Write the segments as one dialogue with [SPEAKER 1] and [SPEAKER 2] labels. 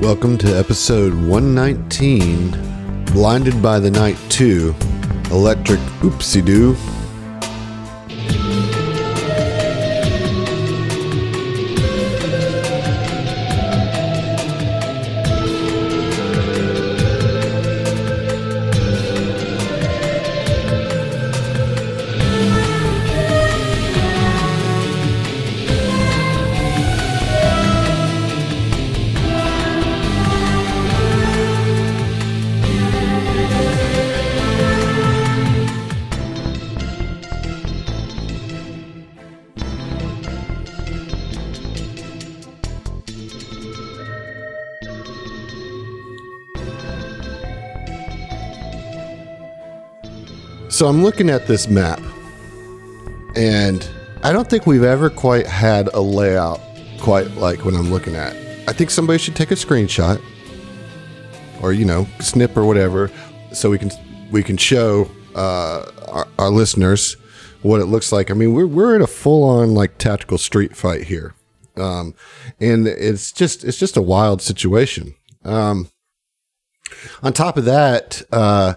[SPEAKER 1] Welcome to episode 119 Blinded by the Night 2 Electric Oopsie Doo. So I'm looking at this map, and I don't think we've ever quite had a layout quite like what I'm looking at. I think somebody should take a screenshot, or you know, snip or whatever, so we can we can show uh, our, our listeners what it looks like. I mean, we're we're in a full on like tactical street fight here, um, and it's just it's just a wild situation. Um, on top of that. Uh,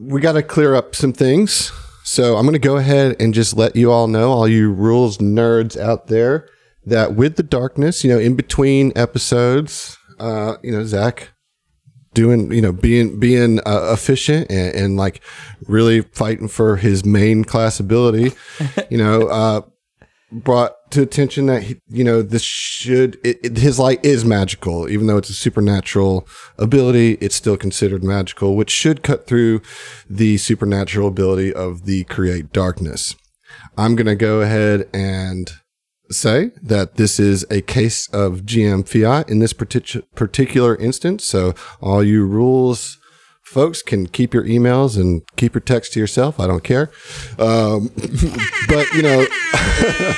[SPEAKER 1] we got to clear up some things. So I'm going to go ahead and just let you all know, all you rules nerds out there, that with the darkness, you know, in between episodes, uh, you know, Zach doing, you know, being being uh, efficient and, and like really fighting for his main class ability, you know, uh, brought to attention that he, you know this should it, it- his light is magical even though it's a supernatural ability it's still considered magical which should cut through the supernatural ability of the create darkness i'm going to go ahead and say that this is a case of gm fiat in this partic- particular instance so all you rules folks can keep your emails and keep your text to yourself i don't care um, but you know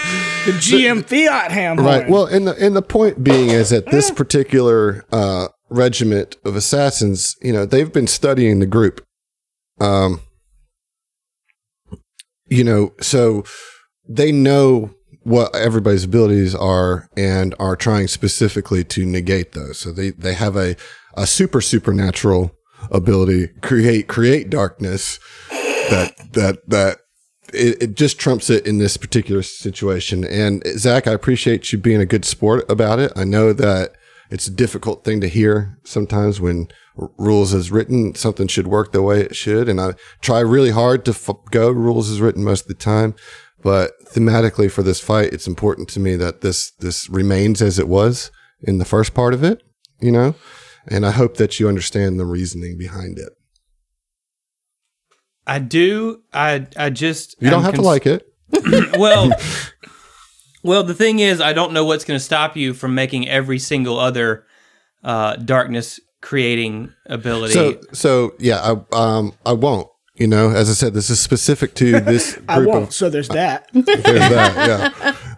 [SPEAKER 2] The GM Fiat Hamlin.
[SPEAKER 1] Right. Well, and the and the point being is that this particular uh, regiment of assassins, you know, they've been studying the group. Um, you know, so they know what everybody's abilities are and are trying specifically to negate those. So they they have a a super supernatural ability create create darkness that that that it, it just trumps it in this particular situation. And Zach, I appreciate you being a good sport about it. I know that it's a difficult thing to hear sometimes when r- rules is written, something should work the way it should. And I try really hard to f- go rules is written most of the time. But thematically for this fight, it's important to me that this, this remains as it was in the first part of it, you know? And I hope that you understand the reasoning behind it.
[SPEAKER 2] I do. I I just
[SPEAKER 1] You don't
[SPEAKER 2] I'm
[SPEAKER 1] have to
[SPEAKER 2] cons-
[SPEAKER 1] like it.
[SPEAKER 3] well, well, the thing is, I don't know what's going to stop you from making every single other uh, darkness creating ability.
[SPEAKER 1] So, so yeah, I, um, I won't. You know, as I said, this is specific to this group
[SPEAKER 4] I won't.
[SPEAKER 1] of.
[SPEAKER 4] so there's that.
[SPEAKER 1] There's that,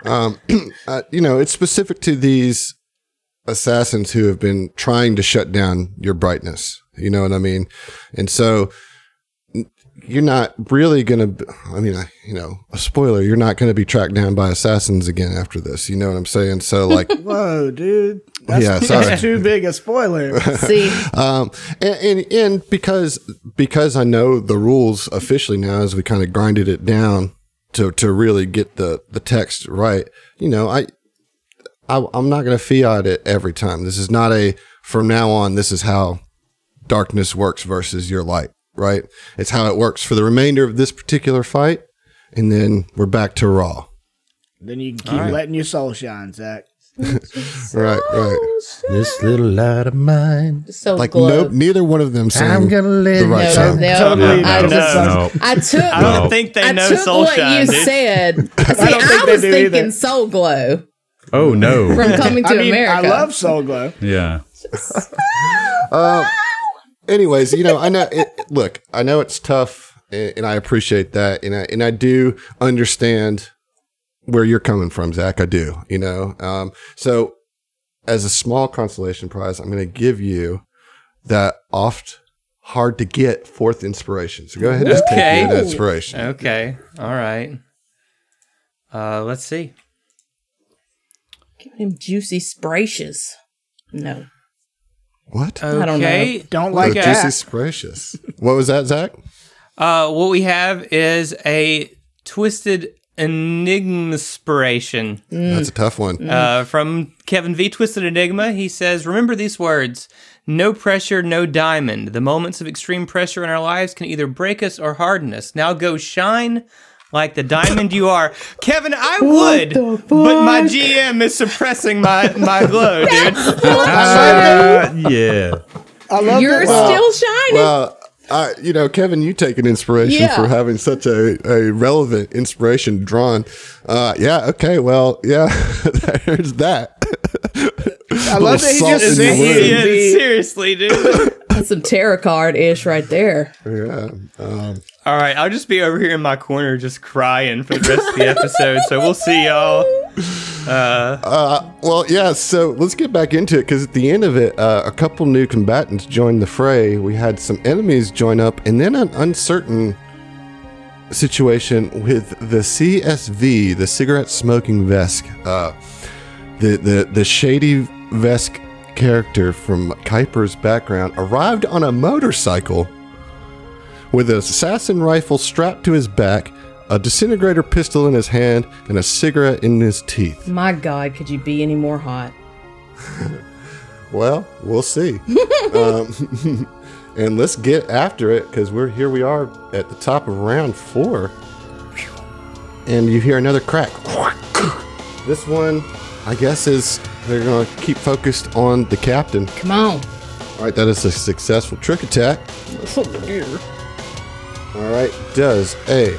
[SPEAKER 1] yeah. Um, uh, you know, it's specific to these assassins who have been trying to shut down your brightness. You know what I mean? And so n- you're not really going to, I mean, I, you know, a spoiler, you're not going to be tracked down by assassins again after this. You know what I'm saying? So, like,
[SPEAKER 4] Whoa, dude. That's,
[SPEAKER 1] Yeah,
[SPEAKER 4] that's
[SPEAKER 1] sorry.
[SPEAKER 4] too big a spoiler.
[SPEAKER 5] See,
[SPEAKER 1] um, and, and and because because I know the rules officially now, as we kind of grinded it down to to really get the the text right. You know, I, I I'm not going to fiat it every time. This is not a from now on. This is how darkness works versus your light. Right? It's how it works for the remainder of this particular fight, and then we're back to raw.
[SPEAKER 4] then you can keep letting your soul shine, Zach.
[SPEAKER 1] Right? Right?
[SPEAKER 6] This little light of mine.
[SPEAKER 5] so
[SPEAKER 1] Like
[SPEAKER 5] glow.
[SPEAKER 1] no, neither one of them sang
[SPEAKER 6] I'm gonna let
[SPEAKER 1] the right
[SPEAKER 5] No,
[SPEAKER 1] song.
[SPEAKER 5] no,
[SPEAKER 4] Totally
[SPEAKER 5] I,
[SPEAKER 4] no.
[SPEAKER 5] just,
[SPEAKER 4] No.
[SPEAKER 5] I took.
[SPEAKER 3] I don't think they
[SPEAKER 5] I
[SPEAKER 3] know
[SPEAKER 5] took
[SPEAKER 3] Soul
[SPEAKER 5] what
[SPEAKER 3] Shine,
[SPEAKER 5] you
[SPEAKER 3] dude.
[SPEAKER 5] said. See, I,
[SPEAKER 4] think they
[SPEAKER 5] was
[SPEAKER 4] do
[SPEAKER 5] thinking
[SPEAKER 4] either.
[SPEAKER 5] Soul Glow
[SPEAKER 6] Oh no.
[SPEAKER 5] from Coming to
[SPEAKER 4] I mean,
[SPEAKER 5] America.
[SPEAKER 4] I love Soul Glow.
[SPEAKER 6] yeah.
[SPEAKER 1] anyways, you know, I know. It, look, I know it's tough, and, and I appreciate that, and I and I do understand where you're coming from, Zach. I do, you know. Um, so, as a small consolation prize, I'm going to give you that oft hard to get fourth inspiration. So go ahead and just
[SPEAKER 3] Okay. Oh
[SPEAKER 1] take that inspiration.
[SPEAKER 3] okay, all right. Uh, let's see.
[SPEAKER 5] Give him juicy spraches. No.
[SPEAKER 1] What?
[SPEAKER 3] Okay.
[SPEAKER 4] don't know. Don't like
[SPEAKER 1] oh,
[SPEAKER 4] Okay.
[SPEAKER 3] that.
[SPEAKER 1] Jesus precious. What was that, Zach?
[SPEAKER 3] Uh, what we have is a twisted enigmaspiration
[SPEAKER 1] That's a tough one.
[SPEAKER 3] uh, from Kevin V. Twisted Enigma. He says, "Remember these words: No pressure, no diamond. The moments of extreme pressure in our lives can either break us or harden us. Now go shine." Like the diamond you are, Kevin. I would, but my GM is suppressing my my glow, dude.
[SPEAKER 6] Uh, yeah.
[SPEAKER 4] I love that.
[SPEAKER 5] You're still shining.
[SPEAKER 1] Well, I, you know, Kevin, you take an inspiration
[SPEAKER 5] Yeah.
[SPEAKER 1] for having such a, a relevant inspiration drawn. Uh, yeah, okay, well, yeah, there's that.
[SPEAKER 4] I love that he
[SPEAKER 1] Salt in
[SPEAKER 4] just
[SPEAKER 1] the
[SPEAKER 4] said
[SPEAKER 1] wound.
[SPEAKER 4] he
[SPEAKER 3] Yeah,
[SPEAKER 4] would be-
[SPEAKER 3] seriously, dude.
[SPEAKER 5] That's some tarot card ish right there.
[SPEAKER 1] Yeah. Um,
[SPEAKER 3] All right, I'll just be over here in my corner just crying for the rest of the episode. So we'll see y'all.
[SPEAKER 1] well, yeah, so let's get back into it because at the end of it, uh, a couple new combatants joined the fray. We had some enemies join up, and then an uncertain situation with the CSV, the cigarette smoking Vesk, uh, the, the, the shady Vesk character from Kuiper's background, arrived on a motorcycle with an assassin rifle strapped to his back, a disintegrator pistol in his hand, and a cigarette in his teeth.
[SPEAKER 5] My God, could you be any more hot?
[SPEAKER 1] Well, we'll see. um, and let's get after it because we're here. We are at the top of round four, and you hear another crack. This one, I guess, is they're gonna keep focused on the captain.
[SPEAKER 5] Come on.
[SPEAKER 1] All right, that is a successful trick attack. All right, does a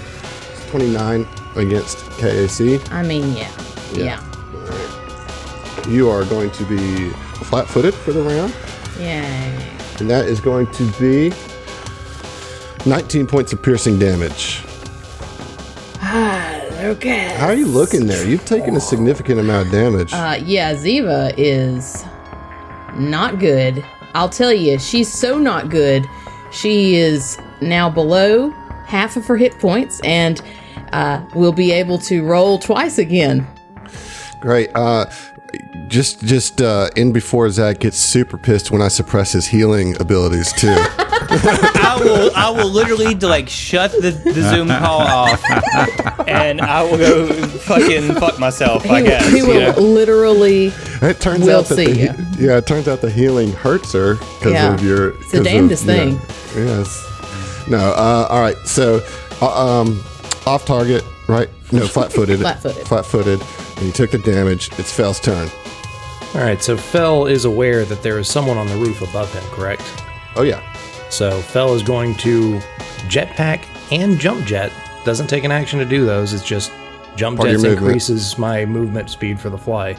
[SPEAKER 1] 29 against KAC.
[SPEAKER 5] I mean, yeah. Yeah.
[SPEAKER 1] You are going to be flat-footed for the round.
[SPEAKER 5] Yay.
[SPEAKER 1] And that is going to be 19 points of piercing damage.
[SPEAKER 5] Ah, look at.
[SPEAKER 1] How are you looking there? You've taken a significant amount of damage.
[SPEAKER 5] Uh, yeah, Ziva is not good. I'll tell you, she's so not good. She is now below half of her hit points and uh, will be able to roll twice again.
[SPEAKER 1] Great. Uh, just just uh, in before Zach gets super pissed when I suppress his healing abilities too.
[SPEAKER 3] I will I will literally like shut the, the Zoom call off and I will go fucking fuck myself, I
[SPEAKER 5] He will,
[SPEAKER 3] guess.
[SPEAKER 5] he
[SPEAKER 3] you
[SPEAKER 5] will
[SPEAKER 3] know?
[SPEAKER 5] literally.
[SPEAKER 1] it turns
[SPEAKER 5] We'll
[SPEAKER 1] out that
[SPEAKER 5] see
[SPEAKER 1] the,
[SPEAKER 5] ya.
[SPEAKER 1] he- yeah, it turns out the healing hurts her because
[SPEAKER 5] Yeah.
[SPEAKER 1] of your.
[SPEAKER 5] It's the
[SPEAKER 1] 'cause of-
[SPEAKER 5] damnedest
[SPEAKER 1] yeah.
[SPEAKER 5] thing.
[SPEAKER 1] Yes. No. Uh, all right. So, uh, um, off target, right? No, flat-footed.
[SPEAKER 5] Flat-footed.
[SPEAKER 1] Flat-footed. And you took the damage. It's Fel's turn.
[SPEAKER 7] All right, so Fell is aware that there is someone on the roof above him, correct?
[SPEAKER 1] Oh yeah.
[SPEAKER 7] So Fell is going to jetpack and jump jet. Doesn't take an action to do those. It's just jump
[SPEAKER 1] Part of
[SPEAKER 7] jets
[SPEAKER 1] your movement.
[SPEAKER 7] increases my movement speed for the fly.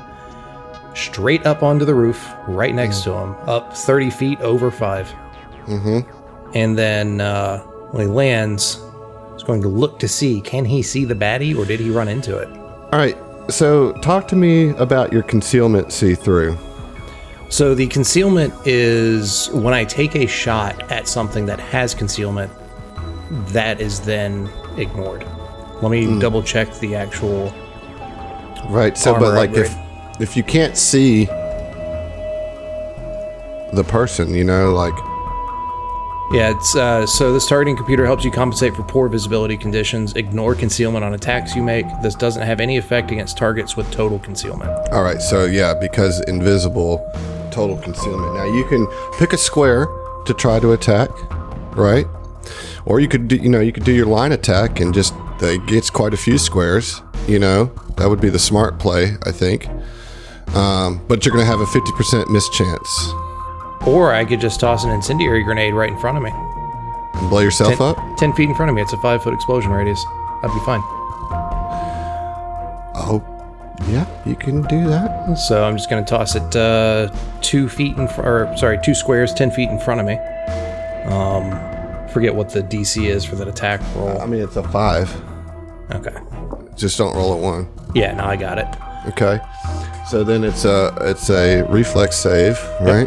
[SPEAKER 7] Straight up onto the roof, right
[SPEAKER 1] Mm.
[SPEAKER 7] next to him, up 30 feet over 5 Mm-hmm. And then uh, when he lands, he's going to look to see can he see the baddie or did he run into it?
[SPEAKER 1] All right. So talk to me about your concealment see through.
[SPEAKER 7] So the concealment is when I take a shot at something that has concealment, that is then ignored. Let me double check the actual.
[SPEAKER 1] Right. So, but
[SPEAKER 7] Armor
[SPEAKER 1] like if
[SPEAKER 7] upgrade.
[SPEAKER 1] if you can't see the person, you know, like
[SPEAKER 7] Yeah, it's uh, so this targeting computer helps you compensate for poor visibility conditions, ignore concealment on attacks you make. This doesn't have any effect against targets with total concealment.
[SPEAKER 1] all right. So yeah, because invisible, total concealment. Now you can pick a square to try to attack, right? Or you could do, you know you could do your line attack and just it gets quite a few squares. You know that would be the smart play, I think. Um, but you're gonna have a 50% mischance
[SPEAKER 7] Or I could just toss an incendiary grenade right in front of me.
[SPEAKER 1] and blow yourself
[SPEAKER 7] Ten,
[SPEAKER 1] up.
[SPEAKER 7] ten feet in front of me. It's a five foot explosion radius. I'd be fine.
[SPEAKER 1] Oh, yeah, you can do that.
[SPEAKER 7] So I'm just going to toss it uh, two feet in, fr- or sorry, two squares, ten feet in front of me. Um, forget what the DC is for that attack roll.
[SPEAKER 1] I mean, it's a five.
[SPEAKER 7] okay.
[SPEAKER 1] Just don't roll at one.
[SPEAKER 7] Yeah, now I got it.
[SPEAKER 1] Okay. So then it's a it's a reflex save, right?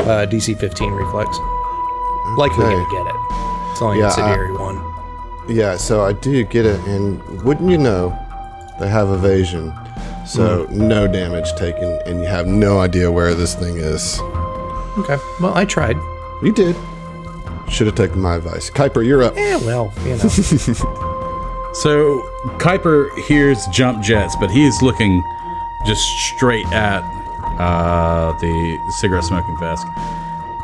[SPEAKER 7] Uh, DC 15 reflex. Likely
[SPEAKER 1] Okay.
[SPEAKER 7] gonna get it. It's only
[SPEAKER 1] Yeah, uh,
[SPEAKER 7] yeah,
[SPEAKER 1] I-
[SPEAKER 7] incendiary one.
[SPEAKER 1] Yeah. So I do get it, and wouldn't you know, they have evasion, so no damage taken, and you have no idea where this thing is.
[SPEAKER 7] Okay. Well, I tried.
[SPEAKER 1] You did. Should have taken my advice. Kuiper, you're up.
[SPEAKER 7] Eh, well, you know.
[SPEAKER 8] So Kuiper hears jump jets, but he is looking just straight at uh, the cigarette smoking vest,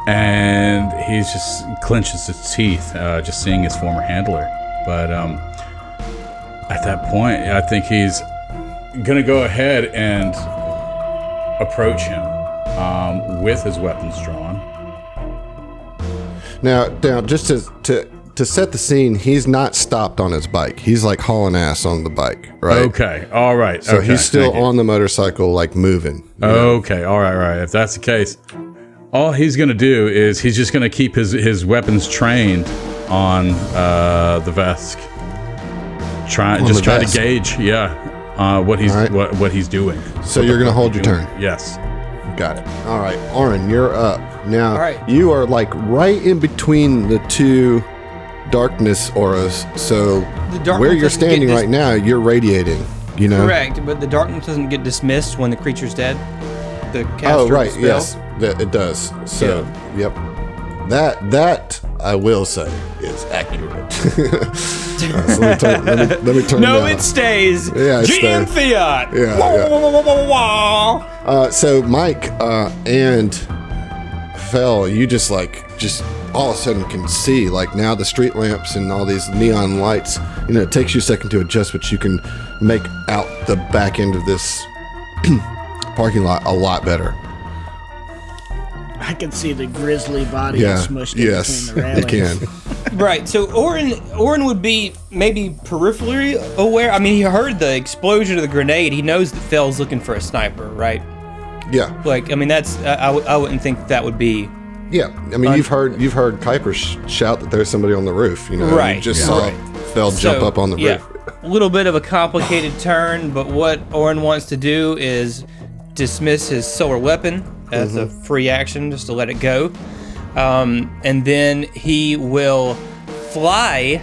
[SPEAKER 8] and he just clenches his teeth, uh, just seeing his former handler. But um, at that point, I think he's gonna go ahead and approach him um, with his weapons drawn.
[SPEAKER 1] Now, now, just to, to to set the scene, he's not stopped on his bike. He's like hauling ass on the bike, right?
[SPEAKER 8] Okay, all right.
[SPEAKER 1] So
[SPEAKER 8] okay,
[SPEAKER 1] Oh, he's still
[SPEAKER 8] thank you.
[SPEAKER 1] on the motorcycle, like moving.
[SPEAKER 8] Okay, all right, all right. If that's the case, all he's gonna do is he's just gonna keep his his weapons trained on uh, the Vesk. Try
[SPEAKER 1] On
[SPEAKER 8] just
[SPEAKER 1] the
[SPEAKER 8] try
[SPEAKER 1] Vesk.
[SPEAKER 8] to gauge, yeah, uh, what he's
[SPEAKER 1] All right.
[SPEAKER 8] what what he's doing.
[SPEAKER 1] So you're gonna hold your turn.
[SPEAKER 8] Yes.
[SPEAKER 1] Got it. All right, Oren, you're up. Now
[SPEAKER 2] All right.
[SPEAKER 1] you are like right in between the two darkness auras. So
[SPEAKER 3] darkness
[SPEAKER 1] where you're
[SPEAKER 3] doesn't get
[SPEAKER 1] standing
[SPEAKER 3] dis-
[SPEAKER 1] right now, you're radiating. You know.
[SPEAKER 3] Correct, but the darkness doesn't get dismissed when the creature's dead. The caster
[SPEAKER 1] Oh
[SPEAKER 3] of the
[SPEAKER 1] right,
[SPEAKER 3] spell.
[SPEAKER 1] yes, that it does. So, yep, that that I will say is accurate. All right, so let me turn. Let me, let me turn
[SPEAKER 3] No,
[SPEAKER 1] down.
[SPEAKER 3] it stays.
[SPEAKER 1] Yeah, it
[SPEAKER 3] GM
[SPEAKER 1] stays.
[SPEAKER 3] Fiat.
[SPEAKER 1] Yeah,
[SPEAKER 3] Wah,
[SPEAKER 1] yeah.
[SPEAKER 3] wah, wah, wah, wah, wah, wah.
[SPEAKER 1] Uh, so Mike uh, and Fell, you just like just all of a sudden can see like now the street lamps and all these neon lights. You know, it takes you a second to adjust, but you can make out the back end of this parking lot a lot better.
[SPEAKER 4] I can see the grizzly body
[SPEAKER 1] Yeah.
[SPEAKER 4] smushed in
[SPEAKER 1] Yes,
[SPEAKER 4] between the railings.
[SPEAKER 1] you can.
[SPEAKER 3] Right, so Orin Orin would be maybe peripherally aware. I mean, he heard the explosion of the grenade. He knows that Fell's looking for a sniper, right?
[SPEAKER 1] Yeah,
[SPEAKER 3] Like, I mean, that's I I, w- I wouldn't think that, that would be
[SPEAKER 1] yeah. I mean, you've heard you've heard Kuiper sh- shout that there's somebody on the roof. You know, you
[SPEAKER 3] Right,
[SPEAKER 1] just
[SPEAKER 3] yeah.
[SPEAKER 1] saw Fell jump
[SPEAKER 3] So,
[SPEAKER 1] up on the
[SPEAKER 3] yeah,
[SPEAKER 1] roof.
[SPEAKER 3] A little bit of a complicated turn, but what Orin wants to do is dismiss his solar weapon as a
[SPEAKER 1] Mm-hmm.
[SPEAKER 3] free action, just to let it go. Um, and then he will fly.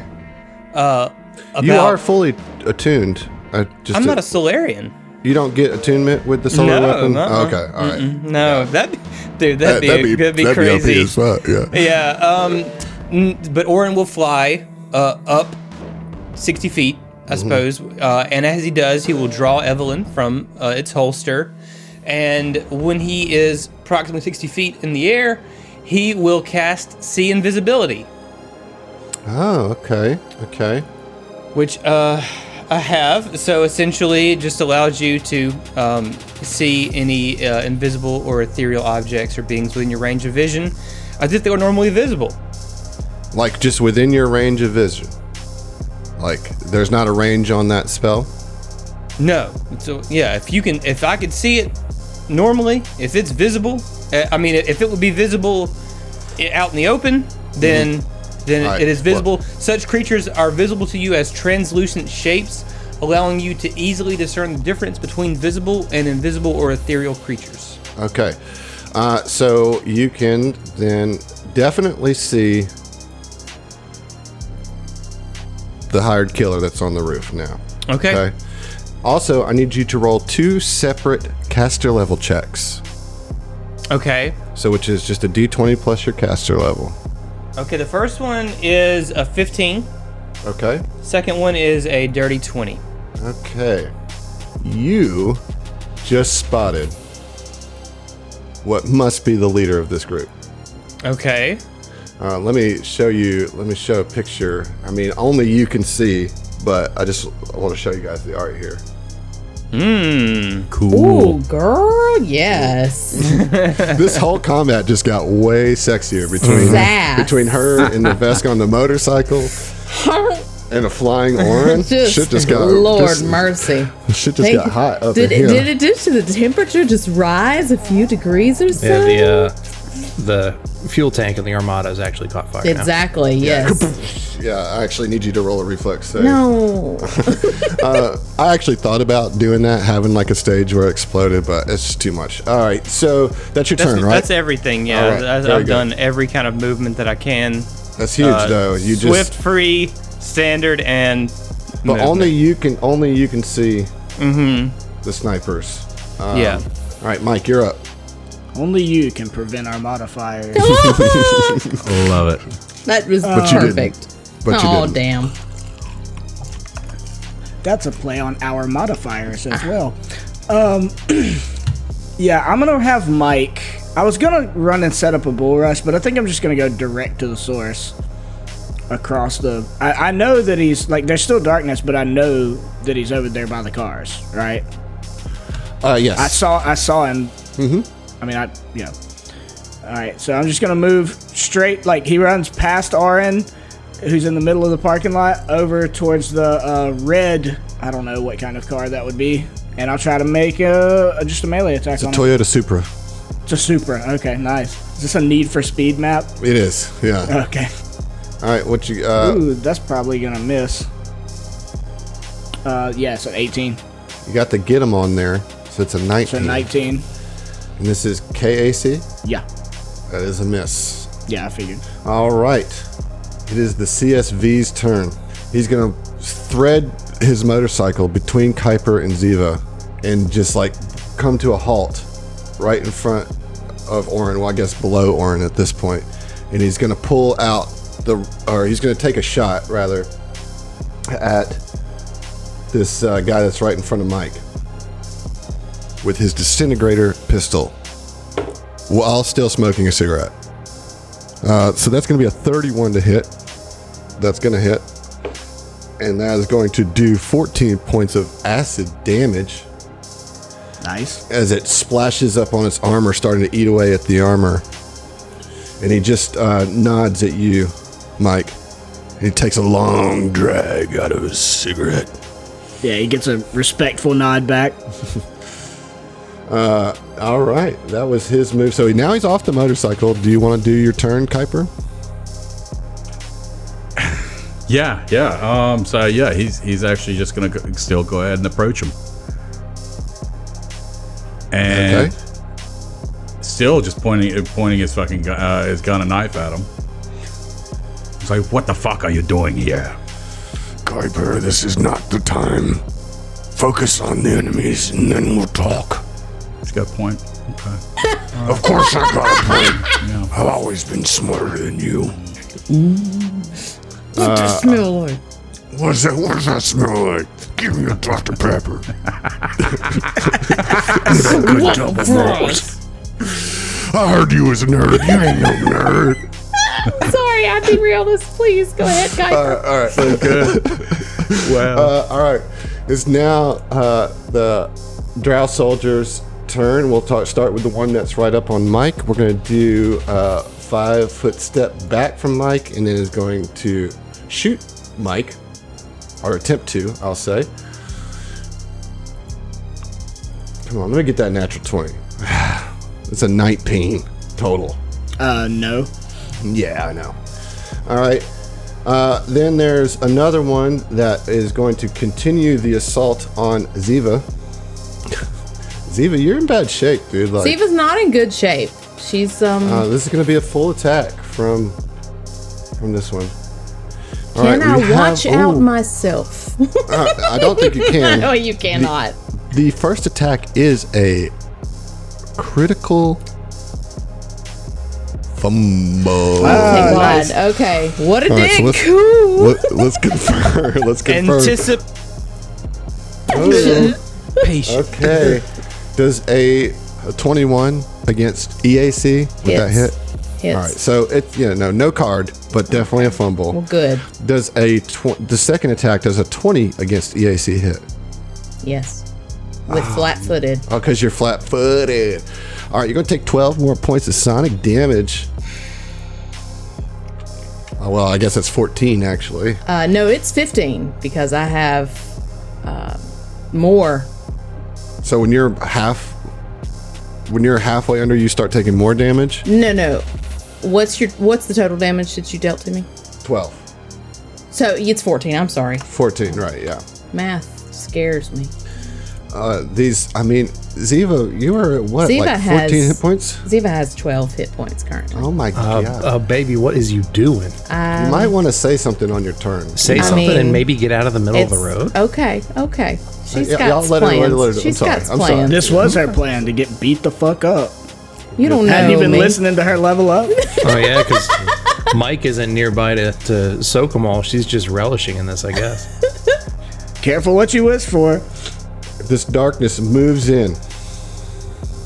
[SPEAKER 3] Uh, about,
[SPEAKER 1] You are fully attuned. I just
[SPEAKER 3] I'm not a Solarian.
[SPEAKER 1] you don't get attunement with the solar
[SPEAKER 3] No,
[SPEAKER 1] weapon.
[SPEAKER 3] uh-uh.
[SPEAKER 1] okay, all right.
[SPEAKER 3] No, that dude, that'd, be, that'd be crazy.
[SPEAKER 1] fuck, yeah.
[SPEAKER 3] yeah. Um, n- but Orin will fly uh, up 60 feet, I suppose. Uh, and as he does, he will draw Evelyn from uh, its holster. And when he is approximately 60 feet in the air, he will cast See Invisibility,
[SPEAKER 1] Oh, okay, okay.
[SPEAKER 3] which uh, I have. So essentially, it just allows you to um, see any uh, invisible or ethereal objects or beings within your range of vision as if they were normally visible.
[SPEAKER 1] Like just within your range of vision. Like there's not a range on that spell.
[SPEAKER 3] No. So yeah, if you can, if I could see it normally, if it's visible, uh, I mean, if it would be visible i- out in the open, then then
[SPEAKER 1] All right,
[SPEAKER 3] it is
[SPEAKER 1] well-
[SPEAKER 3] visible. Such creatures are visible to you as translucent shapes, allowing you to easily discern the difference between visible and invisible or ethereal creatures.
[SPEAKER 1] Okay, uh, so you can then definitely see the hired killer that's on the roof now.
[SPEAKER 3] Okay.
[SPEAKER 1] Okay. Also, I need you to roll two separate caster level checks.
[SPEAKER 3] Okay.
[SPEAKER 1] So, which is just a d20 plus your caster level.
[SPEAKER 3] Okay. The first one is a 15.
[SPEAKER 1] Okay.
[SPEAKER 3] Second one is a dirty 20.
[SPEAKER 1] Okay. You just spotted what must be the leader of this group.
[SPEAKER 3] Okay.
[SPEAKER 1] Uh, let me show you. Let me show a picture. I mean, only you can see, but I just want to show you guys the art here.
[SPEAKER 3] Hmm.
[SPEAKER 8] Cool.
[SPEAKER 5] Ooh, girl, yes.
[SPEAKER 1] This whole combat just got way sexier between
[SPEAKER 5] Sass.
[SPEAKER 1] between her and the Vesk on the motorcycle and a flying orange.
[SPEAKER 5] Oh, just,
[SPEAKER 1] shit just got
[SPEAKER 5] Lord
[SPEAKER 1] just-
[SPEAKER 5] mercy.
[SPEAKER 1] Shit just
[SPEAKER 5] They-
[SPEAKER 1] got hot up
[SPEAKER 5] did,
[SPEAKER 1] in here.
[SPEAKER 5] Did it just did the temperature just rise a few degrees or so?
[SPEAKER 7] Yeah, the uh, the fuel tank in the Armada is actually caught fire. now.
[SPEAKER 5] exactly. Yes.
[SPEAKER 1] Yeah, I actually need you to roll a reflex save.
[SPEAKER 5] No.
[SPEAKER 1] I actually thought about doing that, having like a stage where it exploded, but it's just too much. All right, so that's your
[SPEAKER 3] That's,
[SPEAKER 1] turn, right?
[SPEAKER 3] that's everything. Yeah,
[SPEAKER 1] All right,
[SPEAKER 3] I, I've
[SPEAKER 1] very good.
[SPEAKER 3] done every kind of movement that I can.
[SPEAKER 1] That's huge,
[SPEAKER 3] Uh,
[SPEAKER 1] though. You
[SPEAKER 3] swift,
[SPEAKER 1] just,
[SPEAKER 3] free, standard, and
[SPEAKER 1] but
[SPEAKER 3] movement. Mm-hmm.
[SPEAKER 1] only you can, only you can see the snipers.
[SPEAKER 3] yeah.
[SPEAKER 1] Uh, All right, Mike, you're up.
[SPEAKER 4] Only you can prevent our modifiers.
[SPEAKER 8] Love it.
[SPEAKER 5] That was
[SPEAKER 1] But you didn't.
[SPEAKER 5] perfect.
[SPEAKER 1] But you
[SPEAKER 5] oh
[SPEAKER 1] didn't. Uh,
[SPEAKER 5] damn!
[SPEAKER 4] That's a play on our modifiers as well. Um, yeah, I'm gonna have Mike. I was gonna run and set up a bull rush, but I think I'm just gonna go direct to the source across the. I, I know that he's like there's still darkness, but I know that he's over there by the cars, right?
[SPEAKER 1] Uh,
[SPEAKER 4] I
[SPEAKER 1] yes.
[SPEAKER 4] saw I saw him. Mm-hmm. I mean, I yeah. All right, so I'm just gonna move straight. Like he runs past Aaron, who's in the middle of the parking lot, over towards the uh, red. I don't know what kind of car that would be, and I'll try to make a, a- just a melee attack
[SPEAKER 1] The
[SPEAKER 4] on him.
[SPEAKER 1] Toyota Supra.
[SPEAKER 4] It's a Supra. Okay, nice. Is this a Need for Speed map?
[SPEAKER 1] It is. Yeah.
[SPEAKER 4] Okay.
[SPEAKER 1] All right. What you? Uh,
[SPEAKER 4] Ooh, that's probably gonna miss. Uh, yeah, so 18,
[SPEAKER 1] you got the get 'em on there, so it's a
[SPEAKER 4] so
[SPEAKER 1] nineteen.
[SPEAKER 4] 19.
[SPEAKER 1] And this is KAC.
[SPEAKER 4] Yeah,
[SPEAKER 1] That is a miss.
[SPEAKER 4] yeah, I figured.
[SPEAKER 1] All right. It is the CSV's turn. He's going to thread his motorcycle between Kuiper and Ziva and just like come to a halt right in front of Orin. Well, I guess below Orin at this point. And he's going to pull out the, or he's going to take a shot rather at this uh, guy that's right in front of Mike with his disintegrator pistol while still smoking a cigarette. Uh, so that's going to be a 31 to hit. That's going to hit. And that is going to do 14 points of acid damage
[SPEAKER 4] Nice.
[SPEAKER 1] as it splashes up on its armor, starting to eat away at the armor. And he just uh, nods at you, Mike. And he takes a long drag out of his cigarette.
[SPEAKER 4] Yeah, he gets a respectful nod back.
[SPEAKER 1] All right, that was his move. So he, now he's off the motorcycle. Do you want to do your turn, Kuiper?
[SPEAKER 8] Yeah, yeah. Um, so yeah, he's he's actually just gonna go, still go ahead and approach him, and
[SPEAKER 1] Okay.
[SPEAKER 8] still just pointing pointing his fucking gu- uh, his gun and knife at him. It's like, what the fuck are you doing here?
[SPEAKER 1] Kuiper, this is not the time. Focus on the enemies and then we'll talk.
[SPEAKER 8] He's got a point. Okay.
[SPEAKER 1] Of course I got a point.
[SPEAKER 8] Yeah.
[SPEAKER 1] I've always been smarter than you.
[SPEAKER 5] What does smell like?
[SPEAKER 1] What does that, what does that smell like? Give me a Dr. Pepper.
[SPEAKER 5] What gross.
[SPEAKER 1] I heard you was a nerd. You ain't no nerd.
[SPEAKER 5] Sorry, I derailed this. Please go ahead, Kuiper.
[SPEAKER 1] all right. So good.
[SPEAKER 8] Well,
[SPEAKER 1] Uh, all right. It's now uh, the Drow Soldier's turn. We'll talk, start with the one that's right up on Mike. We're going to do uh, five foot step back from Mike and then is going to shoot Mike, or attempt to, I'll say. Come on, let me get that natural 20. it's a 19 total.
[SPEAKER 4] Uh, no.
[SPEAKER 1] Yeah, I know. All right. Uh, then there's another one that is going to continue the assault on Ziva. Ziva, you're in bad shape, dude. Like,
[SPEAKER 5] Steve is not in good shape. She's um.
[SPEAKER 1] uh, this is going to be a full attack from from this one. All
[SPEAKER 5] can
[SPEAKER 1] right,
[SPEAKER 5] I
[SPEAKER 1] we have-
[SPEAKER 5] watch out
[SPEAKER 1] ooh,
[SPEAKER 5] myself?
[SPEAKER 1] uh, I don't think you can.
[SPEAKER 5] no, you cannot.
[SPEAKER 1] The first attack is a critical fumble.
[SPEAKER 5] Thank God. Okay. What a
[SPEAKER 1] Oh, All right,
[SPEAKER 5] dick.
[SPEAKER 1] so let's,
[SPEAKER 5] Cool.
[SPEAKER 1] let, let's confirm. Let's confirm.
[SPEAKER 3] Anticipation.
[SPEAKER 1] Okay. Does a, a 21 against EAC would that
[SPEAKER 5] Hits.
[SPEAKER 1] hit?
[SPEAKER 5] Hits.
[SPEAKER 1] All right. So it's yeah, no no card, but definitely a fumble.
[SPEAKER 5] Well, good.
[SPEAKER 1] Does a tw- the second attack does a 20 against EAC hit?
[SPEAKER 5] Yes. With flat footed.
[SPEAKER 1] Oh, cuz you're flat-footed. All right, you're going to take 12 more points of sonic damage. Oh, well, I guess that's 14 actually.
[SPEAKER 5] Uh, no, it's 15 because I have uh, more.
[SPEAKER 1] So when you're half when you're halfway under, you start taking more damage.
[SPEAKER 5] No, no. What's your What's the total damage that you dealt to me?
[SPEAKER 1] 12.
[SPEAKER 5] So it's 14. I'm sorry.
[SPEAKER 1] 14, right? Yeah.
[SPEAKER 5] Math scares me.
[SPEAKER 1] Uh, these, I mean, Ziva, you are at what,
[SPEAKER 5] Ziva
[SPEAKER 1] like 14
[SPEAKER 5] has-
[SPEAKER 1] hit points?
[SPEAKER 5] Ziva has 12 hit points currently.
[SPEAKER 1] Oh my
[SPEAKER 7] Uh,
[SPEAKER 1] god!
[SPEAKER 7] uh, baby, what is you doing?
[SPEAKER 1] you might want to say something on your turn.
[SPEAKER 7] Say
[SPEAKER 5] I
[SPEAKER 7] something
[SPEAKER 5] mean,
[SPEAKER 7] and maybe get out of the middle of
[SPEAKER 5] It's
[SPEAKER 7] the road.
[SPEAKER 5] okay. Okay. She's
[SPEAKER 1] Yeah,
[SPEAKER 5] got
[SPEAKER 1] y'all let her- let her-
[SPEAKER 5] plans.
[SPEAKER 1] let her- I'm
[SPEAKER 5] She's
[SPEAKER 1] sorry,
[SPEAKER 5] got
[SPEAKER 1] I'm sorry.
[SPEAKER 5] plans.
[SPEAKER 4] This was our plan to get beat the fuck up.
[SPEAKER 5] You don't know.
[SPEAKER 4] Have you been
[SPEAKER 5] me.
[SPEAKER 4] listening to her level up?
[SPEAKER 7] Oh yeah, because Mike isn't nearby to, to soak them all. She's just relishing in this, I guess.
[SPEAKER 4] Careful what you wish for.
[SPEAKER 1] This darkness moves in.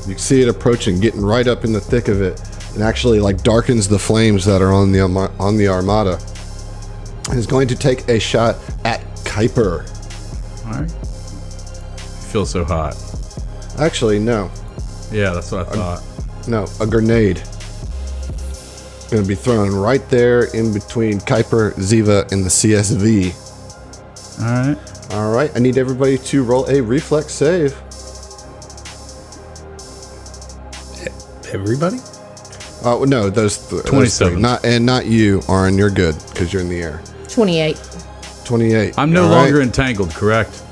[SPEAKER 1] You see it approaching, getting right up in the thick of it, and actually like darkens the flames that are on the Arma- on the armada. And is going to take a shot at Kuiper.
[SPEAKER 8] All right. Feel so hot.
[SPEAKER 1] Actually, no,
[SPEAKER 8] Yeah, that's what I thought.
[SPEAKER 1] no, a grenade. Going to be thrown right there in between Kuiper, Ziva, and the CSV.
[SPEAKER 8] All right.
[SPEAKER 1] All right, I need everybody to roll a reflex save.
[SPEAKER 7] Everybody?
[SPEAKER 1] Uh, well, no, those th- those three.
[SPEAKER 8] 27.
[SPEAKER 1] Not and not you, Arn. You're good because you're in the air.
[SPEAKER 5] 28.
[SPEAKER 1] Twenty-eight.
[SPEAKER 8] I'm no
[SPEAKER 1] All right.
[SPEAKER 8] longer entangled, correct?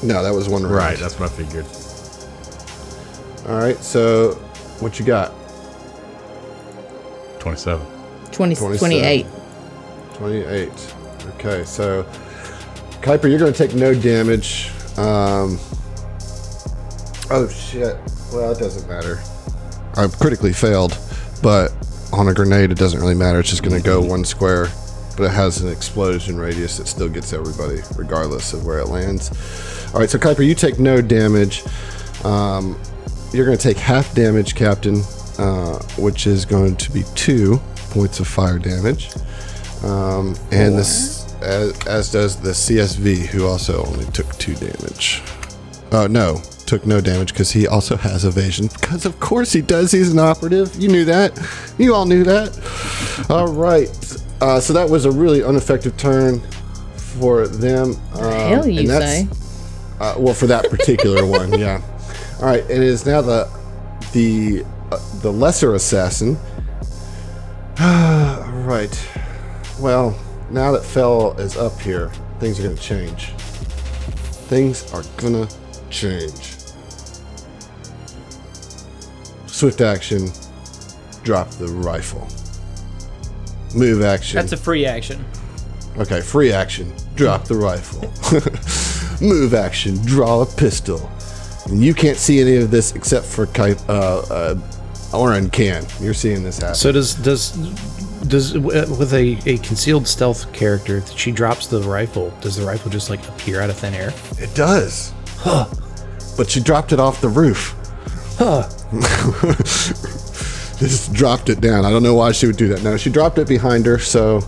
[SPEAKER 1] No, that was one round.
[SPEAKER 8] Right, that's what I figured.
[SPEAKER 1] All right. So, what you got?
[SPEAKER 8] 27.
[SPEAKER 5] 20,
[SPEAKER 1] 27.
[SPEAKER 5] 28.
[SPEAKER 1] Twenty-eight. Okay. So, Kuiper, you're going to take no damage. Um, oh shit. Well, it doesn't matter. I critically failed, but on a grenade, it doesn't really matter. It's just going to go one square, but it has an explosion radius that still gets everybody, regardless of where it lands. All right, so Kuiper, you take no damage. Um, you're going to take half damage, Captain, uh, which is going to be two points of fire damage. Um, and this, as, as does the CSV, who also only took two damage. Oh no, took no damage because he also has evasion. Because of course he does. He's an operative. You knew that. You all knew that. all right. Uh, so that was a really ineffective turn for them. Um,
[SPEAKER 5] Hell, you
[SPEAKER 1] and that's-
[SPEAKER 5] say.
[SPEAKER 1] uh, well, for that particular one, yeah. All right, it is now the the uh, the lesser assassin. All right. Well, now that Fell is up here, things are gonna change. Things are gonna change. Swift action. Drop the rifle. Move action.
[SPEAKER 3] That's a free action.
[SPEAKER 1] Okay, free action. Drop the rifle. Move action. Draw a pistol. And you can't see any of this except for Ki- uh, uh, Oren can. You're seeing this happen.
[SPEAKER 7] So does does does uh, with a, a concealed stealth character, if she drops the rifle. Does the rifle just like appear out of thin air?
[SPEAKER 1] it does. But she dropped it off the roof. Huh. Just dropped it down. I don't know why she would do that. No, she dropped it behind her, so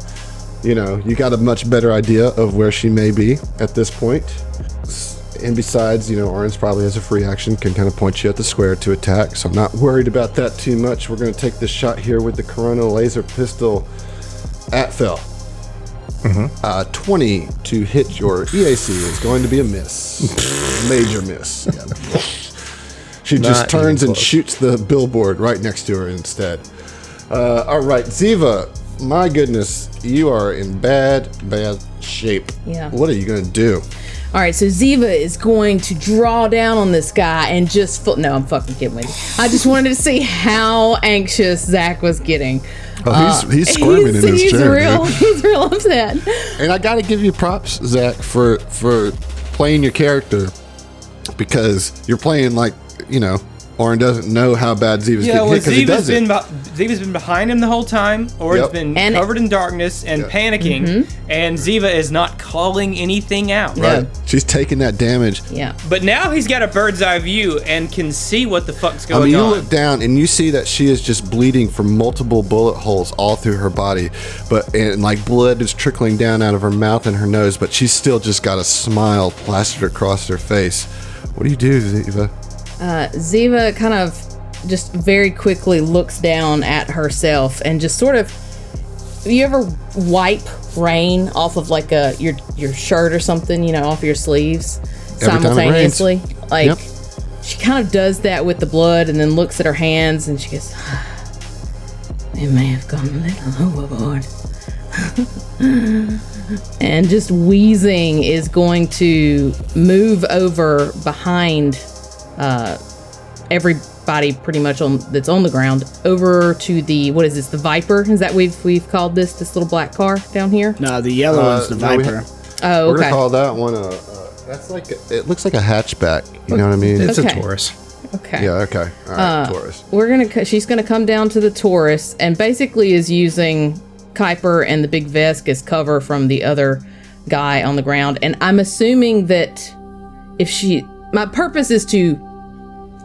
[SPEAKER 1] you know you got a much better idea of where she may be at this point. S- And besides, you know, Orange probably has a free action, can kind of point you at the square to attack. So I'm not worried about that too much. We're going to take this shot here with the Corona laser pistol at Phil.
[SPEAKER 7] Mm-hmm.
[SPEAKER 1] Uh, 20 to hit your EAC is going to be a miss. Major miss. Yeah. She just
[SPEAKER 7] Not even
[SPEAKER 1] turns and
[SPEAKER 7] close.
[SPEAKER 1] shoots the billboard right next to her instead. Uh, all right, Ziva, my goodness, you are in bad, bad shape.
[SPEAKER 5] Yeah.
[SPEAKER 1] What are you going to do?
[SPEAKER 5] All right, so Ziva is going to draw down on this guy and just. Fu- no, I'm fucking kidding with you. I just wanted to see how anxious Zach was getting.
[SPEAKER 1] Oh, he's- he's squirming in
[SPEAKER 5] Uh, he's,
[SPEAKER 1] his
[SPEAKER 5] he's
[SPEAKER 1] chair,
[SPEAKER 5] Real,
[SPEAKER 1] dude.
[SPEAKER 5] he's real upset.
[SPEAKER 1] And I got to give you props, Zach, for for playing your character because you're playing like, you know, Orin doesn't know how bad Ziva's
[SPEAKER 3] Yeah,
[SPEAKER 1] getting
[SPEAKER 3] well,
[SPEAKER 1] hit because he
[SPEAKER 3] Ziva's
[SPEAKER 1] doesn't.
[SPEAKER 3] been, be- Ziva's been behind him the whole time, or
[SPEAKER 1] Yep.
[SPEAKER 3] it's been
[SPEAKER 5] And-
[SPEAKER 3] covered in darkness and panicking, and Ziva is not calling anything out.
[SPEAKER 1] Right. She's taking that damage.
[SPEAKER 5] Yeah.
[SPEAKER 3] But now he's got a bird's eye view and can see what the fuck's
[SPEAKER 1] I
[SPEAKER 3] going
[SPEAKER 1] mean, you
[SPEAKER 3] on.
[SPEAKER 1] look down and you see that she is just bleeding from multiple bullet holes all through her body, but and like blood is trickling down out of her mouth and her nose, but she's still just got a smile plastered across her face. What do you do, Ziva?
[SPEAKER 5] Ziva kind of just very quickly looks down at herself and just sort of you ever wipe rain off of like a your your shirt or something, you know, off your sleeves
[SPEAKER 1] Every time it rains.
[SPEAKER 5] simultaneously? Like
[SPEAKER 1] Yep.
[SPEAKER 5] she kind of does that with the blood and then looks at her hands and she goes, "Ah, It may have gone a little overboard. and just wheezing is going to move over behind everybody pretty much on that's on the ground over to the what is this the viper is that we've we've called this this little black car down here
[SPEAKER 4] No, the yellow one's the
[SPEAKER 1] Uh, no, we
[SPEAKER 4] Viper.
[SPEAKER 1] ha-
[SPEAKER 5] oh
[SPEAKER 1] We're gonna
[SPEAKER 5] okay
[SPEAKER 1] call that one a. a that's like a, it looks like a hatchback. You know what I mean?
[SPEAKER 7] It's
[SPEAKER 5] Okay.
[SPEAKER 7] a Taurus.
[SPEAKER 5] Okay. Uh,
[SPEAKER 1] Yeah, okay. All right, Taurus.
[SPEAKER 5] We're gonna. co- She's gonna come down to the Taurus and basically is using Kuiper and the big Vesk as cover from the other guy on the ground. And I'm assuming that if she, my purpose is to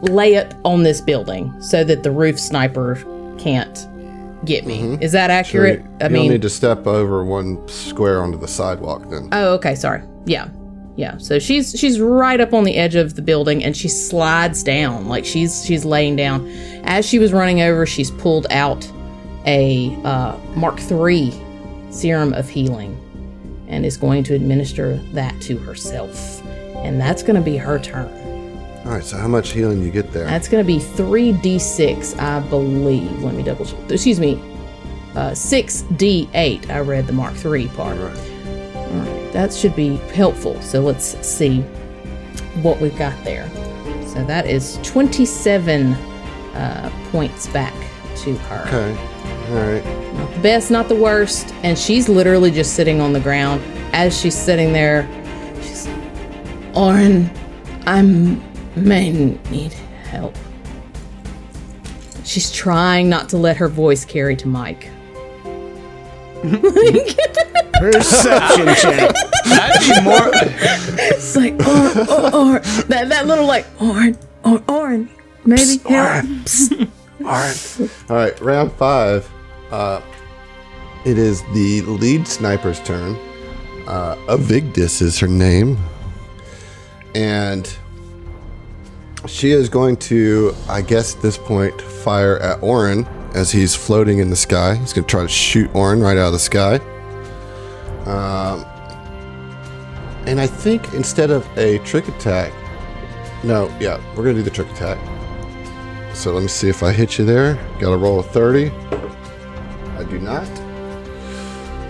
[SPEAKER 5] lay it on this building so that the roof sniper can't get me. Is that accurate? I
[SPEAKER 1] You'll
[SPEAKER 5] mean,
[SPEAKER 1] need to step over one square onto the sidewalk then.
[SPEAKER 5] Oh, okay, sorry. Yeah. Yeah. So she's she's right up on the edge of the building and she slides down. Like she's she's laying down. As she was running over, she's pulled out a uh, Mark III serum of healing and is going to administer that to herself. And that's going to be her turn.
[SPEAKER 1] All right, so how much healing you get there?
[SPEAKER 5] That's going to be 3d6, I believe. Let me double check. Excuse me. Uh, 6d8. I read the Mark III part. That should be helpful. So let's see what we've got there. So that is 27 uh, points back to her.
[SPEAKER 1] Okay. All right.
[SPEAKER 5] Not the best, not the worst. And she's literally just sitting on the ground. As she's sitting there, she's, Oren, I may need help. She's trying not to let her voice carry to Mike.
[SPEAKER 4] Perception check.
[SPEAKER 5] It's like or or, or that that little like or or or maybe help.
[SPEAKER 1] All right, round five. Uh, it is the lead sniper's turn. Uh, Avigdis is her name. And she is going to, I guess at this point, fire at Orin as he's floating in the sky. He's going to try to shoot Orin right out of the sky. Um, and I think instead of a trick attack, no, yeah, we're going to do the trick attack. So let me see if I hit you there. Got to roll a 30. I do not.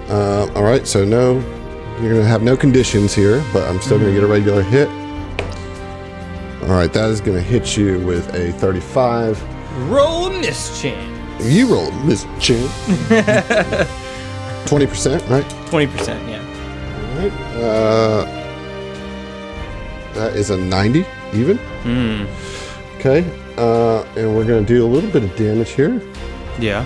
[SPEAKER 1] Uh, all right, so no, you're going to have no conditions here, but I'm still going to get a regular hit. All right, that is going to hit you with a 35.
[SPEAKER 3] Roll mischance.
[SPEAKER 1] You rolled, Miss Chin. 20%, right?
[SPEAKER 3] Twenty percent. Yeah.
[SPEAKER 1] All right. Uh, that is a 90, even. Okay, uh, and we're going to do a little bit of damage here.
[SPEAKER 3] Yeah.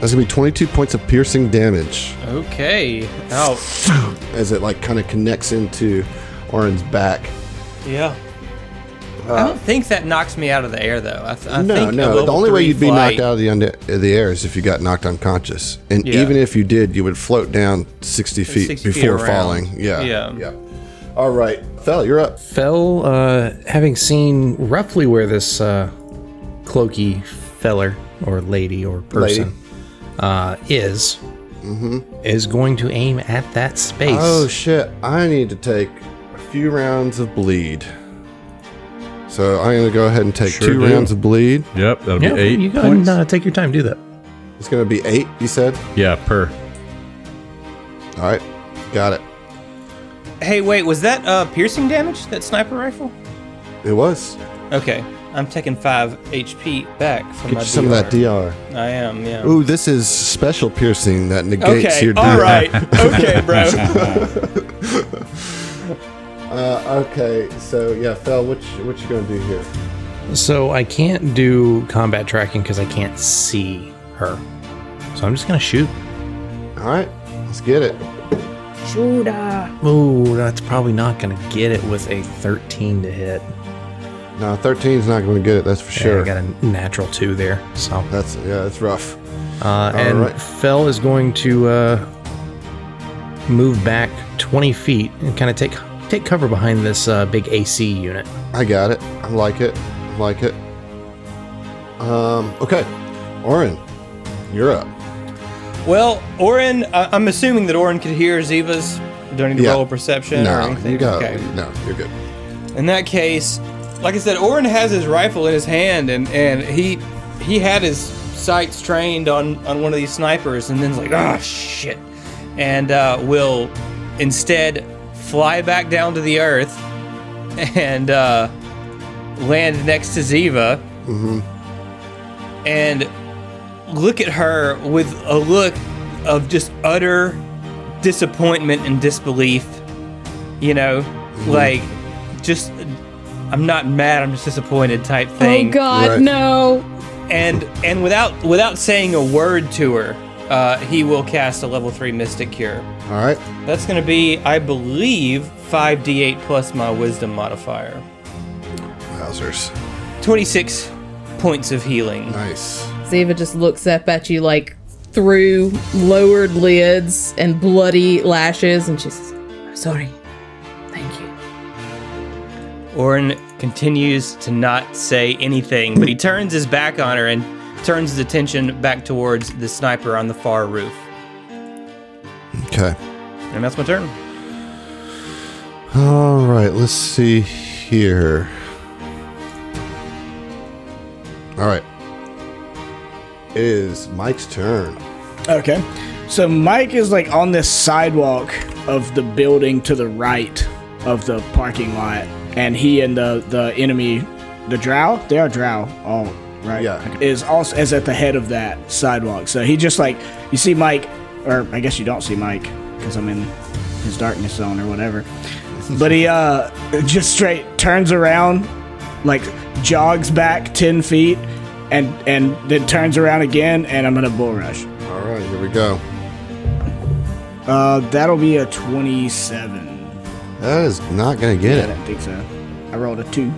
[SPEAKER 1] That's gonna be 22 points of piercing damage
[SPEAKER 3] Okay. Oh.
[SPEAKER 1] as it like kind of connects into Orin's back.
[SPEAKER 3] Yeah. I don't think that knocks me out of the air though. I, th- I
[SPEAKER 1] Uh, No,
[SPEAKER 3] think a
[SPEAKER 1] no. The
[SPEAKER 3] level
[SPEAKER 1] only way
[SPEAKER 3] three
[SPEAKER 1] you'd be
[SPEAKER 3] flight-
[SPEAKER 1] knocked out of the under, of the air is if you got knocked unconscious, and
[SPEAKER 3] Yeah.
[SPEAKER 1] even if you did, you would float down 60 feet
[SPEAKER 3] 60 feet
[SPEAKER 1] before
[SPEAKER 3] around.
[SPEAKER 1] falling. Yeah,
[SPEAKER 3] Yeah.
[SPEAKER 1] yeah. All right, Fel, you're up.
[SPEAKER 7] Fell, uh, having seen roughly where this uh, cloaky feller or lady Mm-hmm. or person
[SPEAKER 1] Lady.
[SPEAKER 7] Uh, is, is going to aim at that space.
[SPEAKER 1] Oh shit! I need to take a few rounds of bleed. So I'm gonna go ahead and take
[SPEAKER 8] Sure
[SPEAKER 1] two
[SPEAKER 8] do.
[SPEAKER 1] rounds of bleed.
[SPEAKER 8] Yep, that'll
[SPEAKER 7] yeah,
[SPEAKER 8] be eight.
[SPEAKER 7] you go ahead and
[SPEAKER 8] points.
[SPEAKER 7] uh, take your time, do that.
[SPEAKER 1] It's gonna be eight. You said.
[SPEAKER 8] Yeah, per.
[SPEAKER 1] All right, got it.
[SPEAKER 3] Hey, wait. Was that uh, piercing damage? That sniper rifle?
[SPEAKER 1] It was.
[SPEAKER 3] Okay. I'm taking five HP back from
[SPEAKER 1] Get
[SPEAKER 3] my
[SPEAKER 1] you some of that DR.
[SPEAKER 3] I am. Yeah.
[SPEAKER 1] Ooh, this is special piercing that negates
[SPEAKER 3] okay.
[SPEAKER 1] your
[SPEAKER 3] All
[SPEAKER 1] DR.
[SPEAKER 3] right. okay, bro.
[SPEAKER 1] Uh, okay, so yeah, Fel, what you, what you gonna do here?
[SPEAKER 7] So I can't do combat tracking because I can't see her. So I'm just going to shoot.
[SPEAKER 1] All right, let's get it.
[SPEAKER 7] Ooh, that's probably not going to get it with a 13 to hit.
[SPEAKER 1] No, 13's not gonna get it. That's for
[SPEAKER 7] Yeah,
[SPEAKER 1] sure.
[SPEAKER 7] I got a natural two there. So
[SPEAKER 1] that's yeah, that's rough.
[SPEAKER 7] Uh, and
[SPEAKER 1] right.
[SPEAKER 7] Fell is going to uh, move back 20 feet and kind of take take cover behind this uh, big AC unit.
[SPEAKER 1] I got it. I like it. I like it. Um, okay, Orin, you're up.
[SPEAKER 3] well, Orin. I I'm assuming that Orin could hear Ziva's. Do I need to
[SPEAKER 1] Yeah.
[SPEAKER 3] roll a perception or
[SPEAKER 1] No,
[SPEAKER 3] anything?
[SPEAKER 1] you go.
[SPEAKER 3] Okay.
[SPEAKER 1] No, you're good.
[SPEAKER 3] In that case, like I said, Orin has his rifle in his hand, and, and he he had his sights trained on, on one of these snipers, and then's like, ah, shit, and uh, will instead fly back down to the earth and uh, land next to Ziva, and look at her with a look of just utter disappointment and disbelief. You know, like just I'm not mad, I'm just disappointed type thing.
[SPEAKER 5] Oh God,
[SPEAKER 1] Right.
[SPEAKER 5] no!
[SPEAKER 3] And and without without saying a word to her, uh, he will cast a level three Mystic Cure.
[SPEAKER 1] All right.
[SPEAKER 3] That's going to be, I believe, five d8 plus my Wisdom modifier.
[SPEAKER 1] Wowzers.
[SPEAKER 3] Twenty six points of healing.
[SPEAKER 1] Nice.
[SPEAKER 5] Ziva just looks up at you like through lowered lids and bloody lashes, and she says, "I'm sorry. Thank you."
[SPEAKER 3] Orin continues to not say anything, but he turns his back on her and turns his attention back towards the sniper on the far roof.
[SPEAKER 1] Okay.
[SPEAKER 3] And that's my turn.
[SPEAKER 1] All right, let's see here. All right. It is Mike's turn.
[SPEAKER 4] Okay. So Mike is like on this sidewalk of the building to the right of the parking lot, and he and the the enemy, the Drow, they are Drow, all right.
[SPEAKER 1] Yeah.
[SPEAKER 4] Is also is at the head of that sidewalk. So he just like you see Mike, or I guess you don't see Mike because I'm in his darkness zone or whatever. But he uh just straight turns around, like jogs back ten feet, and and then turns around again, and I'm gonna bull rush.
[SPEAKER 1] All right, here we go.
[SPEAKER 4] Uh, that'll be a 27.
[SPEAKER 1] That is not going to
[SPEAKER 4] I
[SPEAKER 1] get
[SPEAKER 4] don't think so. I rolled a two.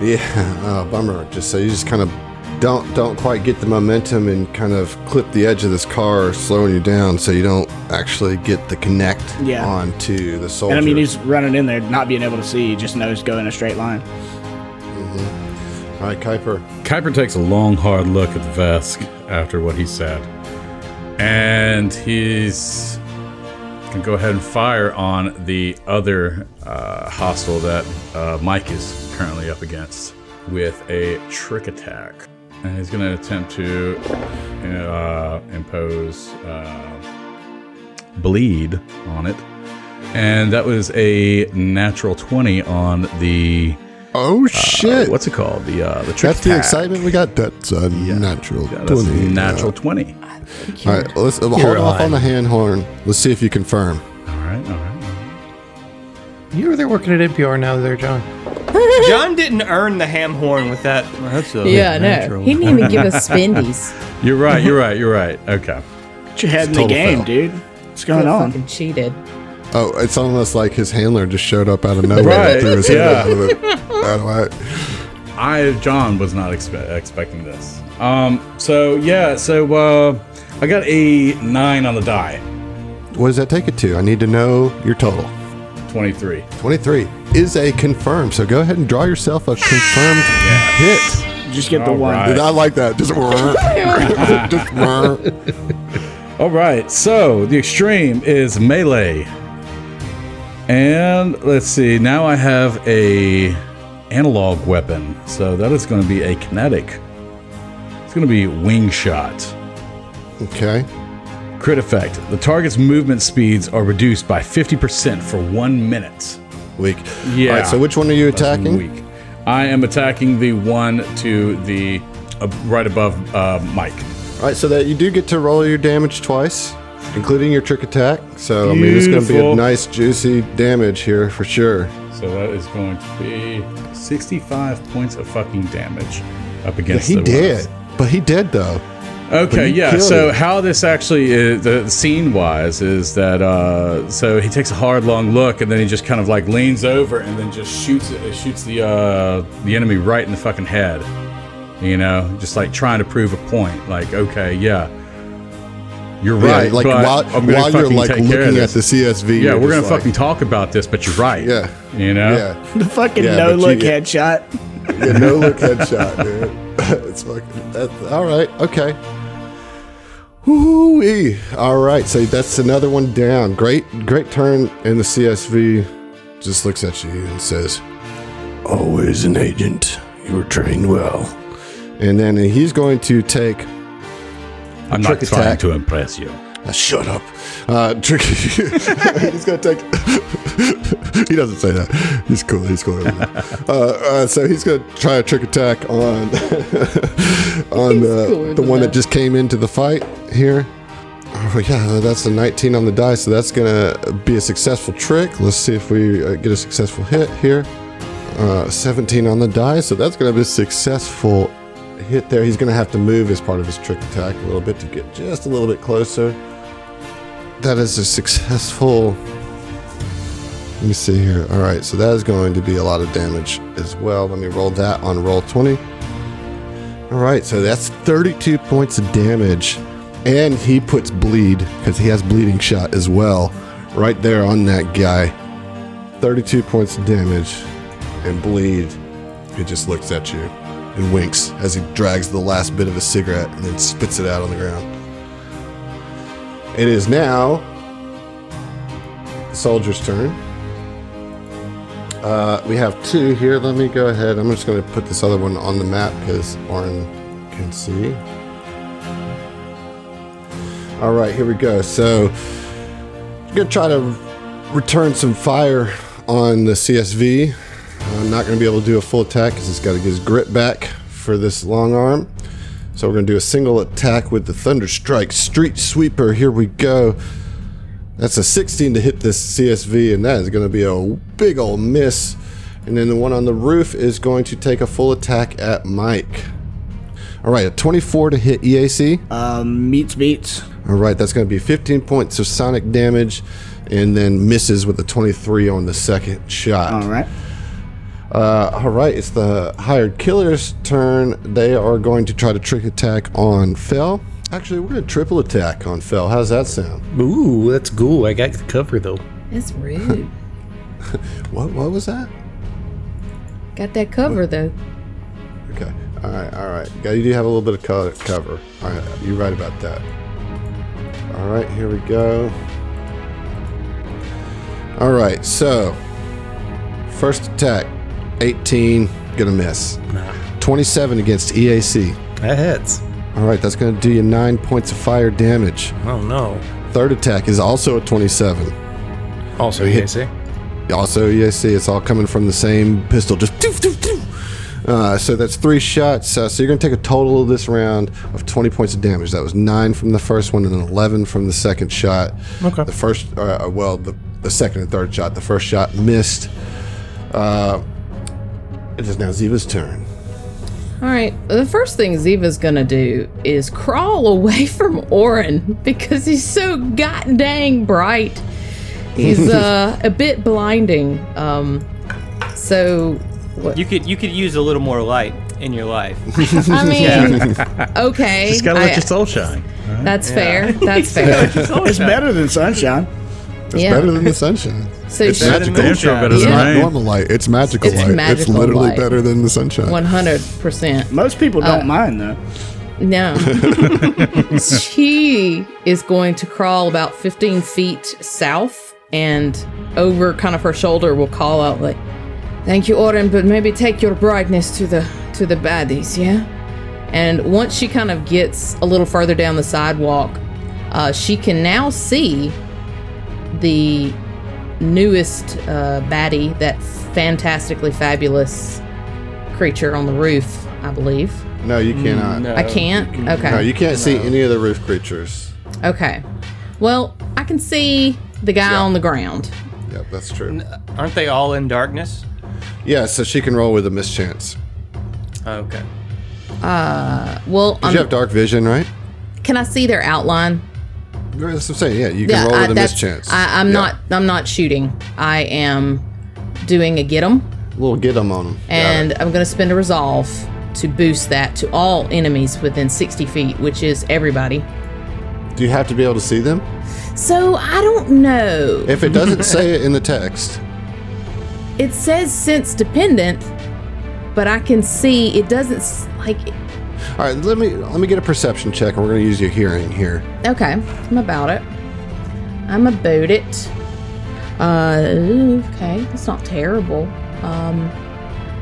[SPEAKER 1] it. Yeah, oh, bummer. Just so you just kind of don't don't quite get the momentum and kind of clip the edge of this car slowing you down so you don't actually get the connect
[SPEAKER 4] Yeah.
[SPEAKER 1] onto the soldier.
[SPEAKER 4] And I mean, he's running in there, not being able to see. He just knows go in a straight line.
[SPEAKER 1] All right, Kuiper.
[SPEAKER 8] Kuiper takes a long, hard look at Vesk after what he said. And he's going to go ahead and fire on the other uh, hostile that uh, Mike is currently up against with a trick attack. And he's going to attempt to uh, impose uh, bleed on it. And that was a natural 20 on the.
[SPEAKER 1] Oh shit.
[SPEAKER 8] Uh, What's it called? The uh, the trick
[SPEAKER 1] That's the
[SPEAKER 8] attack.
[SPEAKER 1] excitement we got. That's a natural.
[SPEAKER 8] Yeah, that's
[SPEAKER 1] 20.
[SPEAKER 8] natural 20.
[SPEAKER 1] All right, let's uh, hold off on the hand horn. Let's see if you confirm.
[SPEAKER 8] All right, all right.
[SPEAKER 7] You were there working at NPR now, there, John.
[SPEAKER 3] John didn't earn the ham horn with that. that's a
[SPEAKER 5] yeah, no. He didn't even give us spindies.
[SPEAKER 8] You're right, you're right, you're right. Okay.
[SPEAKER 4] Put your head in the
[SPEAKER 1] total
[SPEAKER 4] game,
[SPEAKER 1] fail.
[SPEAKER 4] dude. What's
[SPEAKER 5] I
[SPEAKER 4] going on?
[SPEAKER 5] fucking cheated.
[SPEAKER 1] Oh, it's almost like his handler just showed up out of nowhere
[SPEAKER 8] Right,
[SPEAKER 1] and threw his
[SPEAKER 8] yeah.
[SPEAKER 1] hand over the out of whack.
[SPEAKER 8] I, John, was not expe- expecting this. Um, so, yeah, so uh, I got a 9 on the die.
[SPEAKER 1] What does that take it to? I need to know your total.
[SPEAKER 8] 23.
[SPEAKER 1] 23 is a confirm, so go ahead and draw yourself a confirmed hit.
[SPEAKER 4] Just get the one.
[SPEAKER 8] right.
[SPEAKER 1] I like that. Just, just
[SPEAKER 8] All right, so the extreme is melee. And let's see, now I have a analog weapon. So that is going to be a kinetic. It's going to be wing shot.
[SPEAKER 1] okay.
[SPEAKER 8] Crit effect. The target's movement speeds are reduced by 50% for one minute.
[SPEAKER 1] Weak.
[SPEAKER 8] Yeah.
[SPEAKER 1] All right, so which one are you
[SPEAKER 8] That's
[SPEAKER 1] attacking?
[SPEAKER 8] Weak. I am attacking the one to the uh, right above uh, Mike.
[SPEAKER 1] All right, so that you do get to roll your damage twice, including your trick attack. So I mean, it's going to be a
[SPEAKER 8] Beautiful.
[SPEAKER 1] nice, juicy damage here for sure.
[SPEAKER 8] So that is going to be 65 points of fucking damage up
[SPEAKER 1] Yeah,
[SPEAKER 8] against
[SPEAKER 1] he
[SPEAKER 8] the one.
[SPEAKER 1] did, but he did though.
[SPEAKER 8] Okay,
[SPEAKER 1] you
[SPEAKER 8] yeah.
[SPEAKER 1] killed
[SPEAKER 8] So
[SPEAKER 1] it.
[SPEAKER 8] how this actually is the scene wise is that uh, so he takes a hard long look and then he just kind of like leans over and then just shoots it it shoots the uh, the enemy right in the fucking head. You know, just like trying to prove a point. Like, okay, yeah, you're right.
[SPEAKER 1] Right, like
[SPEAKER 8] but
[SPEAKER 1] while,
[SPEAKER 8] I'm gonna
[SPEAKER 1] while you're
[SPEAKER 8] fucking
[SPEAKER 1] like
[SPEAKER 8] take care of
[SPEAKER 1] looking at the
[SPEAKER 8] this.
[SPEAKER 1] CSV.
[SPEAKER 8] Yeah,
[SPEAKER 1] you're
[SPEAKER 8] we're gonna
[SPEAKER 1] just
[SPEAKER 8] fucking talk about this, but you're right.
[SPEAKER 1] Yeah.
[SPEAKER 8] you know.
[SPEAKER 1] yeah,
[SPEAKER 4] The fucking
[SPEAKER 1] Yeah,
[SPEAKER 4] no
[SPEAKER 1] but you
[SPEAKER 4] look
[SPEAKER 1] get-
[SPEAKER 4] headshot.
[SPEAKER 1] yeah, no look headshot, dude. it's fucking. That's all right. Okay. Woo-wee. All right, so that's another one down. Great, great turn, and the CSV just looks at you and says, "Always an agent. You were trained well." And then he's going to take
[SPEAKER 8] I'm not
[SPEAKER 1] Trick
[SPEAKER 8] trying
[SPEAKER 1] attack.
[SPEAKER 8] to impress you.
[SPEAKER 1] Uh, shut up. Uh, trick. he's gonna take. he doesn't say that. He's cool. He's cool. uh, uh, so he's gonna try a trick attack on on the
[SPEAKER 5] cooler
[SPEAKER 1] the
[SPEAKER 5] than
[SPEAKER 1] one that
[SPEAKER 5] that.
[SPEAKER 1] just came into the fight here. Oh, yeah, that's a 19 on the die, so that's going to be a successful trick. Let's see if we uh, get a successful hit here. Uh, 17 on the die, so that's going to be a successful hit there. He's going to have to move as part of his trick attack a little bit to get just a little bit closer. That is a successful. Let me see here. All right, so that is going to be a lot of damage as well. Let me roll that on roll 20. All right, so that's 32 points of damage. And he puts bleed, because he has bleeding shot as well, right there on that guy. 32 points of damage and bleed. He just looks at you and winks as he drags the last bit of his cigarette and then spits it out on the ground. It is now the soldier's turn. Uh, we have two here. Let me go ahead. I'm just going to put this other one on the map because Orin can see. All right, here we go. So, I'm going to try to return some fire on the CSV. I'm not going to be able to do a full attack because he's got to get his grip back for this long arm. So, we're going to do a single attack with the Thunderstrike Street Sweeper. Here we go. That's a 16 to hit this CSV, and that is going to be a big old miss. And then the one on the roof is going to take a full attack at Mike. All right, a 24 to hit EAC.
[SPEAKER 4] Um, meets beats.
[SPEAKER 1] All right, that's going to be 15 points of sonic damage, and then misses with a 23 on the second shot.
[SPEAKER 4] All right.
[SPEAKER 1] Uh, all right, it's the hired killer's turn. They are going to try to trick attack on Fell. Actually, we're going to triple attack on Fell. How's that sound?
[SPEAKER 7] Ooh, that's cool. I got the cover though.
[SPEAKER 5] That's rude.
[SPEAKER 1] What what was that?
[SPEAKER 5] Got that cover though.
[SPEAKER 1] Okay. All right. All right. Yeah, you do have a little bit of co- cover. All right. You're right about that. All right. Here we go. All right. So, first attack, 18, gonna miss. 27 against EAC.
[SPEAKER 7] That hits.
[SPEAKER 1] All right. That's gonna do you nine points of fire damage.
[SPEAKER 7] Oh no.
[SPEAKER 1] Third attack is also a 27.
[SPEAKER 7] Also,
[SPEAKER 1] hit-
[SPEAKER 7] EAC.
[SPEAKER 1] Also, EAC, it's all coming from the same pistol. Just doof, doof, doof. Uh, so that's three shots. Uh, so you're going to take a total of this round of 20 points of damage. That was nine from the first one and 11 from the second shot. Okay. The first, uh, well, the, the second and third shot. The first shot missed. Uh, it is now Ziva's turn.
[SPEAKER 5] All right. The first thing Ziva's gonna do is crawl away from Orin because he's so god dang bright. He's uh, a bit blinding. Um, so what?
[SPEAKER 3] You could you could use a little more light in your life.
[SPEAKER 5] I mean, okay.
[SPEAKER 6] Just gotta let
[SPEAKER 5] I-
[SPEAKER 6] your soul shine.
[SPEAKER 5] that's fair. That's fair.
[SPEAKER 4] It's better than sunshine.
[SPEAKER 1] It's
[SPEAKER 5] Yeah.
[SPEAKER 1] better than the sunshine.
[SPEAKER 5] So she-
[SPEAKER 1] better
[SPEAKER 6] Damn sure better
[SPEAKER 5] Yeah.
[SPEAKER 6] than
[SPEAKER 1] Not
[SPEAKER 6] mine.
[SPEAKER 1] normal light. It's magical
[SPEAKER 5] It's
[SPEAKER 1] light. it's
[SPEAKER 5] magical
[SPEAKER 1] literally
[SPEAKER 5] light.
[SPEAKER 1] better than the sunshine.
[SPEAKER 5] 100%.
[SPEAKER 4] Most people don't mind though.
[SPEAKER 5] No. she is going to crawl about 15 feet south and over kind of her shoulder will call out like, "Thank you, Oren, but maybe take your brightness to the to the baddies, yeah?" And once she kind of gets a little further down the sidewalk, uh, she can now see the newest uh, baddie, that fantastically fabulous creature on the roof, I believe.
[SPEAKER 1] Mm, No, you cannot.
[SPEAKER 5] I can't. Okay.
[SPEAKER 1] No, you can't see any of the roof creatures.
[SPEAKER 5] Okay. Well, I can see the guy on the ground.
[SPEAKER 1] Yep, that's true.
[SPEAKER 3] Aren't they all in darkness?
[SPEAKER 1] Yeah, so she can roll with a mischance.
[SPEAKER 3] Oh, okay.
[SPEAKER 5] Well,
[SPEAKER 1] You
[SPEAKER 5] um,
[SPEAKER 1] have dark vision, right?
[SPEAKER 5] can I see their outline?
[SPEAKER 1] That's what I'm saying. Yeah, you can roll
[SPEAKER 5] I,
[SPEAKER 1] with a
[SPEAKER 5] that's-
[SPEAKER 1] mischance.
[SPEAKER 5] I, I'm
[SPEAKER 1] Yeah,
[SPEAKER 5] not. I'm not shooting. I am doing a get 'em,
[SPEAKER 1] Little get them on them.
[SPEAKER 5] and I'm going to spend a resolve to boost that to all enemies within 60 feet, which is everybody.
[SPEAKER 1] Do you have to be able to see them?
[SPEAKER 5] So I don't know.
[SPEAKER 1] If it doesn't say it in the text,
[SPEAKER 5] It says sense dependent, but I can see it doesn't s- like.
[SPEAKER 1] all right. Let me let me get a perception check, and we're going to use your hearing here.
[SPEAKER 5] Okay, I'm about it. I'm about it. Uh, ooh, okay, that's not terrible. Um,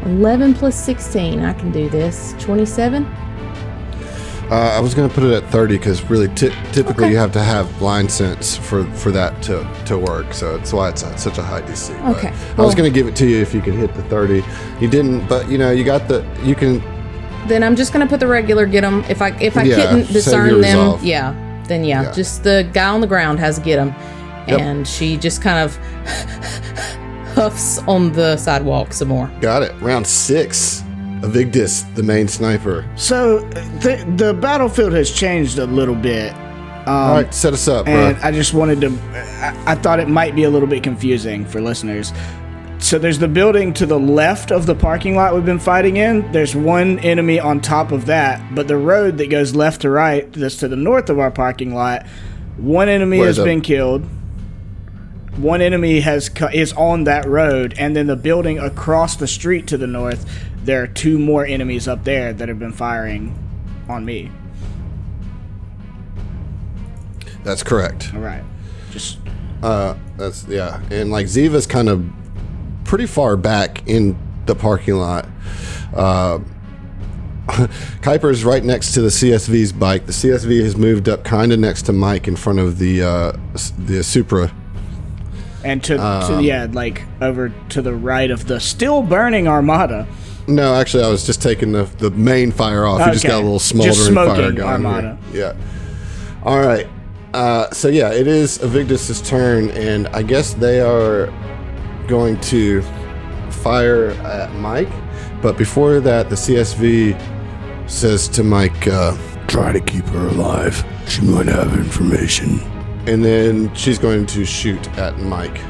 [SPEAKER 5] 11 plus 16, I can do this. 27?
[SPEAKER 1] Uh, I was going to put it at thirty because really, ty- typically
[SPEAKER 5] Okay.
[SPEAKER 1] you have to have blind sense for for that to to work. So that's why it's at such a high DC. but
[SPEAKER 5] Okay,
[SPEAKER 1] I was
[SPEAKER 5] well-
[SPEAKER 1] going to give it to you if you could hit the thirty. You didn't, but you know you got the you can
[SPEAKER 5] Then I'm just gonna put the regular get them. If I if I
[SPEAKER 1] Yeah,
[SPEAKER 5] couldn't
[SPEAKER 1] save your
[SPEAKER 5] discern them,
[SPEAKER 1] resolve.
[SPEAKER 5] yeah, then yeah, just the guy on the ground has to get him. And she just kind of huffs on the sidewalk some more.
[SPEAKER 1] Got it. Round six. Evictus, the main sniper.
[SPEAKER 4] So the the battlefield has changed a little bit. Um,
[SPEAKER 1] All right, set us up, bro.
[SPEAKER 4] and I just wanted to. I, I thought it might be a little bit confusing for listeners. So there's the building to the left of the parking lot we've been fighting in. There's one enemy on top of that, but the road that goes left to right, that's to the north of our parking lot, one enemy
[SPEAKER 1] Where
[SPEAKER 4] has
[SPEAKER 1] the-
[SPEAKER 4] been killed. One enemy has co- is on that road, and then the building across the street to the north, there are two more enemies up there that have been firing on me.
[SPEAKER 1] That's correct.
[SPEAKER 4] All right, just
[SPEAKER 1] Uh, that's yeah, and like Ziva's kind of pretty far back in the parking lot. Uh, Kuiper's right next to the CSV's bike. The CSV has moved up kind of next to Mike in front of the uh, s- the Supra.
[SPEAKER 4] And to, to yeah, like over to the right of the still burning Armada.
[SPEAKER 1] No, actually, I was just taking the, the main fire off. You just
[SPEAKER 4] Okay.
[SPEAKER 1] got a little
[SPEAKER 4] Just
[SPEAKER 1] smoldering fire
[SPEAKER 4] smoking
[SPEAKER 1] going.
[SPEAKER 4] Armada.
[SPEAKER 1] here. Yeah. All right. Uh, so yeah, it is Evictus's turn, and I guess they are going to fire at Mike. But before that, the CSV says to Mike, uh, "Try to keep her alive. She might have information." And then she's going to shoot at Mike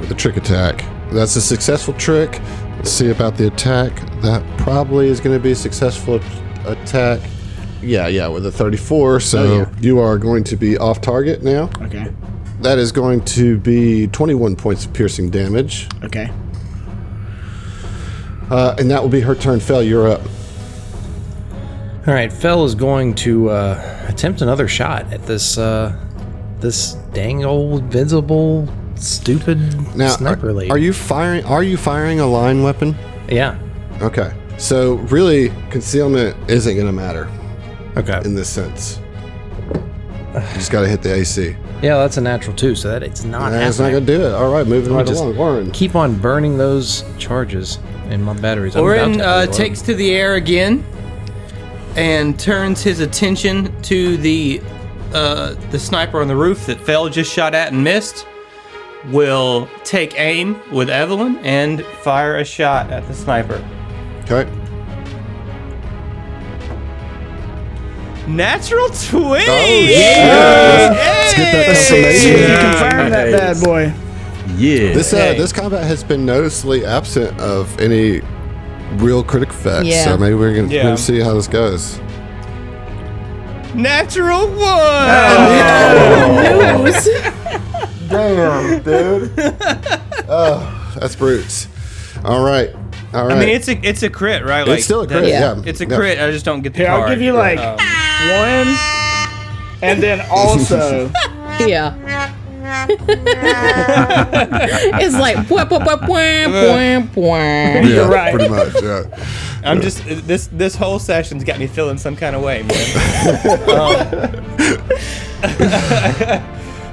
[SPEAKER 1] with a trick attack. That's a successful trick. Let's see about the attack. That probably is going to be a successful at- attack. Yeah, yeah, with a 34. So
[SPEAKER 7] Oh,
[SPEAKER 1] you are going to be off target now.
[SPEAKER 4] Okay.
[SPEAKER 1] That is going to be 21 points of piercing damage.
[SPEAKER 4] Okay.
[SPEAKER 1] Uh, and that will be her turn. Fell, you're up.
[SPEAKER 7] All right, Fell is going to uh, attempt another shot at this uh, this dang old invincible stupid
[SPEAKER 1] Now,
[SPEAKER 7] sniper
[SPEAKER 1] are,
[SPEAKER 7] lady.
[SPEAKER 1] are you firing? Are you firing a line weapon?
[SPEAKER 7] Yeah.
[SPEAKER 1] Okay. So really, concealment isn't going to matter
[SPEAKER 7] Okay.
[SPEAKER 1] in this sense. You just got to hit the AC.
[SPEAKER 7] Yeah, that's a natural too. So that it's not.
[SPEAKER 1] That's not
[SPEAKER 7] happening.
[SPEAKER 1] going to do it. All right, moving
[SPEAKER 7] Let me
[SPEAKER 1] right
[SPEAKER 7] just
[SPEAKER 1] along. Warren.
[SPEAKER 7] Keep on burning those charges in my batteries. I'm about
[SPEAKER 3] Orin
[SPEAKER 7] to
[SPEAKER 3] uh,
[SPEAKER 7] reload.
[SPEAKER 3] takes to the air again and turns his attention to the uh, the sniper on the roof that fell just shot at and missed. Will take aim with Evelyn and fire a shot at the sniper.
[SPEAKER 1] Okay.
[SPEAKER 3] Natural twenty.
[SPEAKER 1] Let's get that
[SPEAKER 4] See if you
[SPEAKER 1] confirmation.
[SPEAKER 4] confirm that bad boy.
[SPEAKER 6] Yeah.
[SPEAKER 1] This uh,
[SPEAKER 3] Hey.
[SPEAKER 1] this combat has been noticeably absent of any real critic effects,
[SPEAKER 5] Yeah.
[SPEAKER 1] so maybe we're gonna, we're
[SPEAKER 2] Yeah.
[SPEAKER 1] gonna see how this goes.
[SPEAKER 3] Natural one.
[SPEAKER 1] Damn, dude. oh, that's brutes. All right, all right.
[SPEAKER 3] I mean, it's a it's a crit, right?
[SPEAKER 1] It's still a crit.
[SPEAKER 5] yeah.
[SPEAKER 1] Yeah,
[SPEAKER 3] It's a
[SPEAKER 1] Yeah.
[SPEAKER 3] crit. I just don't get the
[SPEAKER 4] Here, I'll
[SPEAKER 3] card.
[SPEAKER 4] give you like one, and then also
[SPEAKER 5] Yeah. it's like whap, whap, whap, wham, wham, wham.
[SPEAKER 1] Yeah,
[SPEAKER 4] right.
[SPEAKER 1] pretty much. Yeah.
[SPEAKER 3] I'm just this this whole session's got me feeling some kind of way, man. um,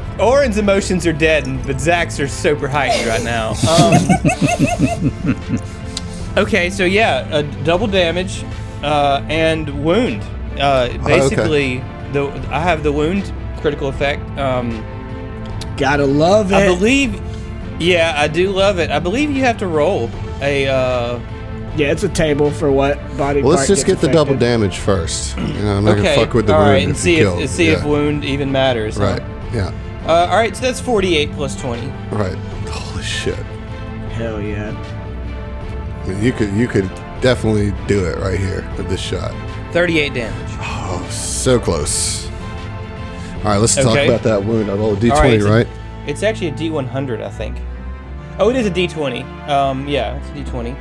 [SPEAKER 3] Oren's emotions are dead, and- but Zach's are super heightened right now. Um, okay, so yeah, uh, double damage uh, and wound. Uh, basically, the I have the wound critical effect. Um,
[SPEAKER 4] gotta love it.
[SPEAKER 3] I believe, yeah, I do love it. I believe you have to roll a. Uh,
[SPEAKER 4] yeah, it's a table for what body.
[SPEAKER 1] Well, let's
[SPEAKER 4] part
[SPEAKER 1] just get
[SPEAKER 4] gets
[SPEAKER 1] the double
[SPEAKER 4] affected.
[SPEAKER 1] damage first. You know, I'm not
[SPEAKER 3] okay,
[SPEAKER 1] gonna fuck with the
[SPEAKER 3] all
[SPEAKER 1] wound if
[SPEAKER 3] right, and
[SPEAKER 1] you
[SPEAKER 3] see
[SPEAKER 1] kill.
[SPEAKER 3] if see if
[SPEAKER 1] Yeah.
[SPEAKER 3] wound even matters. huh?
[SPEAKER 1] Right. Yeah.
[SPEAKER 3] Uh, all right, so that's 48 plus 20.
[SPEAKER 1] Right. Holy shit.
[SPEAKER 4] Hell yeah!
[SPEAKER 1] I mean, you could you could definitely do it right here with this shot.
[SPEAKER 3] 38 damage.
[SPEAKER 1] Oh, so close. All right, let's talk
[SPEAKER 3] Okay.
[SPEAKER 1] about that wound. I rolled a
[SPEAKER 3] All right,
[SPEAKER 1] d20,
[SPEAKER 3] it's a-
[SPEAKER 1] right?
[SPEAKER 3] It's actually a D100, I think. Oh, it is a D20. Um, yeah, it's a D20.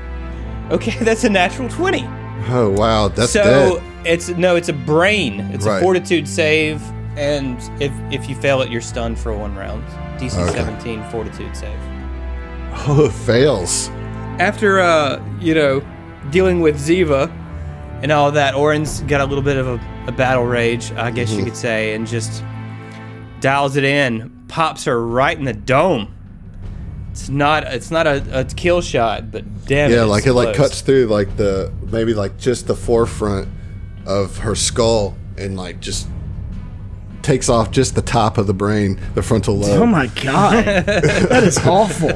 [SPEAKER 3] Okay, that's a natural 20.
[SPEAKER 1] Oh wow, that's
[SPEAKER 3] so
[SPEAKER 1] dead.
[SPEAKER 3] it's no, it's a brain. It's
[SPEAKER 1] Right.
[SPEAKER 3] a fortitude save, and if if you fail it, you're stunned for one round. DC
[SPEAKER 1] Okay.
[SPEAKER 3] 17 fortitude save.
[SPEAKER 1] Oh, it fails.
[SPEAKER 3] after uh you know dealing with ziva and all that orin's got a little bit of a, a battle rage i guess
[SPEAKER 1] Mm-hmm.
[SPEAKER 3] you could say and just dials it in pops her right in the dome it's not it's not a, a kill shot but damn
[SPEAKER 1] Yeah,
[SPEAKER 3] it's
[SPEAKER 1] like it like
[SPEAKER 3] close.
[SPEAKER 1] cuts through like the maybe like just the forefront of her skull and like just takes off just the top of the brain, the frontal lobe.
[SPEAKER 4] Oh my god, that is awful.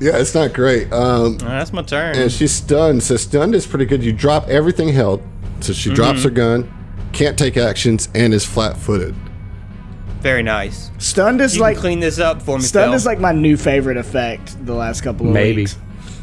[SPEAKER 1] Yeah, it's not great. Um,
[SPEAKER 3] Uh, that's my turn.
[SPEAKER 1] and she's stunned. So stunned is pretty good. You drop everything held. So she
[SPEAKER 3] Mm-hmm.
[SPEAKER 1] drops her gun, can't take actions, and is flat-footed.
[SPEAKER 3] Very nice.
[SPEAKER 4] Stunned is
[SPEAKER 3] You
[SPEAKER 4] like
[SPEAKER 3] can clean this up for me.
[SPEAKER 4] stunned
[SPEAKER 3] Phil.
[SPEAKER 4] is like my new favorite effect. The last couple of
[SPEAKER 7] Maybe.
[SPEAKER 4] weeks.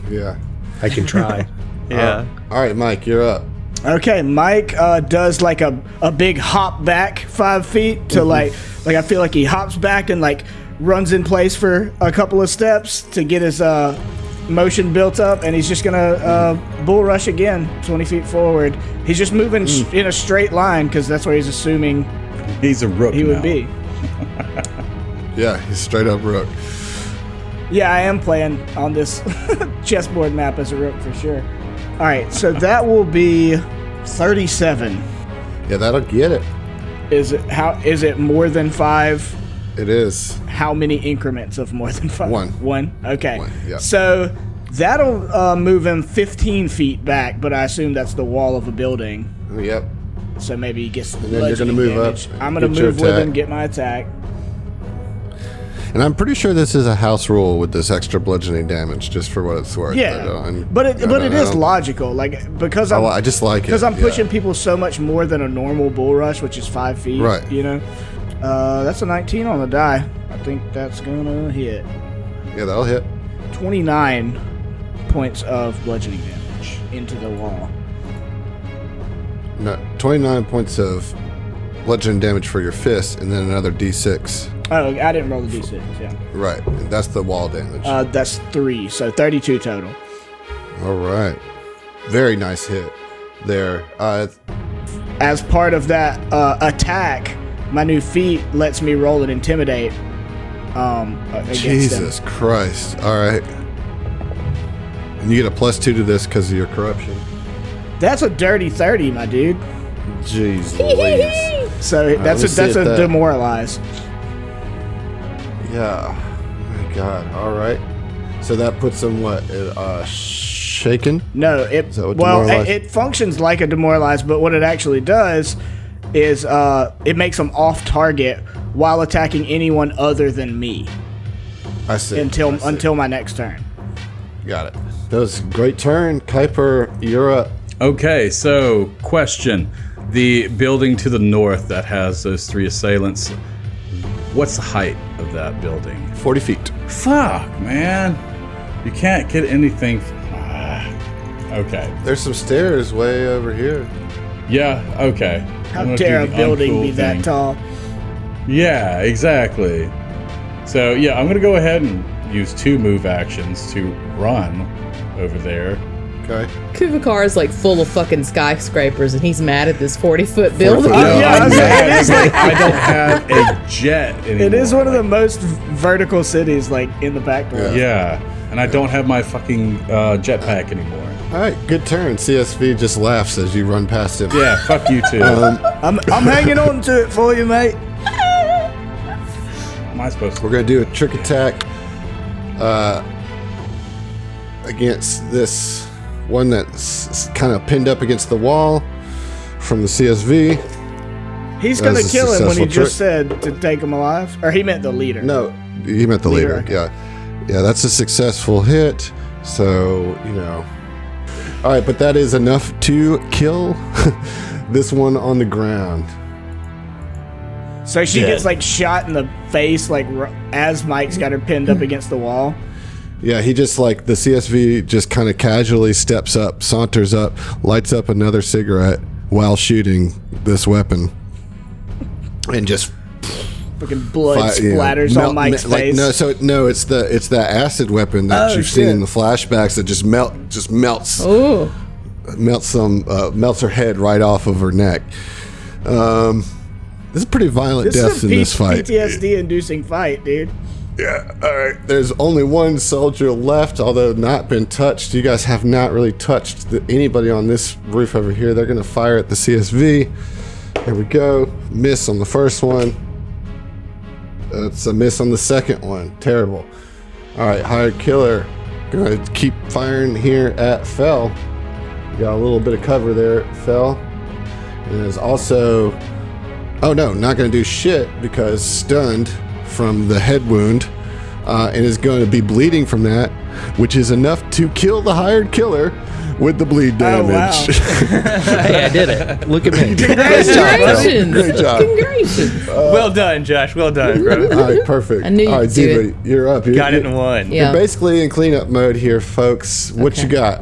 [SPEAKER 1] Yeah.
[SPEAKER 7] I can try.
[SPEAKER 3] yeah.
[SPEAKER 1] All right, Mike, you're up.
[SPEAKER 4] Okay, Mike uh, does like a, a big hop back five feet to like like I feel like he hops back and like runs in place for a couple of steps to get his uh, motion built up, and he's just gonna uh, bull rush again, twenty feet forward. He's just moving s in a straight line because that's where he's assuming
[SPEAKER 8] He's a rook.
[SPEAKER 4] he would
[SPEAKER 8] now.
[SPEAKER 4] be.
[SPEAKER 1] Yeah, he's straight up rook.
[SPEAKER 4] Yeah, I am playing on this chessboard map as a rook for sure. All right, so that will be thirty-seven.
[SPEAKER 1] Yeah, that'll get it.
[SPEAKER 4] Is it how is it more than five?
[SPEAKER 1] It is.
[SPEAKER 4] how many increments of more than five?
[SPEAKER 1] One.
[SPEAKER 4] One. Okay.
[SPEAKER 1] One, yeah.
[SPEAKER 4] So that'll uh, move him 15 feet back, but I assume that's the wall of a building.
[SPEAKER 1] Yep.
[SPEAKER 4] So maybe he gets. And
[SPEAKER 1] then you're gonna move up and
[SPEAKER 4] I'm gonna
[SPEAKER 1] get your
[SPEAKER 4] move with him,
[SPEAKER 1] attack.
[SPEAKER 4] get my attack.
[SPEAKER 1] And I'm pretty sure this is a house rule with this extra bludgeoning damage, just for what it's worth. I
[SPEAKER 4] Yeah,
[SPEAKER 1] don't-
[SPEAKER 4] but it
[SPEAKER 1] I
[SPEAKER 4] but
[SPEAKER 1] don't
[SPEAKER 4] it is
[SPEAKER 1] know.
[SPEAKER 4] logical, like because
[SPEAKER 1] I,
[SPEAKER 4] I'm
[SPEAKER 1] li- I just like it.
[SPEAKER 4] because I'm
[SPEAKER 1] yeah.
[SPEAKER 4] pushing people so much more than a normal bull rush, which is five feet.
[SPEAKER 1] Right.
[SPEAKER 4] You know, uh, that's a 19 on the die. I think that's gonna hit
[SPEAKER 1] Yeah, that'll hit.
[SPEAKER 4] 29 points of bludgeoning damage into the wall.
[SPEAKER 1] No, 29 points of bludgeoning damage for your fist, and then another d6.
[SPEAKER 4] Oh, I didn't roll the d6. Yeah,
[SPEAKER 1] Right. That's the wall damage.
[SPEAKER 4] uh, that's three, so thirty-two total.
[SPEAKER 1] All right. Very nice hit there. Uh,
[SPEAKER 4] As part of that uh, attack, my new feat lets me roll and intimidate. Um, a- against them.
[SPEAKER 1] Jesus Christ. All right. And you get a plus two to this because of your corruption.
[SPEAKER 4] that's a dirty thirty, my dude.
[SPEAKER 1] Jeez Louise.
[SPEAKER 4] So that's
[SPEAKER 1] let me
[SPEAKER 4] a
[SPEAKER 1] see if
[SPEAKER 4] that's a
[SPEAKER 1] that-
[SPEAKER 4] demoralize.
[SPEAKER 1] Yeah. Oh my God. All right. So that puts him what? At, uh, shaken.
[SPEAKER 4] No, it
[SPEAKER 1] that what
[SPEAKER 4] well
[SPEAKER 1] demoralize-
[SPEAKER 4] it, it functions like a demoralize, but what it actually does is uh, it makes them off target while attacking anyone other than me
[SPEAKER 1] I see.
[SPEAKER 4] until
[SPEAKER 1] I see.
[SPEAKER 4] until my next turn.
[SPEAKER 1] Got it. That was a great turn, Kuiper. You're up.
[SPEAKER 8] Okay, so question: the building to the north that has those three assailants. What's the height of that building?
[SPEAKER 1] Forty feet.
[SPEAKER 8] Fuck, man, you can't get anything. Ah, okay.
[SPEAKER 1] There's some stairs way over here.
[SPEAKER 8] Yeah. Okay. I'm
[SPEAKER 4] How
[SPEAKER 8] gonna
[SPEAKER 4] dare a
[SPEAKER 8] do the
[SPEAKER 4] building
[SPEAKER 8] uncool
[SPEAKER 4] be
[SPEAKER 8] thing.
[SPEAKER 4] that tall?
[SPEAKER 8] Yeah, exactly. So yeah, I'm gonna go ahead and use two move actions to run over there.
[SPEAKER 1] Okay.
[SPEAKER 5] Kuvakar is like full of fucking skyscrapers, and he's mad at this forty-foot building.
[SPEAKER 1] foot building.
[SPEAKER 4] yeah, I was like,
[SPEAKER 8] it is like I don't have a jet anymore.
[SPEAKER 4] It is one of the
[SPEAKER 8] Like,
[SPEAKER 4] most v- vertical cities, like in the background.
[SPEAKER 8] Yeah, and I don't have my fucking uh, jetpack anymore.
[SPEAKER 1] All right. Good turn. CSV just laughs as you run past him.
[SPEAKER 8] Yeah, fuck you too.
[SPEAKER 4] I'm, I'm hanging on to it for you, mate.
[SPEAKER 8] Am I supposed
[SPEAKER 1] We're
[SPEAKER 8] to?
[SPEAKER 1] gonna do a trick attack uh, against this one that's kind of pinned up against the wall from the CSV.
[SPEAKER 4] He's
[SPEAKER 1] That
[SPEAKER 4] gonna
[SPEAKER 1] was a
[SPEAKER 4] kill him when he
[SPEAKER 1] successful
[SPEAKER 4] just said to take him alive, or he meant the leader.
[SPEAKER 1] No, you meant the leader.
[SPEAKER 4] Leader.
[SPEAKER 1] Yeah, yeah, that's a successful hit. So you know, all right, but that is enough to kill this one on the ground.
[SPEAKER 4] So she gets like shot in the face, like r- as Mike's got her pinned up against the wall.
[SPEAKER 1] Yeah, he just like the CSV just kind of casually steps up, saunters up, lights up another cigarette while shooting this weapon, and just
[SPEAKER 4] Fucking blood
[SPEAKER 1] fi- you know,
[SPEAKER 4] splatters
[SPEAKER 1] melt-
[SPEAKER 4] on Mike's
[SPEAKER 1] like,
[SPEAKER 4] face.
[SPEAKER 1] No, so no, it's the it's that acid weapon that
[SPEAKER 4] Oh,
[SPEAKER 1] you've seen
[SPEAKER 4] shit.
[SPEAKER 1] in the flashbacks that just melt just melts
[SPEAKER 5] Ooh,
[SPEAKER 1] melts some uh, melts her head right off of her neck. Um, this is pretty violent
[SPEAKER 4] this
[SPEAKER 1] deaths
[SPEAKER 4] is a
[SPEAKER 1] in
[SPEAKER 4] P-
[SPEAKER 1] this fight.
[SPEAKER 4] PTSD-inducing fight, dude.
[SPEAKER 1] Yeah. All right. There's only one soldier left, although not been touched. You guys have not really touched the, anybody on this roof over here. They're gonna fire at the CSV. There we go. Miss on the first one. That's a miss on the second one. Terrible. All right, hired killer. Gonna keep firing here at Fell. Got a little bit of cover there, Fell. And there's also Oh no, not going to do shit because stunned from the head wound uh, and is going to be bleeding from that, which is enough to kill the hired killer with the bleed damage.
[SPEAKER 7] hey, I did it. Look at me.
[SPEAKER 1] Great job, Phil.
[SPEAKER 5] Congratulations.
[SPEAKER 1] Great job.
[SPEAKER 5] Congratulations.
[SPEAKER 1] Uh,
[SPEAKER 3] well done, Josh. Well done, bro.
[SPEAKER 1] All right, perfect.
[SPEAKER 5] I knew you'd
[SPEAKER 1] All right,
[SPEAKER 5] do
[SPEAKER 1] D-Buddy,
[SPEAKER 5] it.
[SPEAKER 1] you're up. You're,
[SPEAKER 3] Got it in
[SPEAKER 1] you're-
[SPEAKER 3] one.
[SPEAKER 5] Yeah.
[SPEAKER 1] You're basically in cleanup mode here, folks. What you
[SPEAKER 5] Okay.
[SPEAKER 1] got?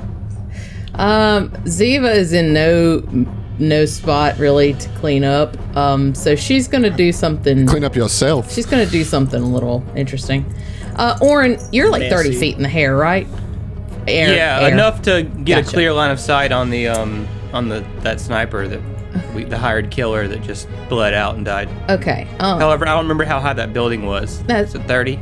[SPEAKER 5] Um, Ziva is in no no spot really to clean up. Um, so she's gonna do something.
[SPEAKER 1] Clean up yourself.
[SPEAKER 5] She's gonna do something a little interesting. Uh, Oren, you're like thirty feet in the hair, right? Air,
[SPEAKER 3] yeah,
[SPEAKER 5] air.
[SPEAKER 3] enough to get a
[SPEAKER 5] Gotcha.
[SPEAKER 3] clear line of sight on the um on the that sniper that we, the hired killer that just bled out and died.
[SPEAKER 5] Okay. Um,
[SPEAKER 3] However, I don't remember how high that building was.
[SPEAKER 5] That's-
[SPEAKER 3] That's a thirty.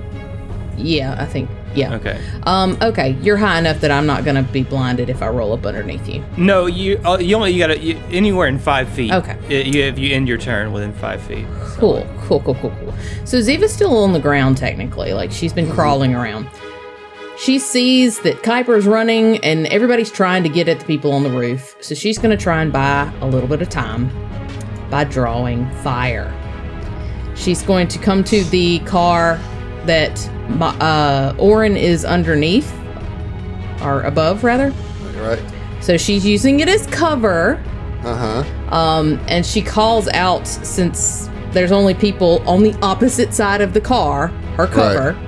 [SPEAKER 5] yeah, I think. Yeah.
[SPEAKER 3] Okay.
[SPEAKER 5] Um, okay, you're high enough that I'm not gonna be blinded if I roll up underneath you.
[SPEAKER 3] No, you uh, you only you got to anywhere in five feet.
[SPEAKER 5] Okay.
[SPEAKER 3] I- you, if you end your turn within five feet.
[SPEAKER 5] Cool, cool, cool, cool, cool. So Ziva's still on the ground technically, like she's been crawling around. She sees that Kuiper's running and everybody's trying to get at the people on the roof. So she's going to try and buy a little bit of time by drawing fire. She's going to come to the car that Ma- uh, Orin is underneath, or above rather.
[SPEAKER 1] Right.
[SPEAKER 5] So she's using it as cover.
[SPEAKER 1] Uh huh.
[SPEAKER 5] Um, and she calls out since there's only people on the opposite side of the car, her cover.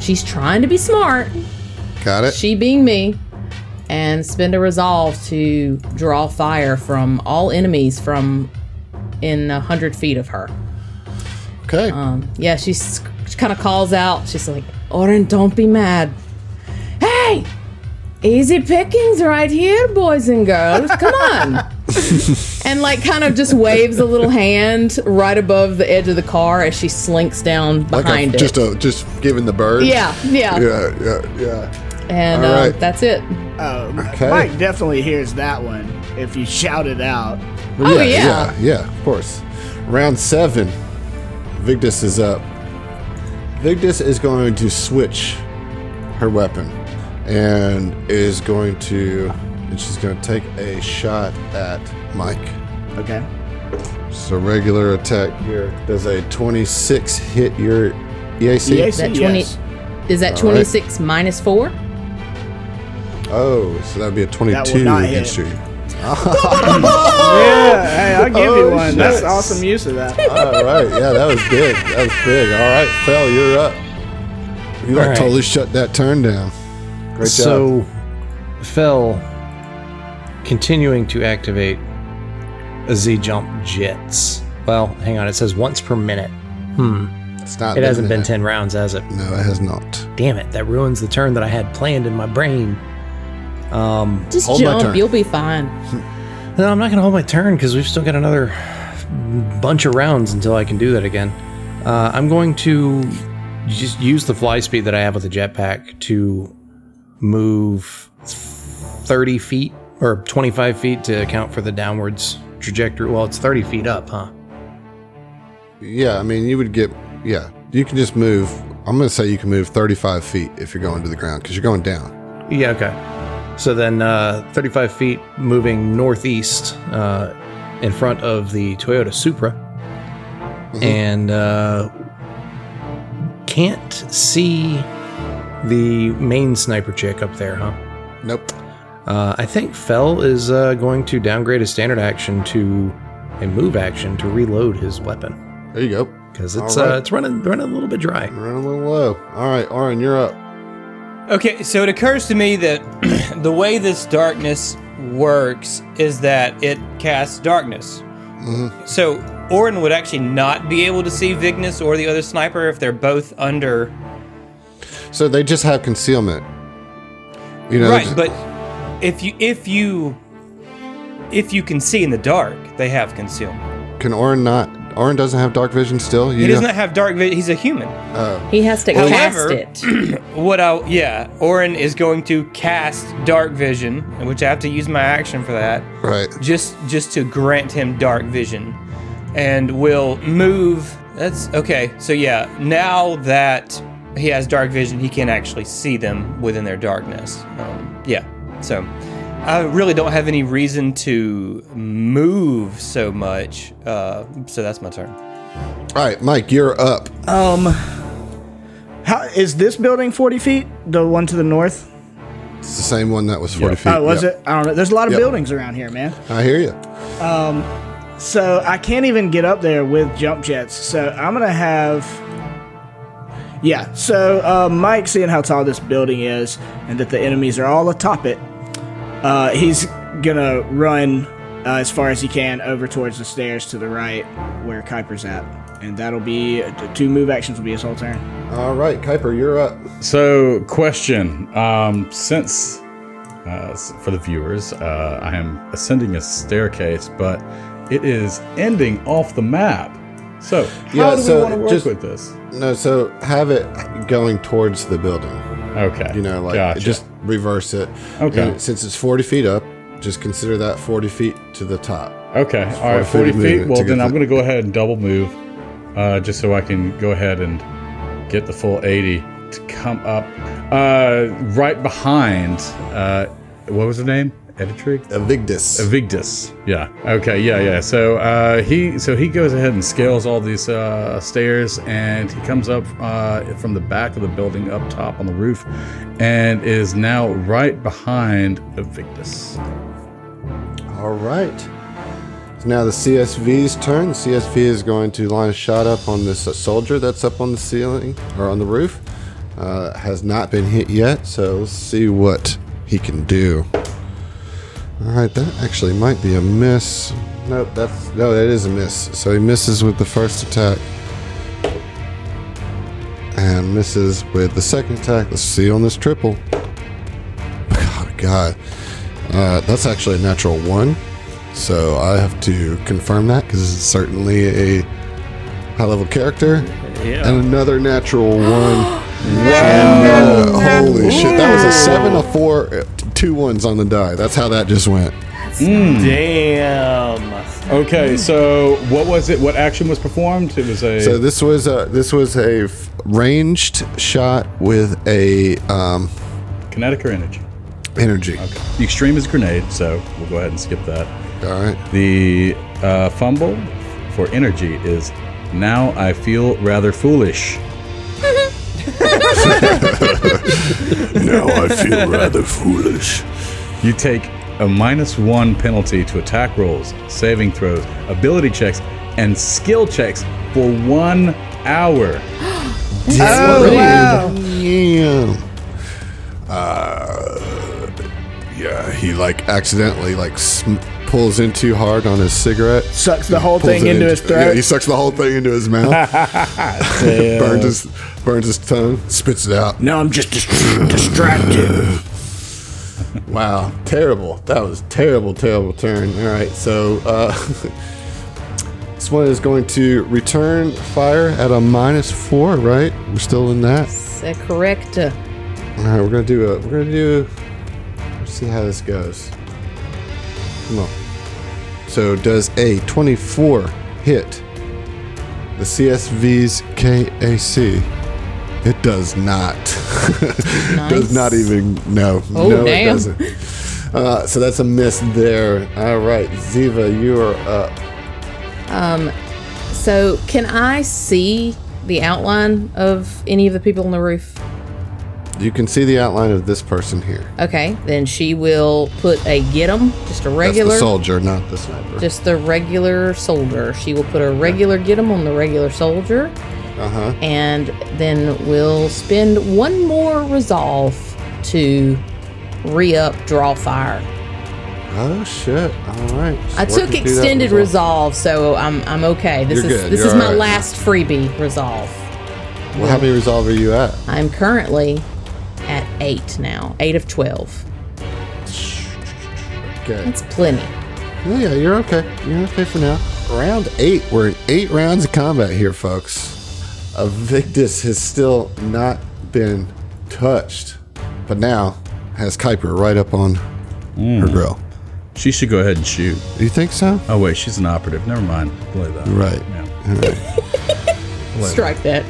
[SPEAKER 5] She's trying to be smart,
[SPEAKER 1] Got it.
[SPEAKER 5] she being me, and spend a resolve to draw fire from all enemies from in a hundred feet of her.
[SPEAKER 1] Okay.
[SPEAKER 5] Um, yeah, she's, she kind of calls out. She's like, "Oren, don't be mad. Hey, easy pickings right here, boys and girls. Come on." and like kind of just waves a little hand right above the edge of the car as she slinks down
[SPEAKER 1] like
[SPEAKER 5] behind
[SPEAKER 1] a,
[SPEAKER 5] it.
[SPEAKER 1] just a just giving the bird.
[SPEAKER 5] yeah, yeah,
[SPEAKER 1] Yeah. Yeah. Yeah.
[SPEAKER 5] And
[SPEAKER 1] all
[SPEAKER 5] uh,
[SPEAKER 1] right.
[SPEAKER 5] that's it.
[SPEAKER 4] Oh,
[SPEAKER 1] Okay.
[SPEAKER 4] Mike definitely hears that one if you shout it out.
[SPEAKER 5] Oh,
[SPEAKER 1] yeah, yeah, of course. Round seven. Vigdis is up. Vigdis is going to switch her weapon and is going to and she's going to take a shot at Mike.
[SPEAKER 4] Okay.
[SPEAKER 1] So regular attack here does a 26 hit your E EAC?
[SPEAKER 4] Yes,
[SPEAKER 5] That twenty
[SPEAKER 4] yes.
[SPEAKER 5] is that
[SPEAKER 1] All right.
[SPEAKER 5] twenty six minus four?
[SPEAKER 1] Oh, so that would be a 22
[SPEAKER 4] not hit.
[SPEAKER 1] against you.
[SPEAKER 4] Yeah, hey, I'll give
[SPEAKER 1] Oh,
[SPEAKER 4] you one. That's
[SPEAKER 1] shit.
[SPEAKER 4] awesome use of that.
[SPEAKER 1] All right, yeah, that was big. That was big. All right, Fel, you're up. You like
[SPEAKER 7] All right.
[SPEAKER 1] totally shut that turn down. Great job.
[SPEAKER 7] So, Fell continuing to activate a Z jump jets. Well, hang on. It says once per minute. Hmm.
[SPEAKER 1] It's not
[SPEAKER 7] It hasn't been
[SPEAKER 1] that.
[SPEAKER 7] 10 rounds, has it?
[SPEAKER 1] No, it has not.
[SPEAKER 7] Damn it. That ruins the turn that I had planned in my brain. Um,
[SPEAKER 5] Just
[SPEAKER 1] Hold my
[SPEAKER 5] jump,
[SPEAKER 1] turn.
[SPEAKER 5] you'll be fine.
[SPEAKER 7] no, I'm not going to hold my turn because we've still got another bunch of rounds until I can do that again. Uh, I'm going to just use the fly speed that I have with the jetpack to move 30 feet or 25 feet to account for the downwards trajectory. Well, it's 30 feet up, huh?
[SPEAKER 1] Yeah, I mean, you would get. Yeah, you can just move. I'm going to say you can move 35 feet if you're going to the ground because you're going down.
[SPEAKER 7] Yeah, okay. So then uh, 35 feet moving northeast uh, in front of the Toyota Supra. And uh, can't see the main sniper chick up there, huh?
[SPEAKER 1] Nope.
[SPEAKER 7] Uh, I think Fell is uh, going to downgrade his standard action to a move action to reload his weapon
[SPEAKER 1] There you go.
[SPEAKER 7] because it's
[SPEAKER 1] All right.
[SPEAKER 7] uh, it's running running a little bit dry.
[SPEAKER 1] Running a little low. All right, Oren, you're up.
[SPEAKER 3] Okay, so it occurs to me that the way this darkness works is that it casts darkness. So Orin would actually not be able to see Vignis or the other sniper if they're both under.
[SPEAKER 1] So they just have concealment. You know,
[SPEAKER 3] right,
[SPEAKER 1] just-
[SPEAKER 3] but if you if you if you can see in the dark, they have concealment.
[SPEAKER 1] can Oren not? Oren doesn't have dark vision still. You
[SPEAKER 3] He does
[SPEAKER 1] know-
[SPEAKER 3] not have dark vision. He's a human.
[SPEAKER 5] He has to
[SPEAKER 3] However-
[SPEAKER 5] cast it.
[SPEAKER 3] What I yeah, Orin is going to cast dark vision, which I have to use my action for that.
[SPEAKER 1] Right.
[SPEAKER 3] just just to grant him dark vision and will move that's okay so yeah now that he has dark vision he can actually see them within their darkness um, yeah so i really don't have any reason to move move so much. Uh, so that's my turn.
[SPEAKER 1] All right, Mike, you're up.
[SPEAKER 4] How is this building 40 feet? The one to the north?
[SPEAKER 1] It's the same one that was 40 feet.
[SPEAKER 4] Oh, was
[SPEAKER 1] Yep.
[SPEAKER 4] it? I don't know. There's a lot of
[SPEAKER 1] Yep.
[SPEAKER 4] buildings around here, man.
[SPEAKER 1] I hear you.
[SPEAKER 4] So I can't even get up there with jump jets. So I'm gonna have. Yeah. So uh, Mike, seeing how tall this building is and that the enemies are all atop it, uh, he's gonna run uh, as far as he can over towards the stairs to the right where Kuiper's at, and that'll be the two move actions will be his whole turn.
[SPEAKER 1] All right, Kuiper, you're up.
[SPEAKER 8] So, question. Um, since, uh, s- for the viewers, uh, I am ascending a staircase, but it is ending off the map. So, how
[SPEAKER 1] Yeah,
[SPEAKER 8] do
[SPEAKER 1] so
[SPEAKER 8] we want to work
[SPEAKER 1] just-
[SPEAKER 8] with this?
[SPEAKER 1] No, so have it going towards the building.
[SPEAKER 8] Okay.
[SPEAKER 1] You know, like
[SPEAKER 8] Gotcha.
[SPEAKER 1] just reverse it.
[SPEAKER 8] Okay.
[SPEAKER 1] And since it's 40 feet up, just consider that 40 feet to the top.
[SPEAKER 8] Okay. All right.
[SPEAKER 1] 40
[SPEAKER 8] 40
[SPEAKER 1] movement
[SPEAKER 8] feet. Well,
[SPEAKER 1] to get
[SPEAKER 8] then I'm
[SPEAKER 1] the-
[SPEAKER 8] going to go ahead and double move uh, just so I can go ahead and get the full 80 to come up uh, right behind. Uh, what was her name? Editrix?
[SPEAKER 1] Evictus.
[SPEAKER 8] Evictus. Yeah. Okay. Yeah. Yeah. So uh, he so he goes ahead and scales all these uh, stairs, and he comes up uh, from the back of the building up top on the roof, and is now right behind Evictus.
[SPEAKER 1] All right. It's now the CSV's turn. The CSV is going to line a shot up on this uh, soldier that's up on the ceiling or on the roof. Uh, has not been hit yet, so let's see what he can do. All right, that actually might be a miss. Nope, that's no, that is a miss. So he misses with the first attack and misses with the second attack. Let's see on this triple. God, God. Uh, that's actually a natural one. So I have to confirm that because it's certainly a high level character. And another natural one. wow. Holy shit. That was a seven, a four, uh, t- two ones on the die. That's how that just went.
[SPEAKER 3] Damn.
[SPEAKER 8] Okay. So what was it? What action was performed? It was a.
[SPEAKER 1] So this was a, this was a f- ranged shot with a um,
[SPEAKER 8] kinetic or energy.
[SPEAKER 1] energy.
[SPEAKER 8] The extreme is grenade, so we'll go ahead and skip that.
[SPEAKER 1] All right.
[SPEAKER 8] The uh, fumble for energy is now I feel rather foolish.
[SPEAKER 1] Now I feel rather foolish.
[SPEAKER 8] You take a minus one penalty to attack rolls, saving throws, ability checks, and skill checks for one hour.
[SPEAKER 1] Oh, wow. Yeah. Uh, yeah, he like accidentally like sm- pulls in too hard on his cigarette.
[SPEAKER 4] Sucks the whole
[SPEAKER 1] Pulls
[SPEAKER 4] thing
[SPEAKER 1] it
[SPEAKER 4] into his throat.
[SPEAKER 1] Yeah, he sucks the whole thing into his mouth. burns his burns his tongue, spits it out.
[SPEAKER 4] Now I'm just dis- distracted.
[SPEAKER 1] Wow, terrible. That was terrible, terrible turn. All right, so uh, this one is going to return fire at a minus four. Right, we're still in that.
[SPEAKER 5] Se correcta.
[SPEAKER 1] All right, we're gonna do a. We're gonna do. Let's see how this goes. Come on. So does a 24 hit the CSV's KAC? It does not. does not even. No.
[SPEAKER 5] Oh,
[SPEAKER 1] no, it
[SPEAKER 5] damn.
[SPEAKER 1] doesn't. Uh, so that's a miss there. All right, Ziva, you are up.
[SPEAKER 5] So, can I see the outline of any of the people on the roof?
[SPEAKER 1] You can see the outline of this person here.
[SPEAKER 5] Okay, then she will put a get 'em, just a
[SPEAKER 1] That's
[SPEAKER 5] regular,
[SPEAKER 1] the soldier, not the sniper.
[SPEAKER 5] just the regular soldier. She will put a regular get 'em on the regular soldier,
[SPEAKER 1] Uh huh.
[SPEAKER 5] and then we'll spend one more resolve to re-up draw fire.
[SPEAKER 1] Oh shit! All right.
[SPEAKER 5] I took extended
[SPEAKER 1] results.
[SPEAKER 5] resolve, so I'm I'm okay. This
[SPEAKER 1] You're
[SPEAKER 5] is
[SPEAKER 1] good.
[SPEAKER 5] this
[SPEAKER 1] You're
[SPEAKER 5] is my
[SPEAKER 1] alright.
[SPEAKER 5] last freebie resolve.
[SPEAKER 1] Well, how many resolve are you at?
[SPEAKER 5] I'm currently at eight now, eight of twelve.
[SPEAKER 1] Okay.
[SPEAKER 5] That's plenty.
[SPEAKER 1] Oh, yeah, you're okay. You're okay for now. Round eight. We're in eight rounds of combat here, folks. Evictus has still not been touched, but now has Kuiper right up on her grill.
[SPEAKER 8] She should go ahead and shoot.
[SPEAKER 1] You think so?
[SPEAKER 8] Oh wait, she's an operative. Never mind. Play that.
[SPEAKER 1] Right.
[SPEAKER 8] Yeah.
[SPEAKER 1] All right.
[SPEAKER 5] Strike that.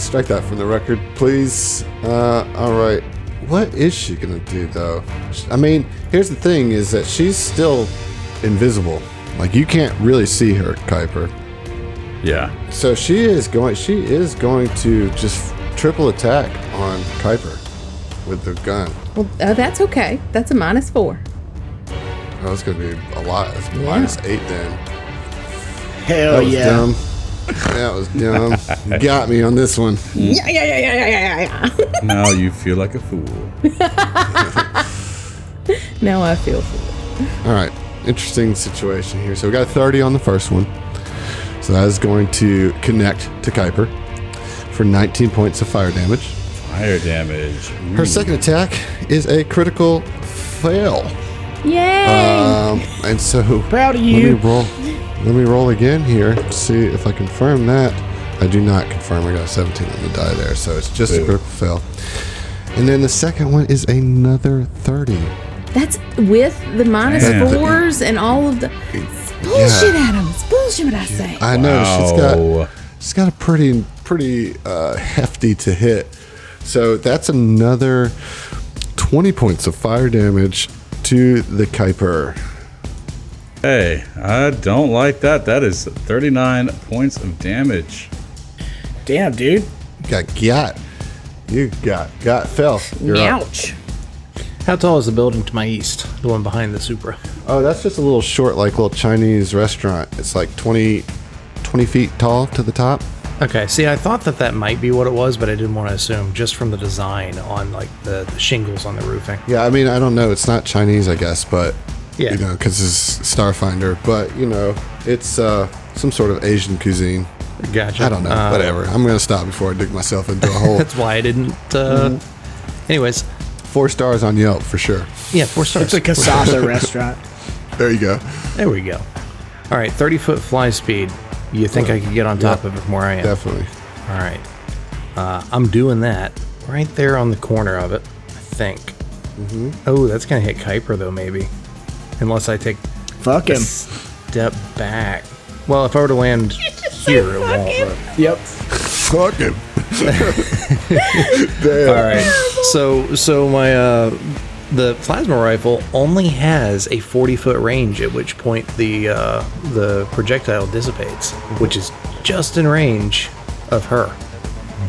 [SPEAKER 1] Strike that from the record, please. Uh, all right. What is she gonna do though? Sh- I mean, here's the thing: is that she's still invisible. Like you can't really see her, Kuiper.
[SPEAKER 8] Yeah.
[SPEAKER 1] So she is going. She is going to just triple attack on Kuiper with the gun.
[SPEAKER 5] Well, uh, that's okay. That's a minus four.
[SPEAKER 1] Oh, that's gonna be a lot. That's minus eight then.
[SPEAKER 4] Hell
[SPEAKER 1] That was
[SPEAKER 4] Oh, yeah.
[SPEAKER 1] dumb. That was dumb. You Got me on this one.
[SPEAKER 5] Yeah, yeah, yeah, yeah, yeah, yeah, yeah.
[SPEAKER 8] Now you feel like a fool.
[SPEAKER 5] now I feel fooled.
[SPEAKER 1] All right, interesting situation here. So we got 30 on the first one. So that is going to connect to Kuiper for 19 points of fire damage.
[SPEAKER 8] Fire damage.
[SPEAKER 1] Her second attack is a critical fail.
[SPEAKER 5] Yay!
[SPEAKER 1] Um, and so
[SPEAKER 4] Proud of
[SPEAKER 1] Let
[SPEAKER 4] you.
[SPEAKER 1] me roll. Let me roll again here. See if I confirm that. I do not confirm. I got a 17 on the die there, so it's just a critical fail. And then the second one is another 30.
[SPEAKER 5] that's with the minus
[SPEAKER 8] Damn.
[SPEAKER 5] fours and all of the it's bullshit Adam. It's bullshit what I say.
[SPEAKER 1] I know she's got
[SPEAKER 8] Wow.
[SPEAKER 1] she's got a pretty pretty uh, hefty to hit. So that's another 20 points of fire damage to the Kuiper.
[SPEAKER 8] Hey, I don't like that. That is 39 points of damage.
[SPEAKER 4] Damn, dude.
[SPEAKER 1] Got got. You got got fell. You're up.
[SPEAKER 5] Ouch.
[SPEAKER 7] How tall is the building to my east? The one behind the Supra.
[SPEAKER 1] Oh, that's just a little short, like little Chinese restaurant. It's like 20, 20 feet tall to the top.
[SPEAKER 7] Okay, see, I thought that that might be what it was, but I didn't want to assume just from the design on like the, the shingles on the roofing.
[SPEAKER 1] Yeah, I mean, I don't know. It's not Chinese, I guess, but
[SPEAKER 7] Yeah.
[SPEAKER 1] you know, because it's Starfinder. But you know, it's uh, some sort of Asian cuisine.
[SPEAKER 7] Gotcha.
[SPEAKER 1] I don't know.
[SPEAKER 7] Uh,
[SPEAKER 1] Whatever. I'm gonna stop before I dig myself into a hole.
[SPEAKER 7] That's why I didn't. Uh,
[SPEAKER 1] Mm-hmm.
[SPEAKER 7] anyways,
[SPEAKER 1] Four stars on Yelp for sure.
[SPEAKER 7] yeah, four
[SPEAKER 4] It's
[SPEAKER 7] stars.
[SPEAKER 4] a Casasa restaurant.
[SPEAKER 1] There you go.
[SPEAKER 7] there we go. All right, 30 foot fly speed. You think I could get on top of it from where I am?
[SPEAKER 1] Definitely.
[SPEAKER 7] All right. Uh, I'm doing that right there on the corner of it, I think.
[SPEAKER 1] Mm-hmm.
[SPEAKER 7] Oh, that's going to hit Kuiper, though, maybe. Unless I take
[SPEAKER 4] Fuck
[SPEAKER 7] a
[SPEAKER 4] him.
[SPEAKER 7] step back. Well, if I were to land here, it won't.
[SPEAKER 4] Yep.
[SPEAKER 1] Fuck him.
[SPEAKER 7] All right. So, so my uh, the plasma rifle only has a 40 foot range, at which point the uh, the projectile dissipates, which is just in range of her,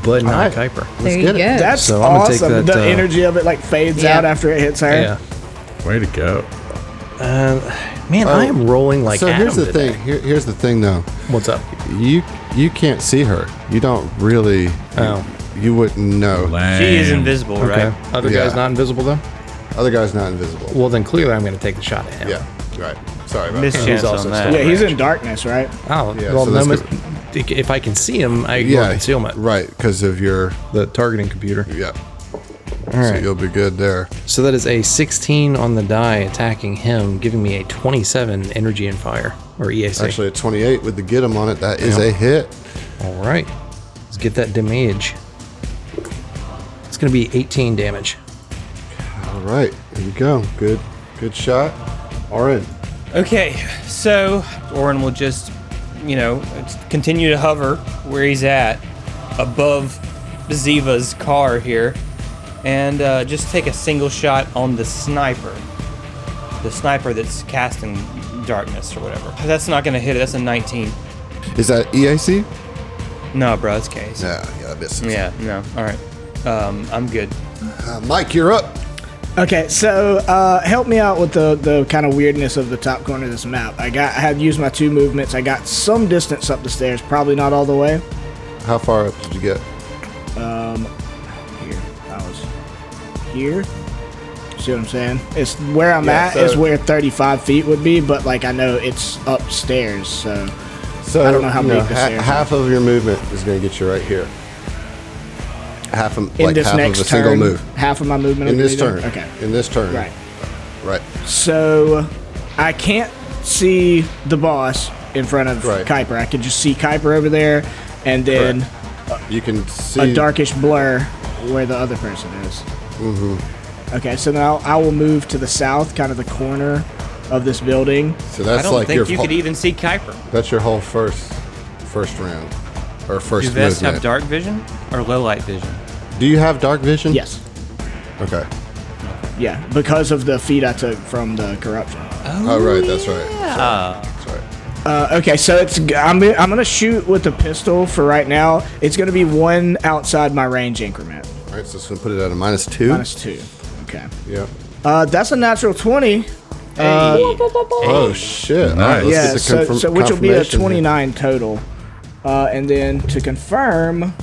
[SPEAKER 7] but not
[SPEAKER 1] All right.
[SPEAKER 7] Kuiper.
[SPEAKER 5] There you
[SPEAKER 1] get
[SPEAKER 5] go.
[SPEAKER 1] it.
[SPEAKER 4] That's
[SPEAKER 7] So I'm gonna take
[SPEAKER 4] awesome.
[SPEAKER 7] that,
[SPEAKER 4] the
[SPEAKER 7] uh,
[SPEAKER 4] energy of it like fades
[SPEAKER 5] Yeah.
[SPEAKER 4] out after it hits her.
[SPEAKER 7] Yeah.
[SPEAKER 8] Way to go.
[SPEAKER 7] Man, I am rolling like
[SPEAKER 1] Oh, so
[SPEAKER 7] Adam
[SPEAKER 1] here's the
[SPEAKER 7] today.
[SPEAKER 1] thing. Here, here's the thing, though.
[SPEAKER 7] What's up?
[SPEAKER 1] You you can't see her. You don't really.
[SPEAKER 7] Oh.
[SPEAKER 1] You wouldn't know.
[SPEAKER 3] She is
[SPEAKER 8] Lame.
[SPEAKER 3] invisible,
[SPEAKER 7] Okay.
[SPEAKER 3] right?
[SPEAKER 7] Other
[SPEAKER 1] Yeah.
[SPEAKER 7] guy's not invisible though.
[SPEAKER 1] Other guy's not invisible.
[SPEAKER 7] Well, then clearly I'm going to take the shot at him.
[SPEAKER 1] Yeah, right. Sorry about
[SPEAKER 3] Miss
[SPEAKER 1] that.
[SPEAKER 3] chance
[SPEAKER 7] also
[SPEAKER 3] on that.
[SPEAKER 4] Yeah, he's in darkness, right?
[SPEAKER 7] Oh,
[SPEAKER 1] Yeah,
[SPEAKER 7] well,
[SPEAKER 1] so
[SPEAKER 7] no,
[SPEAKER 1] that's
[SPEAKER 7] mis- if I can see him, I ignore concealment.
[SPEAKER 1] right, because of your
[SPEAKER 7] The targeting computer.
[SPEAKER 1] yeah.
[SPEAKER 7] All
[SPEAKER 1] So
[SPEAKER 7] right. So,
[SPEAKER 1] you'll be good there.
[SPEAKER 7] that is a 16 on the die attacking him, giving me a 27 energy and fire or E EAC.
[SPEAKER 1] Actually, a 28 with the get him on it. That is
[SPEAKER 7] Yeah.
[SPEAKER 1] a hit.
[SPEAKER 7] All right. Let's get that damage. It's going to be 18 damage.
[SPEAKER 1] All right, here you go. Good, good shot. Orin.
[SPEAKER 3] Okay, so Orin will just, you know, continue to hover where he's at, above Ziva's car here, and uh, just take a single shot on the sniper. The sniper that's casting darkness or whatever. That's not gonna hit it, that's a 19.
[SPEAKER 1] Is that E EAC?
[SPEAKER 3] No, bro, it's case.
[SPEAKER 1] Yeah, yeah, I missed.
[SPEAKER 3] Yeah, no, alright. Um, I'm good.
[SPEAKER 1] Uh, Mike, you're up.
[SPEAKER 4] Okay, so uh, help me out with the, the kind of weirdness of the top corner of this map. I got I had used my two movements. I got some distance up the stairs, probably not all the way.
[SPEAKER 1] How far up did you get?
[SPEAKER 4] Here, I was here. See what I'm saying? It's where I'm
[SPEAKER 1] Yeah,
[SPEAKER 4] at is
[SPEAKER 1] so-
[SPEAKER 4] where 35 feet would be, but like I know it's upstairs, so
[SPEAKER 1] So
[SPEAKER 4] I don't know how
[SPEAKER 1] you
[SPEAKER 4] big the stairs are.
[SPEAKER 1] half of your movement is going to get you right here. Half of
[SPEAKER 4] in
[SPEAKER 1] like
[SPEAKER 4] this
[SPEAKER 1] half
[SPEAKER 4] next
[SPEAKER 1] of a
[SPEAKER 4] turn,
[SPEAKER 1] single move.
[SPEAKER 4] half of my movement
[SPEAKER 1] In
[SPEAKER 4] will
[SPEAKER 1] this
[SPEAKER 4] be there?
[SPEAKER 1] turn.
[SPEAKER 4] Okay,
[SPEAKER 1] In this turn.
[SPEAKER 4] right.
[SPEAKER 1] Right.
[SPEAKER 4] So I can't see the boss in front of
[SPEAKER 1] Right.
[SPEAKER 4] Kuiper. I can just see Kuiper over there, and then
[SPEAKER 1] You can see
[SPEAKER 4] a darkish blur where the other person is. Mm-hmm. Okay, so now I will move to the south, kind of the corner of this building.
[SPEAKER 1] So
[SPEAKER 3] I
[SPEAKER 1] that's
[SPEAKER 3] don't
[SPEAKER 1] like your
[SPEAKER 3] think you
[SPEAKER 1] fu-
[SPEAKER 3] could even see Kuiper.
[SPEAKER 1] That's your whole first first round or
[SPEAKER 3] Do
[SPEAKER 1] first
[SPEAKER 3] vests have
[SPEAKER 1] movement.
[SPEAKER 3] dark vision or low light vision?
[SPEAKER 1] Do you have dark vision?
[SPEAKER 4] Yes.
[SPEAKER 1] Okay.
[SPEAKER 4] Yeah, because of the feed I took from the corruption.
[SPEAKER 1] Oh, right. That's right. That's right.
[SPEAKER 4] Uh, okay, so it's g- I'm gonna- I'm gonna shoot with a pistol for right now. It's gonna be one outside my range increment,
[SPEAKER 1] All right, so it's going to put it at a minus two.
[SPEAKER 4] minus two. Okay,
[SPEAKER 1] Yeah.
[SPEAKER 4] uh, that's a natural twenty.
[SPEAKER 1] Oh, shit. All right, let's
[SPEAKER 4] yeah,
[SPEAKER 1] get the
[SPEAKER 4] so,
[SPEAKER 1] confirm-
[SPEAKER 4] so which will be a
[SPEAKER 1] confirmation here.
[SPEAKER 4] twenty nine total, uh, and then to confirm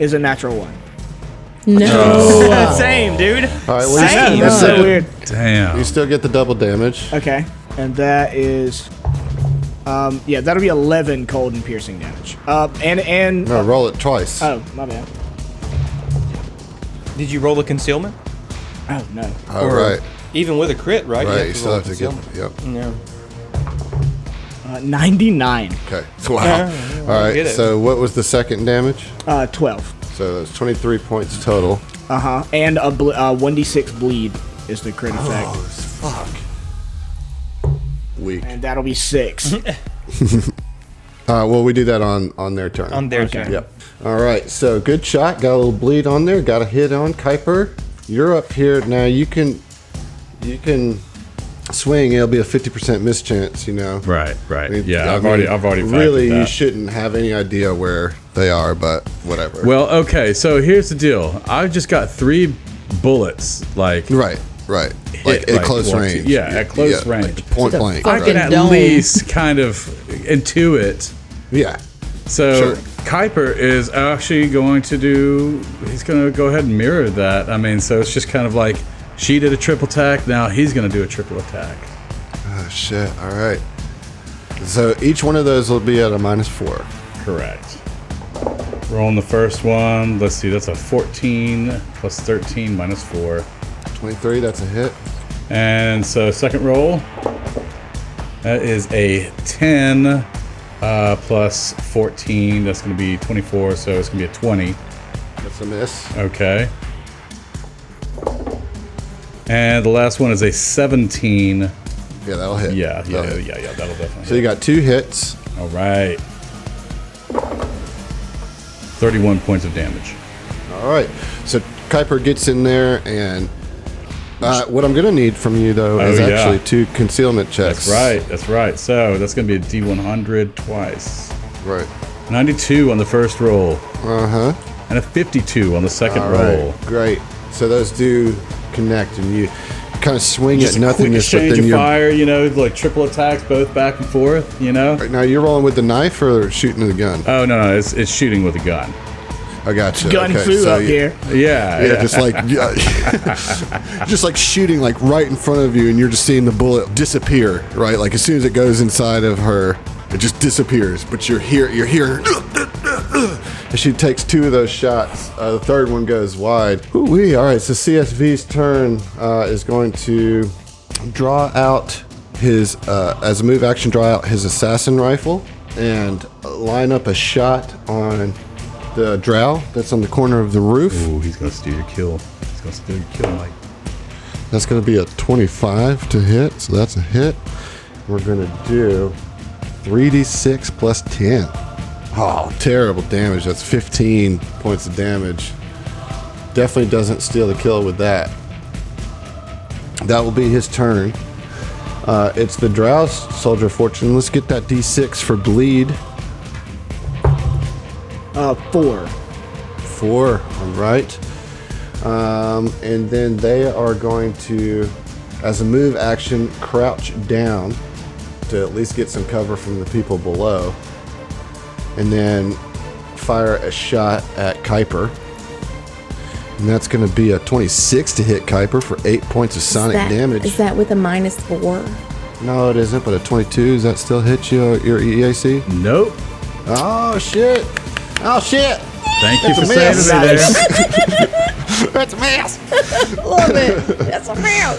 [SPEAKER 4] is a natural one.
[SPEAKER 5] No.
[SPEAKER 3] Same, dude.
[SPEAKER 1] All right, well, you
[SPEAKER 3] Same.
[SPEAKER 1] still-
[SPEAKER 3] Yeah,
[SPEAKER 4] That's so
[SPEAKER 3] so-
[SPEAKER 4] weird.
[SPEAKER 8] Damn.
[SPEAKER 1] You still get the double damage.
[SPEAKER 4] Okay, and that is, um, yeah, that'll be eleven cold and piercing damage. Uh, and and
[SPEAKER 1] No, roll it twice.
[SPEAKER 4] oh my bad.
[SPEAKER 3] Did you roll a concealment?
[SPEAKER 4] Oh no.
[SPEAKER 1] All right.
[SPEAKER 3] Even with a crit, right? You
[SPEAKER 1] Right,
[SPEAKER 3] to
[SPEAKER 1] you still
[SPEAKER 3] roll
[SPEAKER 1] have to get.
[SPEAKER 3] concealment.
[SPEAKER 1] Yep.
[SPEAKER 3] Yeah.
[SPEAKER 4] Uh, 99.
[SPEAKER 1] Okay. Wow. All
[SPEAKER 3] get
[SPEAKER 1] right.
[SPEAKER 3] it.
[SPEAKER 1] So what was the second damage?
[SPEAKER 4] Uh, 12.
[SPEAKER 1] So it's 23 points total.
[SPEAKER 4] Uh huh. And a ble- uh, 1d6 bleed is the crit
[SPEAKER 1] Oh.
[SPEAKER 4] effect.
[SPEAKER 8] Oh,
[SPEAKER 1] fuck. Weak.
[SPEAKER 4] And that'll be 6.
[SPEAKER 1] Uh, well, we do that on on their turn.
[SPEAKER 3] On their turn.
[SPEAKER 1] Yep. All right. So good shot. Got a little bleed on there. Got a hit on Kuiper. You're up here now. You can, you can swing. It'll be a 50% miss chance. You know.
[SPEAKER 8] Right, right.
[SPEAKER 1] I mean,
[SPEAKER 8] yeah,
[SPEAKER 1] I
[SPEAKER 8] I've already,
[SPEAKER 1] mean,
[SPEAKER 8] I've already. factored
[SPEAKER 1] Really, you
[SPEAKER 8] that.
[SPEAKER 1] shouldn't have any idea where they are, but whatever.
[SPEAKER 8] Well, okay. So here's the deal. I've just got three bullets. Like
[SPEAKER 1] right, right.
[SPEAKER 8] hit,
[SPEAKER 1] Like at
[SPEAKER 8] like,
[SPEAKER 1] close
[SPEAKER 8] one, two-
[SPEAKER 1] range.
[SPEAKER 8] yeah, at close range.
[SPEAKER 1] like point
[SPEAKER 5] The
[SPEAKER 1] blank.
[SPEAKER 5] fuck
[SPEAKER 8] I
[SPEAKER 5] Fucking
[SPEAKER 8] can
[SPEAKER 1] Right.
[SPEAKER 8] at
[SPEAKER 5] dome.
[SPEAKER 8] least kind of intuit.
[SPEAKER 1] Yeah.
[SPEAKER 8] So
[SPEAKER 1] Sure.
[SPEAKER 8] Kuiper is actually going to do. He's going to go ahead and mirror that. I mean, so it's just kind of like she did a triple attack. Now he's going to do a triple attack.
[SPEAKER 1] Oh shit. All right. So each one of those will be at a minus four.
[SPEAKER 8] Correct. Rolling the first one. Let's see. That's a 14 plus 13 minus four.
[SPEAKER 1] 23, that's a hit.
[SPEAKER 8] And so second roll. That is a 10 uh, plus 14. That's going to be 24. So it's going to be a 20.
[SPEAKER 1] That's a miss.
[SPEAKER 8] Okay. And the last one is a 17. Yeah,
[SPEAKER 1] Yeah, that'll hit.
[SPEAKER 8] yeah,
[SPEAKER 1] That'll
[SPEAKER 8] yeah,
[SPEAKER 1] hit.
[SPEAKER 8] yeah. That'll definitely.
[SPEAKER 1] So you got two hits.
[SPEAKER 8] hit. All right. 31 points of damage.
[SPEAKER 1] All right. So Kuiper gets in there, and uh, what I'm going to need from you, though, is
[SPEAKER 8] Oh, yeah.
[SPEAKER 1] actually two concealment checks.
[SPEAKER 8] That's right. That's right. So that's going to be a D100 twice.
[SPEAKER 1] Right.
[SPEAKER 8] 92 on the first roll
[SPEAKER 1] Uh huh.
[SPEAKER 8] and a 52 on the second
[SPEAKER 1] All right,
[SPEAKER 8] roll.
[SPEAKER 1] Great. So those do connect, and you kind of swing at
[SPEAKER 8] Just a quick
[SPEAKER 1] nothingness, but
[SPEAKER 8] exchange
[SPEAKER 1] then
[SPEAKER 8] of
[SPEAKER 1] you're.
[SPEAKER 8] fire, you know, like triple attacks, both back and forth, you know.
[SPEAKER 1] Now you're rolling with the knife or shooting with the gun?
[SPEAKER 8] Oh no, no, it's, it's shooting with a gun.
[SPEAKER 1] I got you.
[SPEAKER 4] Gun
[SPEAKER 1] okay,
[SPEAKER 4] flew
[SPEAKER 1] so
[SPEAKER 4] up
[SPEAKER 1] you-
[SPEAKER 4] here.
[SPEAKER 8] Yeah,
[SPEAKER 1] Yeah, just like yeah, just like shooting like right in front of you, and you're just seeing the bullet disappear. Right, like as soon as it goes inside of her, it just disappears. But you're here, you're here. And she takes two of those shots. Uh, the third one goes wide. Ooh wee! All right, so CSV's turn uh, is going to draw out his uh, as a move action, draw out his assassin rifle and line up a shot on the drow that's on the corner of the roof.
[SPEAKER 8] Ooh, he's gonna steal your kill. He's gonna steal your kill, Mike.
[SPEAKER 1] That's going to be a 25 to hit, so that's a hit. We're going to do 3d6 plus 10. Oh, terrible damage. That's 15 points of damage. Definitely doesn't steal the kill with that. That will be his turn. Uh, it's the Drow Soldier Fortune. Let's get that d6 for bleed.
[SPEAKER 4] Uh, 4.
[SPEAKER 1] Four, all right. Um, and then they are going to, as a move action, crouch down to at least get some cover from the people below. And then fire a shot at Kuiper. And that's going to be a 26 to hit Kuiper for eight points of Oh, sonic
[SPEAKER 5] That-
[SPEAKER 1] damage.
[SPEAKER 5] Is that with a minus four?
[SPEAKER 1] no, it isn't, but a 22, does that still hit you, your EAC?
[SPEAKER 8] Nope.
[SPEAKER 1] Oh, shit. Oh, shit.
[SPEAKER 8] Thank you for
[SPEAKER 1] a
[SPEAKER 8] saving me
[SPEAKER 1] miss.
[SPEAKER 8] there.
[SPEAKER 1] That's a mess.
[SPEAKER 5] Love it. That's a fail.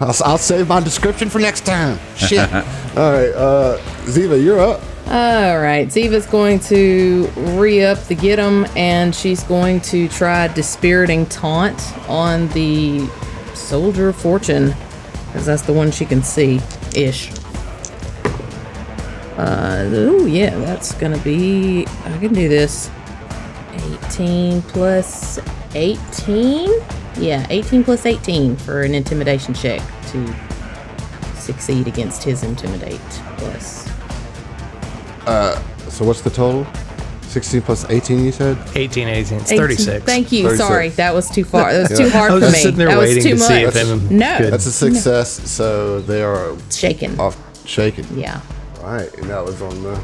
[SPEAKER 1] I'll, I'll save my description for next time. Shit. All right, uh, Ziva, you're up.
[SPEAKER 5] All right, Ziva's going to re up the get 'em, and she's going to try dispiriting taunt on the soldier of fortune, because that's the one she can see ish. Uh, oh yeah, that's gonna be. I can do this. 18 plus 18. Yeah, 18 plus 18 for an intimidation check to succeed against his intimidate plus
[SPEAKER 1] So what's the total? 16 plus 18, you said?
[SPEAKER 7] 18, 18. It's
[SPEAKER 5] 18
[SPEAKER 7] 36.
[SPEAKER 5] Thank you.
[SPEAKER 1] 36.
[SPEAKER 5] Sorry, that was too far. That was too hard
[SPEAKER 7] I was
[SPEAKER 5] for
[SPEAKER 7] just
[SPEAKER 5] me.
[SPEAKER 7] sitting there
[SPEAKER 5] that
[SPEAKER 7] waiting
[SPEAKER 5] was too
[SPEAKER 7] to
[SPEAKER 5] much.
[SPEAKER 7] see if Emma-
[SPEAKER 5] no,
[SPEAKER 7] Good.
[SPEAKER 1] That's a success, so they are
[SPEAKER 5] shaken.
[SPEAKER 1] off shaken.
[SPEAKER 5] Yeah,
[SPEAKER 1] All right, and that was on the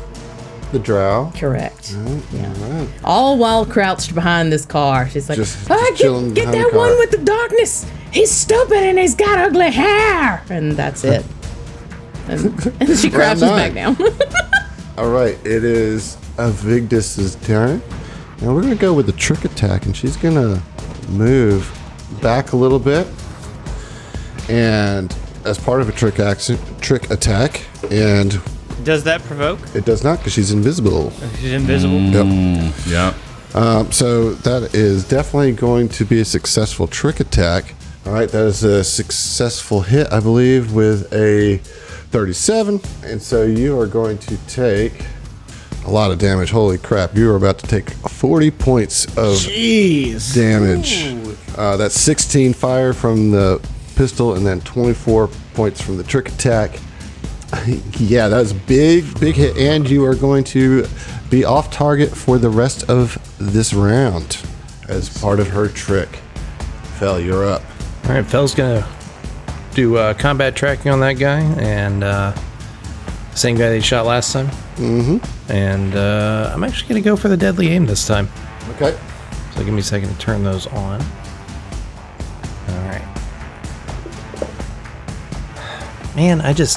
[SPEAKER 1] the drow.
[SPEAKER 5] correct. Yeah.
[SPEAKER 1] All right.
[SPEAKER 5] All while crouched behind this car, she's like,
[SPEAKER 1] Just-
[SPEAKER 5] "Ah,
[SPEAKER 1] just chilling
[SPEAKER 5] "Get, get
[SPEAKER 1] behind
[SPEAKER 5] that
[SPEAKER 1] the car."
[SPEAKER 5] one with the darkness. He's stupid and he's got ugly hair." And that's it. And, and she crouches back
[SPEAKER 1] Round
[SPEAKER 5] down.
[SPEAKER 1] All right, it is Avigdus's turn. Now we're going to go with the trick attack, and she's going to move back a little bit. And as part of a trick action, trick attack, and
[SPEAKER 3] Does that provoke?
[SPEAKER 1] it does not because she's invisible.
[SPEAKER 3] She's invisible.
[SPEAKER 1] Mm. Yep.
[SPEAKER 8] Yeah.
[SPEAKER 1] Um, so that is definitely going to be a successful trick attack. All right, that is a successful hit, I believe, with a 37. And so you are going to take a lot of damage. Holy crap, you are about to take 40 points of
[SPEAKER 4] Jeez.
[SPEAKER 1] damage. Uh, that's 16 fire from the pistol and then 24 points from the trick attack. yeah, that was big, big hit. And you are going to be off target for the rest of this round as part of her trick. Fell, you're up.
[SPEAKER 7] All right, Fell's gonna do uh, combat tracking on that guy, and uh, same guy they shot last time. Mm-hmm. And uh, I'm actually gonna go for the deadly aim this time.
[SPEAKER 1] Okay.
[SPEAKER 7] So give me a second to turn those on. All right. Man, I just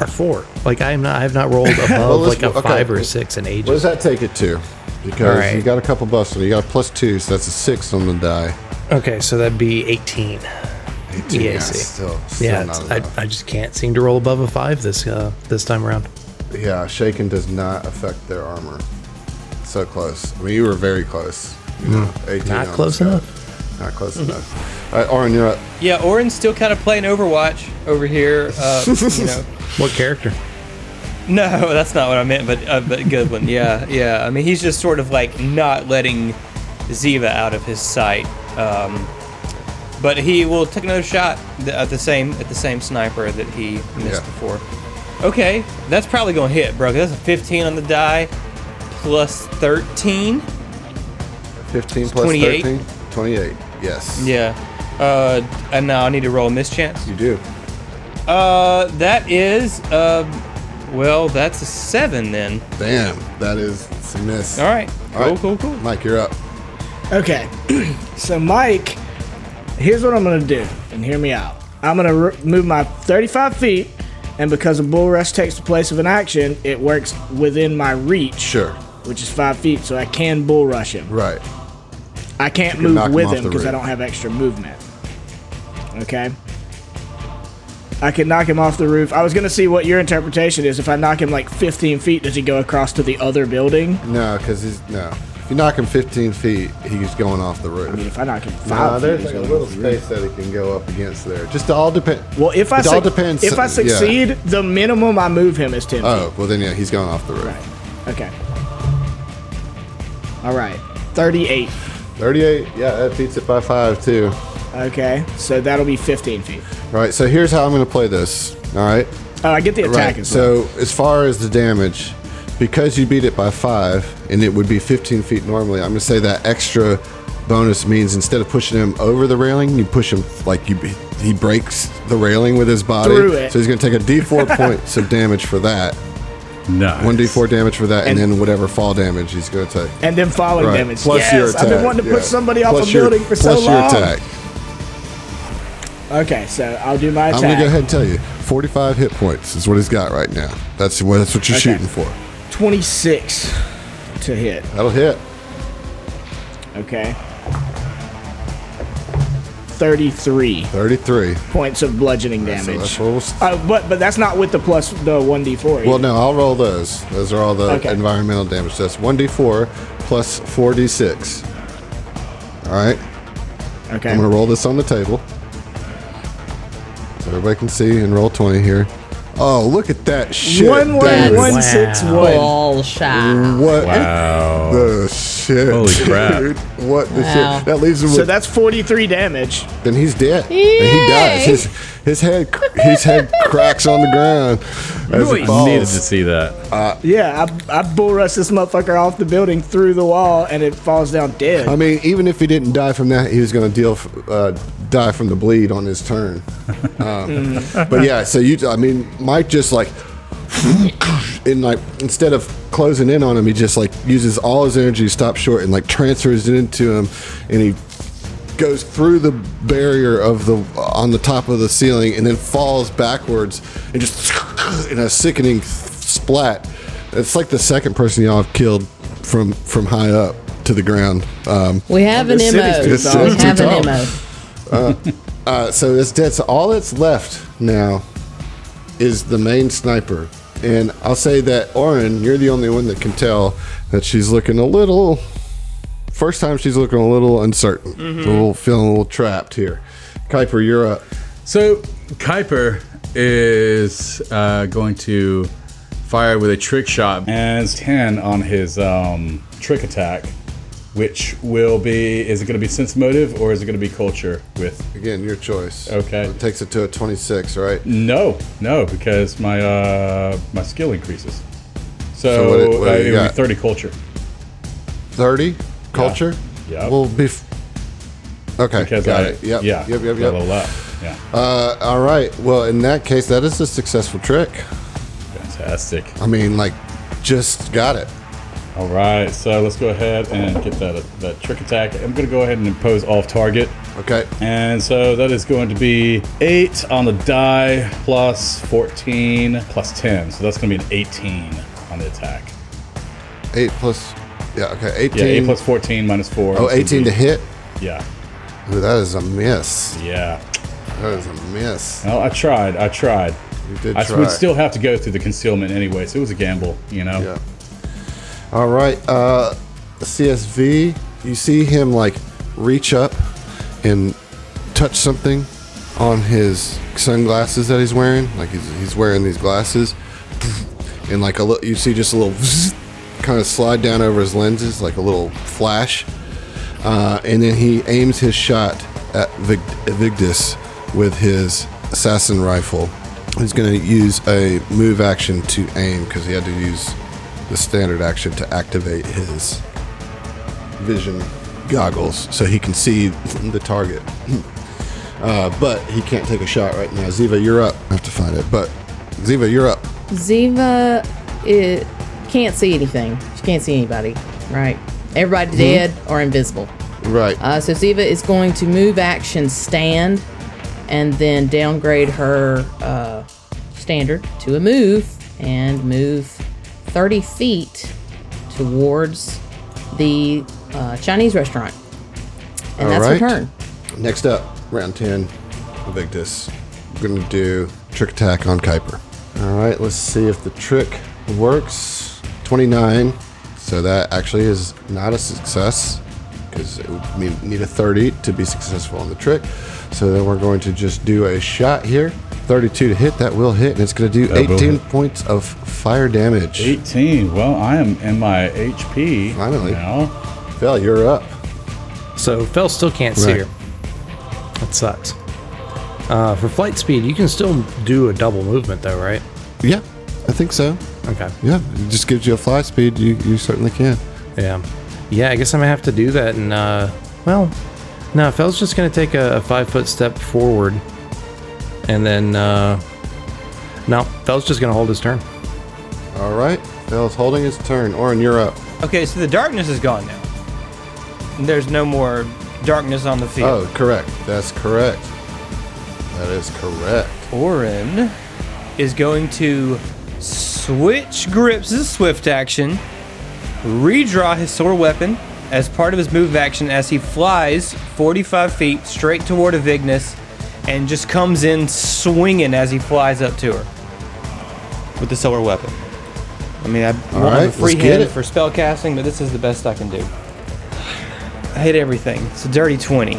[SPEAKER 7] a four. Like I am not. I have not rolled above
[SPEAKER 1] let's-
[SPEAKER 7] like a
[SPEAKER 1] okay.
[SPEAKER 7] five or a six in
[SPEAKER 1] What does
[SPEAKER 7] ages.
[SPEAKER 1] that take it to? Because
[SPEAKER 7] All right.
[SPEAKER 1] you got a couple buffs, so you got a plus two, so that's a six on the die.
[SPEAKER 7] Okay, so that'd be eighteen.
[SPEAKER 1] Yeah,
[SPEAKER 7] I
[SPEAKER 1] it's
[SPEAKER 7] see.
[SPEAKER 1] still, still
[SPEAKER 7] Yeah,
[SPEAKER 1] Oh, not
[SPEAKER 7] it's- I,
[SPEAKER 1] enough.
[SPEAKER 7] I just can't seem to roll above a five this uh, this time around.
[SPEAKER 1] Yeah, shaken does not affect their armor. So close. I mean, you were very close. You know,
[SPEAKER 4] Hmm.
[SPEAKER 1] 18
[SPEAKER 7] Not
[SPEAKER 1] on
[SPEAKER 7] close
[SPEAKER 1] the sky.
[SPEAKER 7] enough.
[SPEAKER 1] Not close enough. All right, Oren, you're up.
[SPEAKER 3] Yeah, Orin's still kind of playing Overwatch over here. Uh, you know.
[SPEAKER 7] What character?
[SPEAKER 3] No, that's not what I meant, but uh, but good one. Yeah, yeah. I mean, he's just sort of like not letting Ziva out of his sight. Um, but he will take another shot th- at the same at the same sniper that he missed
[SPEAKER 1] Yeah.
[SPEAKER 3] before. Okay, that's probably gonna hit, bro. 'cause That's a 15 on the die, plus 13.
[SPEAKER 1] 15 plus
[SPEAKER 3] 28.
[SPEAKER 1] 13? 28. Yes.
[SPEAKER 3] Yeah. Uh, and now I need to roll a mischance.
[SPEAKER 1] You do.
[SPEAKER 3] Uh, that is uh, well, that's a seven then.
[SPEAKER 1] Damn, that is it's a miss.
[SPEAKER 3] All right.
[SPEAKER 1] All
[SPEAKER 3] cool,
[SPEAKER 1] right.
[SPEAKER 3] cool, cool.
[SPEAKER 1] Mike, you're up.
[SPEAKER 4] Okay. so, Mike, here's what I'm going to do, and hear me out. I'm going to r- move my 35 feet, and because a bull rush takes the place of an action, it works within my reach.
[SPEAKER 1] Sure.
[SPEAKER 4] Which is five feet, so I can bull rush him.
[SPEAKER 1] Right.
[SPEAKER 4] I can't
[SPEAKER 1] can knock him
[SPEAKER 4] move with
[SPEAKER 1] off
[SPEAKER 4] him
[SPEAKER 1] the
[SPEAKER 4] because I
[SPEAKER 1] roof.
[SPEAKER 4] don't have extra movement. Okay. I can knock him off the roof. I was gonna see what your interpretation is. If I knock him like 15 feet, does he go across to the other building?
[SPEAKER 1] No, because he's. No. If you knock him 15 feet, he's going off the
[SPEAKER 4] I mean,
[SPEAKER 1] roof.
[SPEAKER 4] if I knock him
[SPEAKER 1] Nah,
[SPEAKER 4] five, feet,
[SPEAKER 1] there's
[SPEAKER 4] he's
[SPEAKER 1] like a
[SPEAKER 4] gonna-
[SPEAKER 1] little space that he can go up against there. Just all depend.
[SPEAKER 4] well, if I
[SPEAKER 1] it all
[SPEAKER 4] suc-
[SPEAKER 1] depends.
[SPEAKER 4] if I
[SPEAKER 1] yeah.
[SPEAKER 4] succeed, the minimum I move him is 10
[SPEAKER 1] Oh well, then yeah, he's going off the roof.
[SPEAKER 4] feet. Okay. All right. 38.
[SPEAKER 1] 38. Yeah, that beats it by five too.
[SPEAKER 4] Okay, so that'll be 15 feet.
[SPEAKER 1] All right, so here's how I'm going to play this. All right,
[SPEAKER 4] Oh, I get the attack
[SPEAKER 1] right.
[SPEAKER 4] as well.
[SPEAKER 1] So as far as the damage, because you beat it by five, and it would be 15 feet normally, I'm going to say that extra bonus means instead of pushing him over the railing, you push him like you he breaks the railing with his body.
[SPEAKER 4] Through it.
[SPEAKER 1] So he's going to take a D4 points of damage for that.
[SPEAKER 8] No.
[SPEAKER 1] One D4 damage for that, and,
[SPEAKER 4] And-
[SPEAKER 1] then whatever fall damage he's going to take.
[SPEAKER 4] and then falling
[SPEAKER 1] Right.
[SPEAKER 4] damage.
[SPEAKER 1] Plus
[SPEAKER 4] yes,
[SPEAKER 1] your attack.
[SPEAKER 4] I've been wanting to
[SPEAKER 1] yeah.
[SPEAKER 4] push somebody off
[SPEAKER 1] Plus
[SPEAKER 4] a
[SPEAKER 1] your-
[SPEAKER 4] building for so
[SPEAKER 1] plus
[SPEAKER 4] long.
[SPEAKER 1] your attack.
[SPEAKER 4] Okay, so I'll do my
[SPEAKER 1] I'm
[SPEAKER 4] attack.
[SPEAKER 1] gonna go ahead and tell you, 45 hit points is what he's got right now. That's what that's what you're
[SPEAKER 4] Okay.
[SPEAKER 1] shooting for.
[SPEAKER 4] 26 to hit.
[SPEAKER 1] That'll hit.
[SPEAKER 4] Okay. 33
[SPEAKER 1] 33.
[SPEAKER 4] points of bludgeoning
[SPEAKER 1] So
[SPEAKER 4] damage.
[SPEAKER 1] that's what we'll s-
[SPEAKER 4] Oh, but but that's not with the plus the 1d4.
[SPEAKER 1] well,
[SPEAKER 4] either.
[SPEAKER 1] no, I'll roll those. Those are all the
[SPEAKER 4] Okay.
[SPEAKER 1] environmental damage. That's 1d4 plus 4d6. All right,
[SPEAKER 4] okay.
[SPEAKER 1] I'm gonna roll this on the table so everybody can see and roll 20 here. Oh, look at that shit!
[SPEAKER 4] One one
[SPEAKER 1] David.
[SPEAKER 4] one six
[SPEAKER 7] Wow.
[SPEAKER 4] one.
[SPEAKER 5] All shy.
[SPEAKER 1] What
[SPEAKER 8] Wow.
[SPEAKER 1] the shit?
[SPEAKER 8] Holy crap.
[SPEAKER 1] dude. What the
[SPEAKER 5] Wow.
[SPEAKER 1] shit? That leaves him
[SPEAKER 4] So
[SPEAKER 1] with
[SPEAKER 4] that's 43 damage.
[SPEAKER 1] then he's dead. Then he dies.
[SPEAKER 5] Yay!
[SPEAKER 1] His, His head, his head cracks on the ground as it
[SPEAKER 3] Nice.
[SPEAKER 1] falls.
[SPEAKER 8] Needed to see that.
[SPEAKER 4] Yeah, I, I bull rushed this motherfucker off the building through the wall, and it falls down dead.
[SPEAKER 1] I mean, even if he didn't die from that, he was going to deal uh, die from the bleed on his turn. Um, but yeah, so you, I mean, Mike just like, and like instead of closing in on him, he just like uses all his energy to stop short and like transfers it into him, and he goes through the barrier of the on the top of the ceiling and then falls backwards and just in a sickening splat. It's like the second person y'all have killed from from high up to the ground. Um,
[SPEAKER 5] We have an
[SPEAKER 4] This city's
[SPEAKER 5] MO.
[SPEAKER 4] too tall.
[SPEAKER 5] We
[SPEAKER 1] It's too
[SPEAKER 5] have an
[SPEAKER 1] tall.
[SPEAKER 5] MO.
[SPEAKER 1] uh, so it's dead. So all that's left now is the main sniper, and I'll say that Oren, you're the only one that can tell that she's looking a little. First time she's looking a little uncertain, a little feeling a little trapped here. Kuiper, you're up.
[SPEAKER 8] So Kuiper is uh, going to fire with a trick shot as ten on his um, trick attack, which will be—is it going to be sense motive or is it going to be culture with
[SPEAKER 1] Again, your choice.
[SPEAKER 8] Okay.
[SPEAKER 1] It takes it to a 26, right?
[SPEAKER 8] No, no, because my uh, my skill increases.
[SPEAKER 1] So
[SPEAKER 8] So,
[SPEAKER 1] what it- what
[SPEAKER 8] uh,
[SPEAKER 1] you
[SPEAKER 8] it would
[SPEAKER 1] got?
[SPEAKER 8] be thirty culture.
[SPEAKER 1] 30 culture?
[SPEAKER 8] Yeah.
[SPEAKER 1] We'll be. F- okay.
[SPEAKER 8] Because
[SPEAKER 1] got
[SPEAKER 8] I,
[SPEAKER 1] it. Yep.
[SPEAKER 8] yeah,
[SPEAKER 1] Yep. Yep.
[SPEAKER 8] I
[SPEAKER 1] Yep.
[SPEAKER 8] level up. Yeah,
[SPEAKER 1] Uh, all right. Well, in that case, that is a successful trick.
[SPEAKER 8] fantastic.
[SPEAKER 1] I mean, like, just got it.
[SPEAKER 8] All right, so let's go ahead and get that that trick attack. I'm gonna go ahead and impose off target,
[SPEAKER 1] Okay.
[SPEAKER 8] and so that is going to be eight on the die plus fourteen plus ten. So that's gonna be an eighteen on the attack.
[SPEAKER 1] 8 plus. Yeah. Okay. 18.
[SPEAKER 8] Yeah, eight plus fourteen minus four.
[SPEAKER 1] Oh,
[SPEAKER 8] is gonna
[SPEAKER 1] 18
[SPEAKER 8] be-
[SPEAKER 1] to hit.
[SPEAKER 8] Yeah,
[SPEAKER 1] Ooh, that is a miss.
[SPEAKER 8] yeah.
[SPEAKER 1] That is a miss.
[SPEAKER 8] Well, I tried. I tried.
[SPEAKER 1] You did
[SPEAKER 8] I
[SPEAKER 1] try.
[SPEAKER 8] would still have to go through the concealment anyway, so it was a gamble, you know.
[SPEAKER 1] Yeah. All right. Uh, CSV, you see him like reach up and touch something on his sunglasses that he's wearing. Like he's, he's wearing these glasses, and like a little, you see just a little kind of slide down over his lenses, like a little flash. Uh, and then he aims his shot at Vig- Vigdis with his assassin rifle. He's going to use a move action to aim because he had to use the standard action to activate his vision goggles so he can see the target. Uh, but he can't take a shot right now. Ziva, you're up. I have to find it. But Ziva, you're up.
[SPEAKER 5] Ziva it can't see anything. She can't see anybody. Right. Mm-hmm. Everybody dead or invisible.
[SPEAKER 1] Right.
[SPEAKER 5] Uh, so Ziva is going to move action stand and then downgrade her uh, standard to a move and move 30 feet towards the uh, Chinese restaurant. And that's
[SPEAKER 1] Alright.
[SPEAKER 5] her turn.
[SPEAKER 1] Next up, round 10, Evictus. We're going to do trick attack on Kuiper. All right, let's see if the trick works. 29. So that actually is not a success because it would mean- need a 30 to be successful on the trick. So then we're going to just do a shot here. 32 to hit, that will hit, and it's going to do
[SPEAKER 8] That will
[SPEAKER 1] 18
[SPEAKER 8] hit.
[SPEAKER 1] points of fire damage.
[SPEAKER 8] 18. Well, I am in my HP.
[SPEAKER 1] Finally.
[SPEAKER 8] Now.
[SPEAKER 1] Val, you're up.
[SPEAKER 7] So Fel still can't see
[SPEAKER 1] Right.
[SPEAKER 7] her. That sucks. Uh, for flight speed, you can still do a double movement though, right?
[SPEAKER 1] Yeah, I think so.
[SPEAKER 7] Okay.
[SPEAKER 1] Yeah, it just gives you a fly speed. You, you certainly can.
[SPEAKER 7] Yeah. Yeah, I guess I'm gonna have to do that and uh well no, Fel's just gonna take a, a five foot step forward and then uh no, Fel's just gonna hold his turn.
[SPEAKER 1] All right. Bell's holding his turn. Orin, you're up.
[SPEAKER 3] Okay, so the darkness is gone now. There's no more darkness on the field.
[SPEAKER 1] Oh, correct. That's correct. That is correct.
[SPEAKER 3] Orin is going to switch grips as a swift action, redraw his sword weapon as part of his move action as he flies 45 feet straight toward Avignus and just comes in swinging as he flies up to her with the solar weapon. I mean, I
[SPEAKER 1] All
[SPEAKER 3] want
[SPEAKER 1] right,
[SPEAKER 3] a
[SPEAKER 1] let's
[SPEAKER 3] free
[SPEAKER 1] get
[SPEAKER 3] hand
[SPEAKER 1] it.
[SPEAKER 3] for spell casting, but this is the best I can do. I hit everything. It's a dirty 20.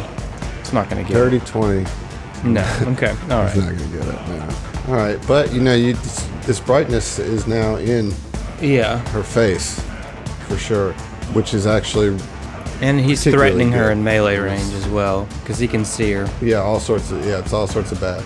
[SPEAKER 3] It's not going to get
[SPEAKER 1] Dirty 20. He's
[SPEAKER 3] it. No. Okay. All right.
[SPEAKER 1] not going to get it now. All right. But, you know, you, this, this brightness is now in
[SPEAKER 3] Yeah.
[SPEAKER 1] her face for sure, which is actually,
[SPEAKER 3] And he's
[SPEAKER 1] particularly
[SPEAKER 3] threatening her
[SPEAKER 1] good.
[SPEAKER 3] in melee range as well, because he can see her.
[SPEAKER 1] yeah, all sorts of, yeah, it's all sorts of bad.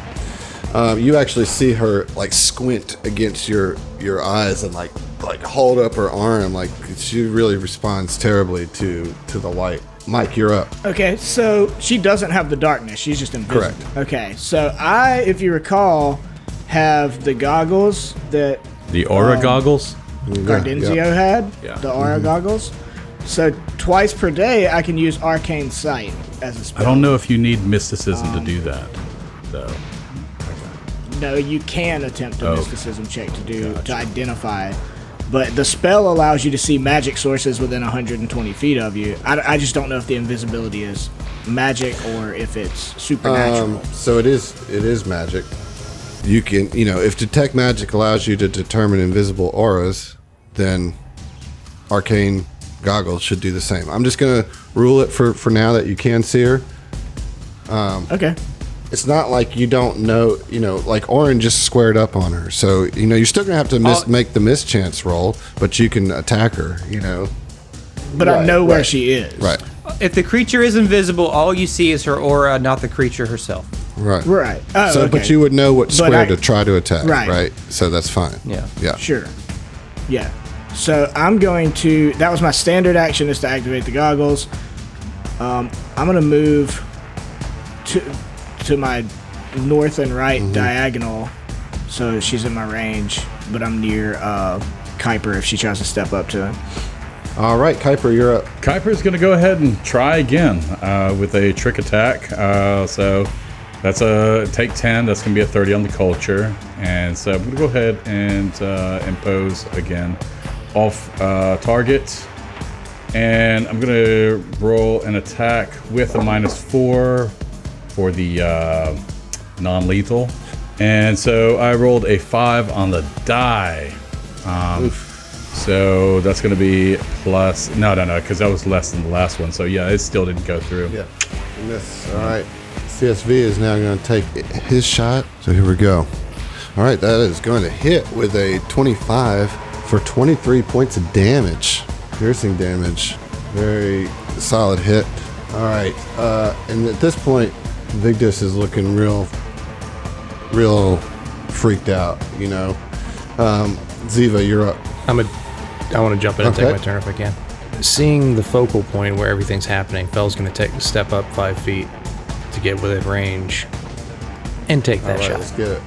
[SPEAKER 1] Um, you actually see her like squint against your your eyes and like like hold up her arm. Like she really responds terribly to to the light. Mike, you're up.
[SPEAKER 4] Okay, so she doesn't have the darkness. She's just invisible.
[SPEAKER 1] Correct.
[SPEAKER 4] Okay, so I, if you recall, have the goggles that
[SPEAKER 8] The aura goggles.
[SPEAKER 4] Gardenzio had,
[SPEAKER 8] Yeah.
[SPEAKER 4] the aura goggles. So twice per day, I can use arcane sight as a
[SPEAKER 8] I
[SPEAKER 4] spell.
[SPEAKER 8] don't know if you need mysticism to do that, though.
[SPEAKER 4] No, you can attempt a
[SPEAKER 8] Oh.
[SPEAKER 4] mysticism check to do to identify, but the spell allows you to see magic sources within 120 feet of you. I, I just don't know if the invisibility is magic or if it's supernatural.
[SPEAKER 1] Um, so it is it is magic. You can you know if detect magic allows you to determine invisible auras, then arcane goggles should do the same. I'm just gonna rule it for for now that you can see her.
[SPEAKER 4] okay.
[SPEAKER 1] It's not like you don't know you know like Orin just squared up on her, so you know you're still gonna have to miss,
[SPEAKER 3] I'll-
[SPEAKER 1] make the mischance roll, but you can attack her. You know,
[SPEAKER 4] But I
[SPEAKER 1] Right,
[SPEAKER 4] know where
[SPEAKER 1] right.
[SPEAKER 4] she is.
[SPEAKER 1] right,
[SPEAKER 3] If the creature is invisible, all you see is her aura, not the creature herself.
[SPEAKER 1] right,
[SPEAKER 4] Right. Oh,
[SPEAKER 1] so, but
[SPEAKER 4] okay.
[SPEAKER 1] you would know what square
[SPEAKER 4] I-
[SPEAKER 1] to try to attack,
[SPEAKER 4] Right.
[SPEAKER 1] right. So that's fine.
[SPEAKER 3] Yeah.
[SPEAKER 1] yeah.
[SPEAKER 4] Sure. Yeah. So I'm going to. That was my standard action is to activate the goggles. Um, I'm going to move to to my north and right diagonal, so she's in my range, but I'm near uh, Kuiper if she tries to step up to him.
[SPEAKER 1] All right, Kuiper, you're up.
[SPEAKER 8] Kuiper's going to go ahead and try again uh, with a trick attack. Uh, so that's a take 10. That's going to be a 30 on the culture. And so I'm going to go ahead and uh, impose again off uh, target. And I'm going to roll an attack with a minus four for the uh, non lethal. And so I rolled a five on the die. Um, so that's going to be plus. No, no, no, because that was less than the last one. So yeah, it still didn't go through.
[SPEAKER 1] Yeah. Miss. All right. CSV is now going to take i- his shot. So here we go. All right, that is going to hit with a 25 for 23 points of damage, piercing damage. Very solid hit. All right, uh, and at this point, Vigdis is looking real, real freaked out. You know, um, Ziva, you're up.
[SPEAKER 7] I'm a. I want to jump in and
[SPEAKER 1] Okay.
[SPEAKER 7] take my turn if I can. Seeing the focal point where everything's happening, Fell's going to take a step up five feet to get within range and take that
[SPEAKER 1] All right, let's
[SPEAKER 7] shot.
[SPEAKER 1] get it.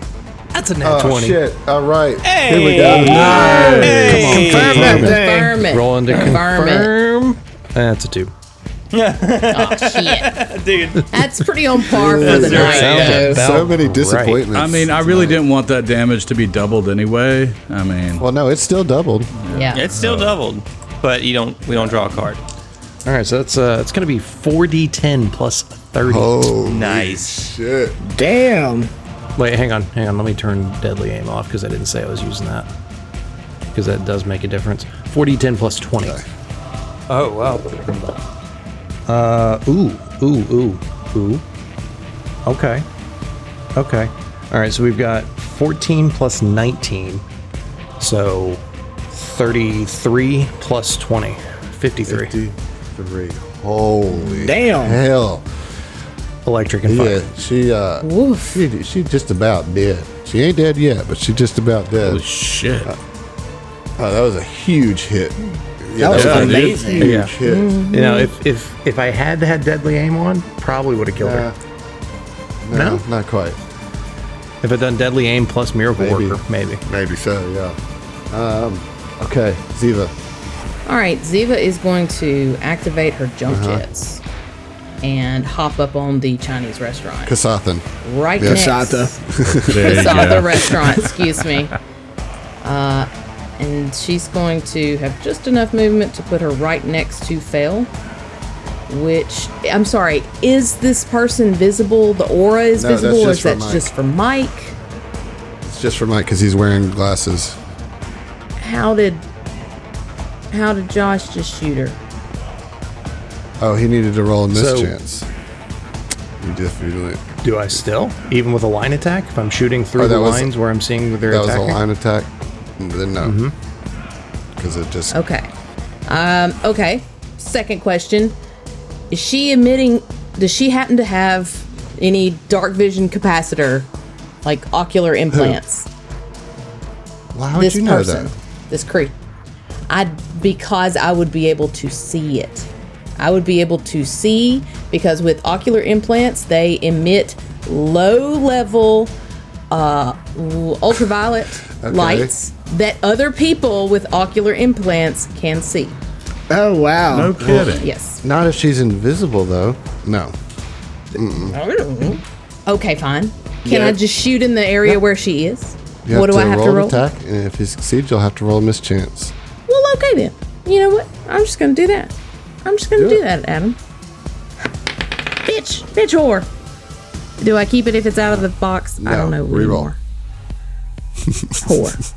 [SPEAKER 7] That's a nat
[SPEAKER 1] Oh
[SPEAKER 7] 20.
[SPEAKER 1] shit! All right, here we go. Nice. Come on,
[SPEAKER 5] Confirm
[SPEAKER 1] confirm it.
[SPEAKER 5] it. Confirm it.
[SPEAKER 7] Rolling to
[SPEAKER 5] Confirm it.
[SPEAKER 7] confirm. That's a two.
[SPEAKER 5] Oh, shit.
[SPEAKER 3] Dude,
[SPEAKER 5] That's pretty on par for the
[SPEAKER 3] That's
[SPEAKER 5] night,
[SPEAKER 3] right.
[SPEAKER 5] though.
[SPEAKER 7] Sounds
[SPEAKER 1] So
[SPEAKER 7] about
[SPEAKER 1] many
[SPEAKER 7] right.
[SPEAKER 1] disappointments.
[SPEAKER 8] I mean, I really didn't want that damage to be doubled anyway. I mean,
[SPEAKER 1] Well, no, it's still doubled.
[SPEAKER 5] Yeah.
[SPEAKER 3] it's still doubled, but you don't. We don't draw a card.
[SPEAKER 7] All right, so that's uh, it's going to be 4d10 plus 30.
[SPEAKER 1] Oh.
[SPEAKER 3] Nice.
[SPEAKER 1] shit!
[SPEAKER 4] Damn.
[SPEAKER 7] Wait, hang on, hang on. Let me turn deadly aim off because I didn't say I was using that. Because that does make a difference. 4d10 plus 20.
[SPEAKER 3] Oh wow.
[SPEAKER 7] Uh, ooh, ooh, ooh, ooh. Okay. Okay. All right, so we've got 14 plus 19. So 33 plus 20. 53.
[SPEAKER 1] Fifty-three. Holy
[SPEAKER 4] Damn.
[SPEAKER 1] hell!
[SPEAKER 7] Electric and fire.
[SPEAKER 1] Yeah, she uh,
[SPEAKER 5] Woof.
[SPEAKER 1] she, she just about dead. She ain't dead yet, but she just about dead.
[SPEAKER 8] holy shit.
[SPEAKER 1] Oh, that was a huge hit. Yeah,
[SPEAKER 4] That was
[SPEAKER 8] Yeah, dude.
[SPEAKER 4] amazing.
[SPEAKER 1] huge
[SPEAKER 7] Yeah.
[SPEAKER 1] hit.
[SPEAKER 7] You know, if, if if I had had deadly aim on, probably would have killed
[SPEAKER 1] Uh,
[SPEAKER 7] her.
[SPEAKER 1] no,
[SPEAKER 7] No?
[SPEAKER 1] not quite.
[SPEAKER 7] If I'd done deadly aim plus miracle
[SPEAKER 1] Maybe.
[SPEAKER 7] worker, maybe.
[SPEAKER 1] Maybe so. Yeah. Um. Okay, Ziva.
[SPEAKER 5] All right, Ziva is going to activate her jump
[SPEAKER 1] Uh-huh.
[SPEAKER 5] jets and hop up on the Chinese restaurant.
[SPEAKER 1] Kasathan.
[SPEAKER 5] Right
[SPEAKER 1] Yeah.
[SPEAKER 5] next
[SPEAKER 4] Kasata.
[SPEAKER 8] There you
[SPEAKER 5] Kasata
[SPEAKER 8] go.
[SPEAKER 5] restaurant, excuse me. Uh, and she's going to have just enough movement to put her right next to Fail. Which I'm sorry, is this person visible? The aura is
[SPEAKER 1] No, that's
[SPEAKER 5] visible, or
[SPEAKER 1] just
[SPEAKER 5] is
[SPEAKER 1] for
[SPEAKER 5] that
[SPEAKER 1] Mike.
[SPEAKER 5] just for Mike?
[SPEAKER 1] It's just for Mike because he's wearing glasses.
[SPEAKER 5] How did how did Josh just shoot her?
[SPEAKER 1] Oh, he needed to roll a
[SPEAKER 7] So-
[SPEAKER 1] mischance. you definitely.
[SPEAKER 7] Do I still? Even with a line attack? If I'm shooting through
[SPEAKER 1] Oh, that
[SPEAKER 7] the
[SPEAKER 1] was-
[SPEAKER 7] lines where I'm seeing their
[SPEAKER 1] That
[SPEAKER 7] attack.
[SPEAKER 1] was a line attack. Then no, because it just
[SPEAKER 5] Okay. Um, okay. Second question: Is she emitting? Does she happen to have any dark vision capacitor like ocular implants.
[SPEAKER 1] Why would
[SPEAKER 5] this
[SPEAKER 1] you know
[SPEAKER 5] person,
[SPEAKER 1] that?
[SPEAKER 5] this Cree. I because I would be able to see it. I would be able to see because with ocular implants they emit low level uh, l- ultraviolet
[SPEAKER 1] Okay.
[SPEAKER 5] lights that other people with ocular implants can see.
[SPEAKER 4] Oh wow.
[SPEAKER 8] No kidding.
[SPEAKER 5] Yes.
[SPEAKER 1] Not if she's invisible, though. No.
[SPEAKER 5] Okay, fine. Can I just shoot in the area where she is?
[SPEAKER 1] You
[SPEAKER 5] What do I have
[SPEAKER 1] roll
[SPEAKER 5] to
[SPEAKER 1] an
[SPEAKER 5] roll?
[SPEAKER 1] Attack, and if you succeed, you'll have to roll a mischance.
[SPEAKER 5] Well, okay then. You know what? I'm just gonna do that. I'm just gonna do, that, Adam. Bitch, bitch, whore. Do I keep it if it's out of the box? I don't
[SPEAKER 1] No,
[SPEAKER 5] know.
[SPEAKER 1] reroll.
[SPEAKER 5] anymore. whore.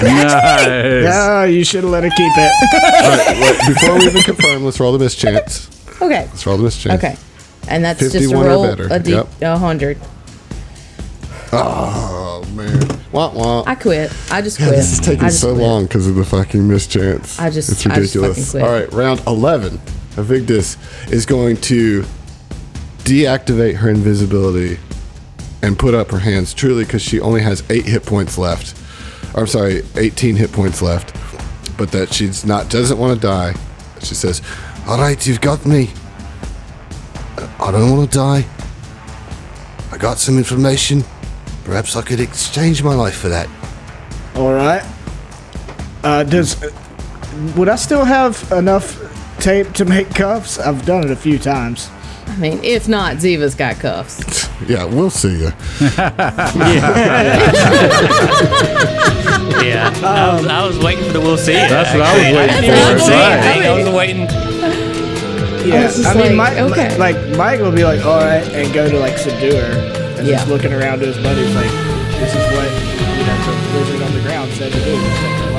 [SPEAKER 8] Nice.
[SPEAKER 4] Oh, you should have let her keep it.
[SPEAKER 1] Before we even confirm, let's roll the mischance.
[SPEAKER 5] Okay.
[SPEAKER 1] Let's roll the mischance.
[SPEAKER 5] Okay. And that's just a
[SPEAKER 1] 51 or
[SPEAKER 5] roll
[SPEAKER 1] better.
[SPEAKER 5] a d
[SPEAKER 1] Yep.
[SPEAKER 5] a hundred.
[SPEAKER 1] Oh man. Wah wah.
[SPEAKER 5] I quit. I just quit.
[SPEAKER 1] God, this is
[SPEAKER 5] I
[SPEAKER 1] taking
[SPEAKER 5] just
[SPEAKER 1] so
[SPEAKER 5] quit.
[SPEAKER 1] long because of the fucking mischance.
[SPEAKER 5] I just-
[SPEAKER 1] it's
[SPEAKER 5] I just
[SPEAKER 1] ridiculous.
[SPEAKER 5] fucking quit.
[SPEAKER 1] All right, round eleven. Evictus is going to deactivate her invisibility and put up her hands truly because she only has eight hit points left. Or, I'm sorry, eighteen hit points left, but that she's not doesn't want to die. She says, "All right, you've got me. I don't want to die. I got some information. Perhaps I could exchange my life for that."
[SPEAKER 4] All right. Uh, does would I still have enough tape to make cuffs? I've done it a few times.
[SPEAKER 5] I mean, if not, Ziva's got cuffs.
[SPEAKER 1] Yeah, we'll see you.
[SPEAKER 3] Yeah, I, was, I was waiting for the we'll see.
[SPEAKER 8] That's what I was waiting
[SPEAKER 5] what I
[SPEAKER 8] for.
[SPEAKER 5] was
[SPEAKER 8] Right.
[SPEAKER 3] I
[SPEAKER 5] waiting
[SPEAKER 3] was waiting.
[SPEAKER 4] Yeah,
[SPEAKER 5] was just
[SPEAKER 4] I mean,
[SPEAKER 5] like,
[SPEAKER 4] Mike,
[SPEAKER 5] okay.
[SPEAKER 4] like Mike will be like, all right, and go to like subdue her, and
[SPEAKER 5] Yeah.
[SPEAKER 4] just looking around to his buddies like, this is what you know, the wizard on the ground said to do.